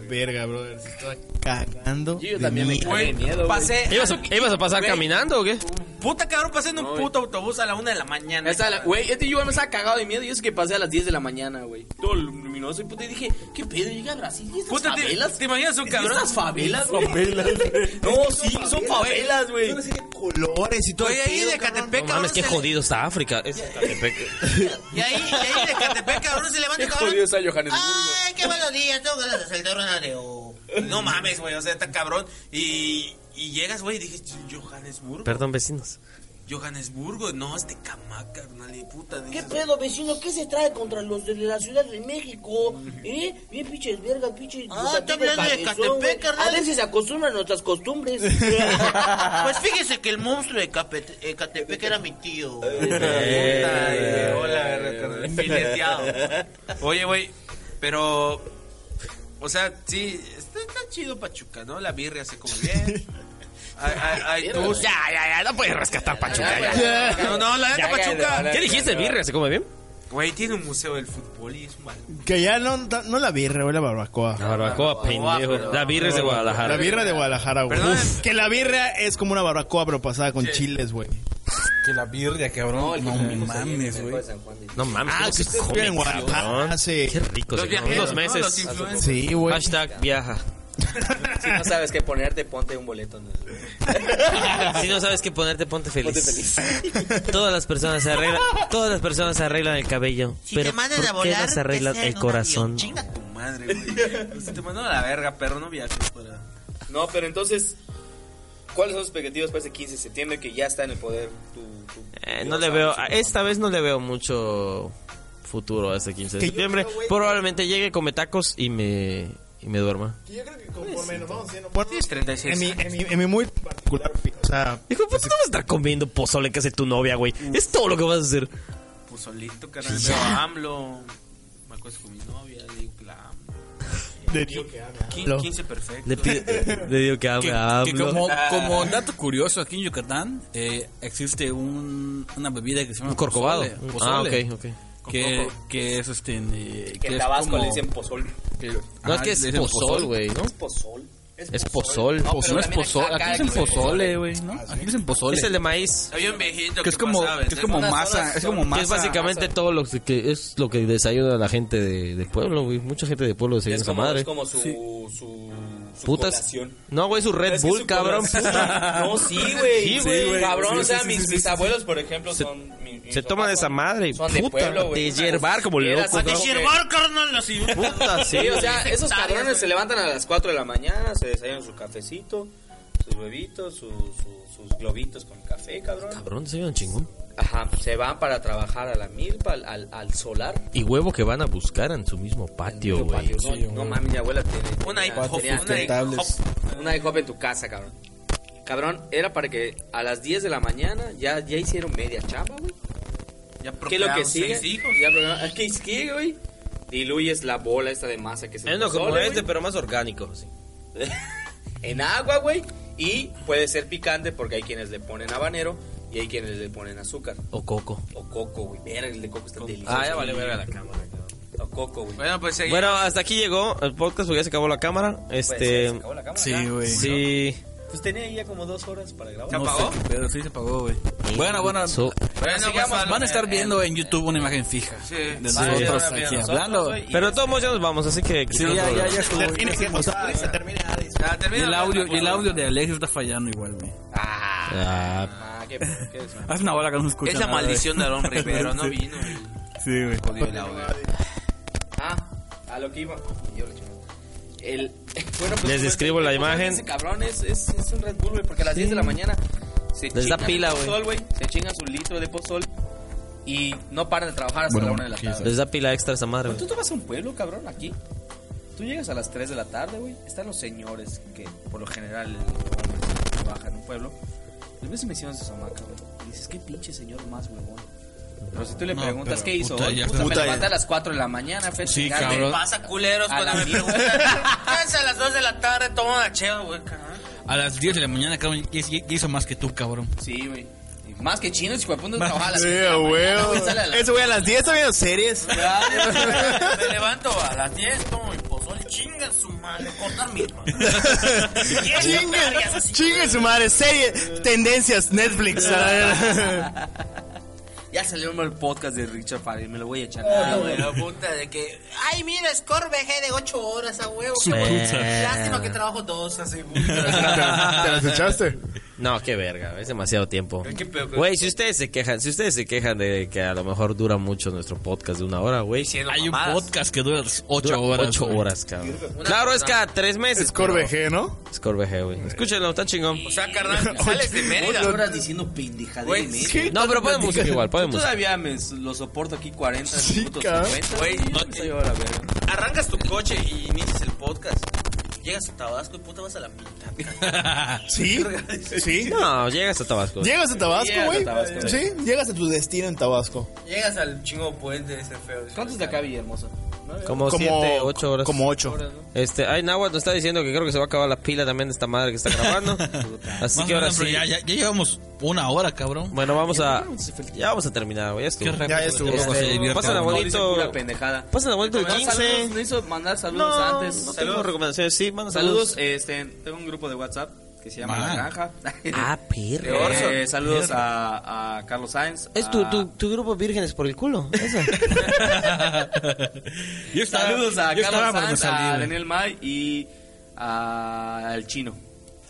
S4: Verga, brother. se estaba cagando.
S6: Yo
S4: de
S6: también me
S4: miedo.
S6: cagué de miedo, güey.
S5: Pasé.
S2: ¿Ibas a, ibas a pasar
S6: Güey.
S2: caminando o qué?
S5: Puta cabrón, pasé en un puto autobús a la una de la mañana.
S6: Esa la- Güey, este yo me estaba cagado de miedo y eso que pasé a las 10 de la mañana, güey. Todo luminoso y puta, y dije, ¿qué pedo? Llega a Brasil y estas
S5: Puta, ¿te,
S6: favelas.
S5: te imaginas un cabrón?
S6: ¿Estas favelas, güey? No, sí, son favelas, güey.
S4: Colores y todo.
S5: Oye, ahí de Catepec,
S2: No
S5: cabrón.
S2: mames, qué
S5: se le-
S2: jodido está África. Es Catepec.
S5: Y ahí, y ahí de Catepec, cabrón, se levanta,
S6: Qué
S5: cabrón.
S6: jodido está Johannesburgo.
S5: ¡Ay, qué buenos días! Tengo ganas de saltar una de O. No mames, güey, o sea, está cabrón. Y, y llegas, güey, y dije, Johannesburgo.
S2: Perdón, vecinos.
S5: Johannesburgo, no, es de Camac, carnal, y puta.
S10: ¿Qué
S5: dices,
S10: pedo, vecino? ¿Qué se trae contra los de la Ciudad de México? ¿Eh? Bien pinches vergas, pinches...
S5: Ah, está hablando de
S10: cabezón,
S5: Catepec,
S10: güey.
S5: carnal.
S10: A ver si se acostumbran a nuestras costumbres.
S5: Pues fíjese que el monstruo de Capet- eh, Catepec era mi tío.
S2: Eh,
S5: hola, Oye, güey, pero. O sea, sí, está, está chido Pachuca, ¿no? La birria se come bien. Ah, Ay, ay, ay, tú.
S2: Ya, ya, ya, no puedes rescatar Pachuca.
S6: ya.
S5: No, no, la
S6: Ya,
S5: neta
S6: ya,
S5: Pachuca.
S6: ya,
S2: ¿Qué dijiste, birria? ¿Se come bien?
S5: Güey, tiene un museo del fútbol y es un balón.
S4: Que ya no, no la birra, güey, la barbacoa.
S2: La barbacoa, pendejo. La birria es de
S4: La
S2: Guadalajara.
S4: birra de Guadalajara, güey.
S5: Perdón.
S4: Uf, Que la birra es como una barbacoa, pero pasada con chiles, güey.
S3: Que la birria, cabrón. No, mames, güey.
S2: No mames.
S4: Ah,
S2: ¿cómo se
S4: que ustedes
S2: come,
S4: viven en Guadalajara,
S2: cabrón?
S4: sí.
S2: Qué rico. se
S5: Los
S2: come.
S5: viajeros,
S2: Unos
S5: ¿no? Los
S2: meses.
S5: influencers.
S4: Sí, güey.
S2: Hashtag viaja.
S6: Si no sabes qué ponerte, ponte un boleto. ¿no?
S2: Si no sabes qué ponerte, ponte feliz.
S6: Ponte feliz.
S2: Todas las personas se arreglan, todas las personas se arreglan el cabello, pero ¿por qué no se arreglan el corazón?
S5: Chinga tu madre, güey. Se te mandó a la verga, perro, no viajes para.
S6: No, pero entonces, ¿cuáles son sus expectativas para ese 15 de septiembre que ya está en el poder? Tu, tu-
S2: Eh,
S6: tu-
S2: no le
S6: tu-
S2: veo,
S6: tu-
S2: a- esta vez no le veo mucho futuro a este 15 de
S4: Que yo
S2: septiembre.
S4: creo, güey,
S2: Probablemente llegue con metacos y me y me duerma.
S4: Yo creo que conforme nos vamos haciendo. Bueno,
S5: Tienes 36
S4: en mi, en, mi, en mi muy particular. O sea,
S2: Dijo, pues no vas a estar comiendo pozole que hace tu novia, güey. Es todo lo que vas a hacer.
S5: Pues solito, carnal. Veo a AMLO. Me acuerdo con mi novia, le digo que la amo.
S4: de tío que
S5: Quin-
S4: AMLO.
S5: 15 perfecto.
S2: Le, pido- le digo que ah,
S3: Que-
S2: hable a
S3: que como,
S2: AMLO.
S6: Ah.
S3: como dato curioso, aquí en Yucatán eh, existe un, una bebida que se llama
S2: Un corcovado.
S3: pozole,
S2: Ah,
S3: pozole,
S2: ok, ok.
S3: que, que es este eh,
S6: Que en
S3: es
S6: Tabasco
S3: como-
S6: le dicen pozol.
S2: No,
S3: Ajá,
S2: es que es
S3: le dicen
S2: pozol, güey, ¿no?
S6: Pozol.
S2: Es pozol.
S3: No, pero no es
S6: también
S3: pozole,
S6: acá
S3: aquí
S6: cada
S3: dicen
S6: que le dicen
S3: pozole, güey,
S9: Ah,
S3: ¿no? Aquí dicen pozole.
S2: Es el de maíz.
S5: Había un viejito
S3: que es como,
S5: pasaba,
S9: ¿eh?
S3: que es como
S6: Unas
S3: masa,
S6: horas
S3: es como
S6: son-
S3: masa.
S2: Que es básicamente todo lo que es lo que desayuna la gente de, del pueblo, güey. Mucha gente de pueblo desayuna
S6: Es
S2: esa
S6: como,
S2: madre.
S6: es como su, su, su
S2: Putas.
S6: colación.
S2: No, güey, su Red
S6: Es que
S2: Bull,
S6: su
S2: cabrón.
S6: colación-
S2: puta.
S6: No, sí, güey.
S2: Sí, güey.
S6: Cabrón,
S2: Sí,
S6: o sea,
S2: sí, sí,
S6: mis,
S2: sí,
S6: mis
S2: sí,
S6: abuelos, por ejemplo, son...
S2: Se toma de esa madre. y
S6: Son de
S2: puta,
S6: pueblo, güey.
S2: de yerbar como
S6: Era
S2: loco.
S6: así,
S2: cabrón.
S6: yerbar,
S5: carnal, así.
S2: Puta, sí.
S6: Sí, o sea, esos
S5: hectáreas,
S6: cabrones
S5: güey.
S6: se levantan a las 4 de la mañana, se desayunan su cafecito, sus huevitos, su- su- sus globitos con café, cabrón.
S2: Cabrón, desayunan chingón.
S6: Ajá, se van para trabajar a la milpa, al, al, al solar.
S2: Y huevo que van a buscar en su mismo patio, güey.
S6: Patio, no, no mames, mi abuela tiene.
S5: Una hip
S6: tenía-
S5: hop,
S6: tenía-
S5: una hip hop.
S6: Una de hop en tu casa, cabrón. Cabrón, era para que a las 10 de la mañana ya, ya hicieron media chamba, güey. ¿Qué
S5: Ya
S6: es lo que
S5: procrearon
S6: sigue?
S5: seis hijos.
S6: Ya procrearon- ¿Qué sigue, güey? Diluyes la bola esta de masa que se
S2: Es no como
S6: pozole,
S2: este,
S6: güey,
S2: pero más orgánico. sí.
S6: en agua, güey. Y puede ser picante porque hay quienes le ponen habanero y hay quienes le ponen azúcar.
S2: O coco.
S6: O coco, güey. Verga, el de coco está delicioso.
S2: Ah, ya vale verga la cámara.
S6: O coco, güey.
S5: Bueno, pues seguimos.
S2: Bueno, hasta aquí llegó el podcast porque ya se acabó la cámara.
S6: Pues, se
S2: Este.
S6: acabó la cámara,
S3: Sí,
S6: ¿verdad?
S3: güey.
S2: Sí.
S6: Pues tenía ahí ya como dos horas para grabar.
S5: ¿Se apagó?
S3: Pero sí se pagó, güey. Bueno, bueno.
S2: So-
S5: Bueno,
S3: sigamos.
S5: pues,
S3: van a estar
S5: eh,
S3: viendo en YouTube una imagen fija
S5: Sí.
S3: de
S5: Sí,
S3: nosotros
S6: van a ver
S3: aquí
S6: a nosotros,
S3: hablando.
S6: güey.
S2: Pero de todos modos ya nos vamos, así que.
S3: Sí, ya, ya, ya estuvo.
S4: Termine, que- o sea, se termina Hades.
S5: Ya,
S3: Y
S5: termina
S3: el
S5: la-
S3: audio, y el audio de Alexis está fallando igual, güey.
S2: Ah,
S6: Ah, qué, qué desmadre.
S3: Hace una hora que no escucha
S5: Es la
S3: nada, güey.
S5: maldición de Aaron Rivero, no vino. güey.
S3: Sí, güey.
S5: Jodió el audio.
S6: Ah, a lo que iba. Yo le chingada. El, bueno, pues,
S2: Les describo
S6: el-
S2: la
S6: el-
S2: imagen.
S6: Ese cabrón es, es, es un Red Bull, güey, porque a las 10 de la mañana se
S2: Les da
S6: chingan
S2: pila,
S6: su
S2: güey.
S6: pozol, güey. Se chingan su litro de pozol. Y no paran de trabajar hasta
S9: Bueno,
S6: la una de la
S9: sí,
S6: tarde.
S2: Les da pila extra esa madre.
S6: Pero
S2: güey.
S6: Pues tú te vas a un pueblo, cabrón, aquí. Tú llegas a las 3 de la tarde, güey. Están los señores que, por lo general, hombres, trabajan en un pueblo. Les ves mencionas de somaca, güey. Y dices, qué pinche señor más huevón. Pero si tú le
S9: No,
S6: preguntas,
S9: pero
S6: ¿qué hizo?
S9: puta,
S6: hoy?
S9: ya
S6: Puta,
S9: está.
S6: me
S9: Puta,
S6: levanté
S9: ya.
S6: a las 4 de la mañana, fe,
S9: Sí,
S6: chingada,
S9: cabrón.
S6: me pa-
S5: Pasa culeros
S6: A
S5: cuando
S6: la
S5: me
S6: mierda.
S5: preguntan. "¿Qué haces a las 2 de la tarde toma una cheva, güey, carnal?"
S9: A las 10 de la mañana, cabrón, ya, ya- ya hizo más que tú, cabrón.
S6: Sí, güey. Y Más que chinos, hijo de puta, trabaja a las
S10: Sí,
S6: seis de la mañana,
S10: güey.
S6: güey, sale a las-
S10: Ese güey a las 10 está viendo series.
S5: Me levanto a las 10, tomo mi pozol, chinga su madre, cortar mi hermano.
S10: Chingue, chingue su madre. Serie, tendencias, Netflix. a ver.
S6: Ya salió el podcast de Richard Farrell, me lo voy a echar.
S5: Ah, güey, la puta de que. Ay, mira, score VG de 8 horas a huevo. qué bueno.
S2: Eh.
S5: Lástima que trabajo dos así, güey.
S4: ¿Te las echaste?
S2: No, qué verga, es demasiado tiempo.
S6: ¿Qué pedo con-
S2: Güey, si ustedes se quejan, si ustedes se quejan de que a lo mejor dura mucho nuestro podcast de una hora, güey.
S5: Diciendo
S9: Hay un
S5: mamadas.
S9: podcast que dura 8
S2: Dura
S9: horas.
S2: ocho
S9: güey.
S2: horas, cabrón. Claro, es cada tres meses.
S4: Es Corvejé, ¿no?
S2: pero- Es Corvejé, güey. Escúchenlo, está chingón.
S5: O sea, carnal, sales de Mérida.
S13: Ocho horas diciendo pendejadera y
S6: Güey,
S13: media.
S6: sí,
S2: No, pero podemos música igual,
S6: Yo
S2: podemos.
S6: todavía me s- lo soporto aquí 40 minutos,
S4: cabrón.
S6: 50.
S5: Güey,
S6: no te llevo a la verga.
S5: Arrancas tu coche y inicias el podcast. Llegas a Tabasco y puta vas a la mitad.
S4: Sí. Sí.
S2: No, llegas a Tabasco.
S4: Llegas a Tabasco,
S6: Llegas a
S4: güey.
S6: Tabasco,
S4: Sí, llegas a tu destino en Tabasco.
S5: Llegas al chingo puente ese feo.
S6: ¿Cuántos de acá, Villahermosa?
S2: Como,
S4: Como-
S2: siete, ocho horas.
S4: Como ocho.
S2: Este, ay, Nahuatl nos está diciendo que creo que se va a acabar la pila también de esta madre que está grabando. Así
S9: Más
S2: que
S9: o
S2: ahora
S9: menos, pero
S2: sí.
S9: ya, ya- ya llevamos una hora, cabrón.
S2: Bueno, vamos a. Ya vamos a terminar, güey. Ya estuvo.
S9: Qué rápido.
S4: Ya estuvo.
S9: güey.
S2: Este,
S9: Se divierte,
S2: pásala
S9: güey.
S2: bonito.
S6: dice pura pendejada.
S2: Pásenla bonito el
S6: No, saludos,
S2: 15.
S6: No hizo mandar saludos
S2: No,
S6: antes.
S2: no tengo recomendaciones. Sí, manda
S6: Saludos,
S2: saludos.
S6: este, tengo un grupo de WhatsApp que se llama
S9: Man.
S6: La Granja.
S2: Ah,
S6: Eh,
S2: perro.
S6: saludos a, a Carlos Sáenz.
S2: Es
S6: a-
S2: tu, tu, tu grupo Vírgenes por el culo. Eso.
S9: Yo estaba-
S6: Saludos a
S9: yo
S6: Carlos
S9: estaba para
S6: Sáenz,
S9: salir,
S6: a
S9: güey.
S6: Daniel May y a- al chino.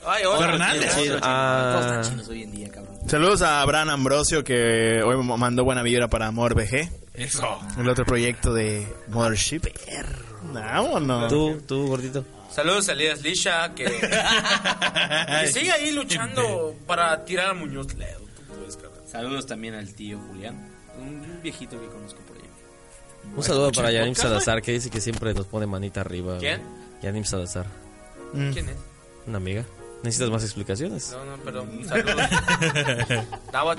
S5: Ay, otro
S9: Fernández.
S5: chino.
S6: Todos están
S2: Ah,
S6: chinos hoy en día, cabrón.
S4: Saludos a Abraham Ambrosio que hoy mandó buena vibra para Amor BG.
S9: Eso.
S4: El otro proyecto de Mothership. Vámonos.
S2: tú, tú, gordito.
S5: Saludos a Elías Lisha que, que sigue ahí luchando para tirar a Muñoz Ledo. Tú puedes, cabrón.
S6: Saludos también al tío Julián, un, un viejito que conozco por allá.
S2: Un saludo para Yanim Salazar que dice que siempre nos pone manita arriba. güey.
S5: ¿Quién?
S2: Yanim Salazar.
S5: Mm. ¿Quién es?
S2: Una amiga. ¿Necesitas más explicaciones?
S5: No, no, perdón. Saludos. Dawat.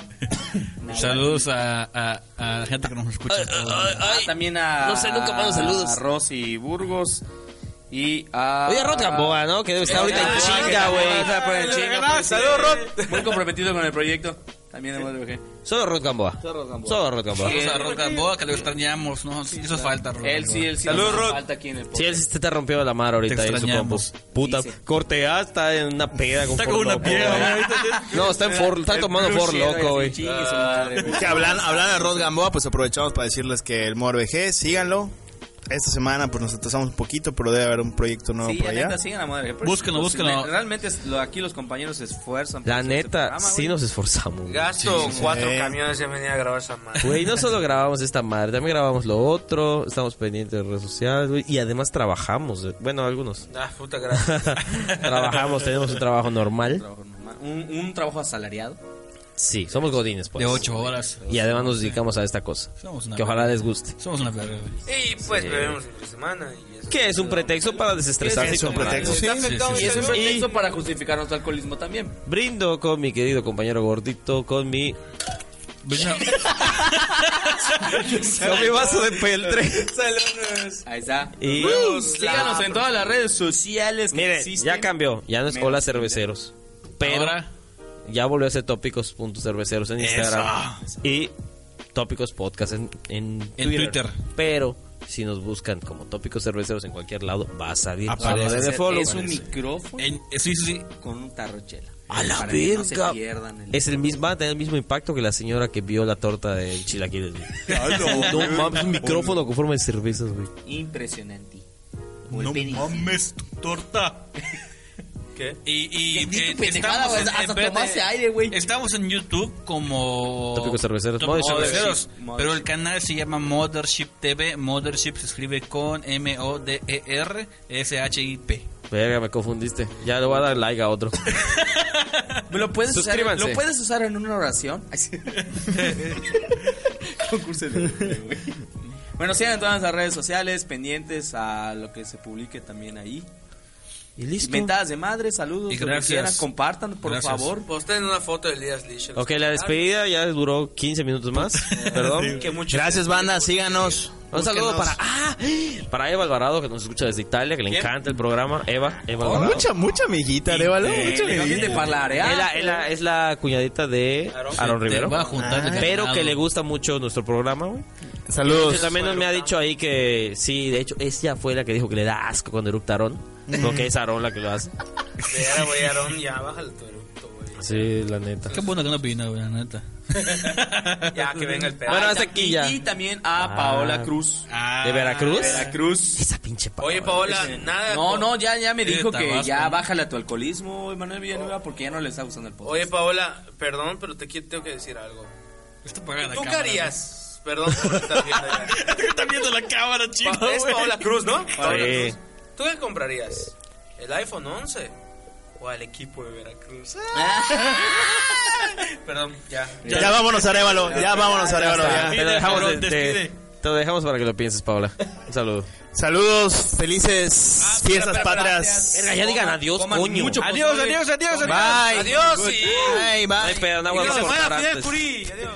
S9: Saludos a, a- a la gente que nos escucha.
S6: Ah, también a.
S2: no sé, nunca mando saludos.
S6: A Rosy Burgos y a.
S2: Oye, Rod Gamboa, ¿no? Que debe estar ahorita en
S6: Ah,
S2: chinga,
S6: que
S2: güey.
S6: está por el chinga,
S5: Ah,
S6: pues,
S5: saludos, Rod.
S6: Muy comprometido con el proyecto. También de MWG.
S2: Solo Rod Gamboa.
S6: eh. Solo Rod Gamboa.
S2: Solo Rod Gamboa.
S9: Saludos a Rod Gamboa, que lo extrañamos, ¿no? Sí, hizo falta, Rod.
S6: Él sí, él sí.
S5: Saludos,
S6: nos
S5: Rod.
S6: Falta aquí en el
S2: Sí, él
S6: podcast.
S2: sí se te rompió la mar ahorita
S9: Te
S2: ahí en su compu.
S9: extrañamos.
S2: Puta,
S6: Dice.
S2: corte A está en una peda con
S9: Está
S2: Ford
S9: con una
S2: Loco,
S9: peda,
S2: güey. No, está en for, está tomando for loco, güey.
S6: Chingue su madre, güey.
S4: Que hablan, hablan a Rod Gamboa, pues aprovechamos para decirles que el Mor BG, síganlo. Esta semana pues nos atrasamos un poquito, pero debe haber un proyecto nuevo
S6: Sí,
S4: por
S6: la
S4: allá.
S6: neta, sigan la madre. Pero
S9: Búsquenlo,
S6: sí,
S9: búsquenlo.
S6: me- Realmente es lo- aquí los compañeros se esfuerzan. por
S2: La
S6: hacer este
S2: neta,
S6: programa,
S2: sí
S6: güey.
S2: nos esforzamos. güey.
S5: Gasto cuatro
S4: sí.
S5: camiones en venir a grabar esa madre.
S2: Güey, no solo grabamos esta madre, también grabamos lo otro, estamos pendientes de redes sociales, güey, y además trabajamos, eh, bueno, algunos.
S5: Ah, puta gracias.
S2: trabajamos, tenemos un trabajo normal.
S6: Trabajo normal. Un, un trabajo asalariado.
S2: Sí, somos godines, pues.
S9: De 8 horas.
S2: Y además nos dedicamos a esta cosa,
S9: Somos una
S2: que ojalá les guste.
S9: Somos una verga, güey.
S5: Y pues bebemos entre semana y eso.
S2: Que es un pretexto para desestresarse.
S4: Es un
S2: con madre.
S4: pretexto, sí.
S6: Y es un
S2: Y-
S6: pretexto para justificar nuestro alcoholismo también.
S2: Brindo con mi querido compañero gordito, con mi... con mi vaso de peltre.
S5: Saludos.
S6: Ahí está.
S2: Y-
S6: Síganos en todas las redes sociales. que
S2: Mire,
S6: existen.
S2: ya cambió, ya no es
S6: Menos
S2: hola cerveceros. Pero ya volvió a ser tópicos punto cerveceros en Instagram y tópicos podcast en, en,
S9: En Twitter.
S2: Pero si nos buscan como tópicos cerveceros en cualquier lado, va a salir.
S9: Aparece.
S2: Solo
S6: Es,
S2: denle follow.
S6: un micrófono
S9: En- eh, sí, sí, sí.
S6: con un tarrochela.
S2: A la
S6: Para que no se
S2: verga.
S6: pierdan el-
S2: Es el mismo, va a tener el mismo impacto que la señora que vio la torta de chilaquiles. güey. No mames, es un micrófono con forma de cervezas, güey.
S6: Impresionante. Pues
S9: No mames tu torta.
S5: ¿Qué?
S9: Y, y
S6: Ni tu
S9: eh,
S6: pendejada, pues,
S9: estamos
S6: güey,
S9: en,
S6: hasta
S9: espérate,
S6: tomaste aire, güey.
S9: Estamos en YouTube como
S2: Tópicos Cerveceros.
S9: Tópicos
S2: Mothership.
S9: Cerveceros,
S6: Mothership.
S9: pero el canal se llama Mothership TV. Mothership se escribe con M O D E R S H I P.
S2: Verga, me confundiste. Ya le voy a dar like a otro.
S6: ¿Lo puedes, usar,
S2: Suscríbanse.
S6: ¿Lo puedes usar en una oración? Ay, sí. concurso de Google, güey. Bueno, sigan en todas las redes sociales, pendientes a lo que se publique también ahí.
S2: Y listo.
S6: Mentadas de madre, saludos,
S2: Y
S6: lo que
S2: gracias.
S6: quieran, compartan, por
S2: Gracias.
S6: favor.
S5: Posten una foto de Elías Lish.
S2: Ok, la despedida ya duró 15 minutos más. Perdón.
S4: Gracias, banda. Síganos.
S2: Un saludo
S4: Búsquenos.
S2: para, ah, para Eva Alvarado, que nos escucha desde Italia, que le encanta el programa. Eva, Eva
S4: Oh,
S2: Alvarado.
S4: mucha, mucha amiguita, Arevalo. Mucha
S2: Eh,
S4: amiguita.
S2: es la- es la- es la cuñadita de Aaron
S4: Te
S2: Rivero. Ah,
S4: voy a juntar de
S2: pero
S4: ganado.
S2: que le gusta mucho nuestro programa, güey.
S4: Saludos.
S2: Que También nos me ha dicho ahí que sí, de hecho, ella fue la que dijo que le da asco cuando erupta Aarón. Porque es Aarón la que lo hace.
S5: Espera, güey, Aarón, ya bájale tu eructo, güey.
S2: Sí, la neta.
S14: Qué bueno que no opina, güey, la neta.
S5: Ya, que venga el Ah. pedazo.
S2: Bueno, hasta aquí ya.
S6: Y también a Paola Cruz.
S2: ¿De Veracruz?
S6: de Veracruz.
S2: Esa pinche Paola.
S5: Oye, Paola,
S6: Ese-
S5: nada.
S6: No,
S5: con-
S6: no, ya, ya me
S5: Sí, de
S6: dijo que
S5: Tabasco.
S6: ya bájale a tu alcoholismo, Emanuel Villanueva, porque ya no le está gustando el podcast.
S5: Oye, Paola, perdón, pero te qui- tengo que decir algo.
S14: Está pagada
S5: ¿Tú qué
S14: cámara,
S5: harías? Perdón por estar viendo ya.
S14: Están viendo la cámara, chico.
S5: Pa- es Paola Cruz, ¿no? Paola
S2: Sí.
S5: Cruz. ¿Tú qué comprarías? ¿El iPhone 11? ¿O al equipo de Veracruz? Perdón, ya.
S4: Ya, ya vámonos, Arevalo. Ya vámonos, Arevalo.
S2: Ah,
S4: ya.
S2: te lo dejamos de- de- te lo dejamos para que lo pienses, Paola. Un saludo.
S4: Saludos,
S9: Ah,
S4: felices fiestas patrias.
S2: Verga, ya digan adiós, coño.
S4: Adiós, adiós, adiós, adiós.
S5: Bye. Adiós y...
S4: Bye,
S2: No hay
S4: bye.
S2: pedo, no
S5: y que
S2: aguanto
S5: se
S2: por
S5: muera Fidel
S2: antes.
S5: Curí. Adiós.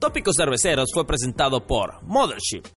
S2: Tópicos Cerveceros fue presentado por Mothership.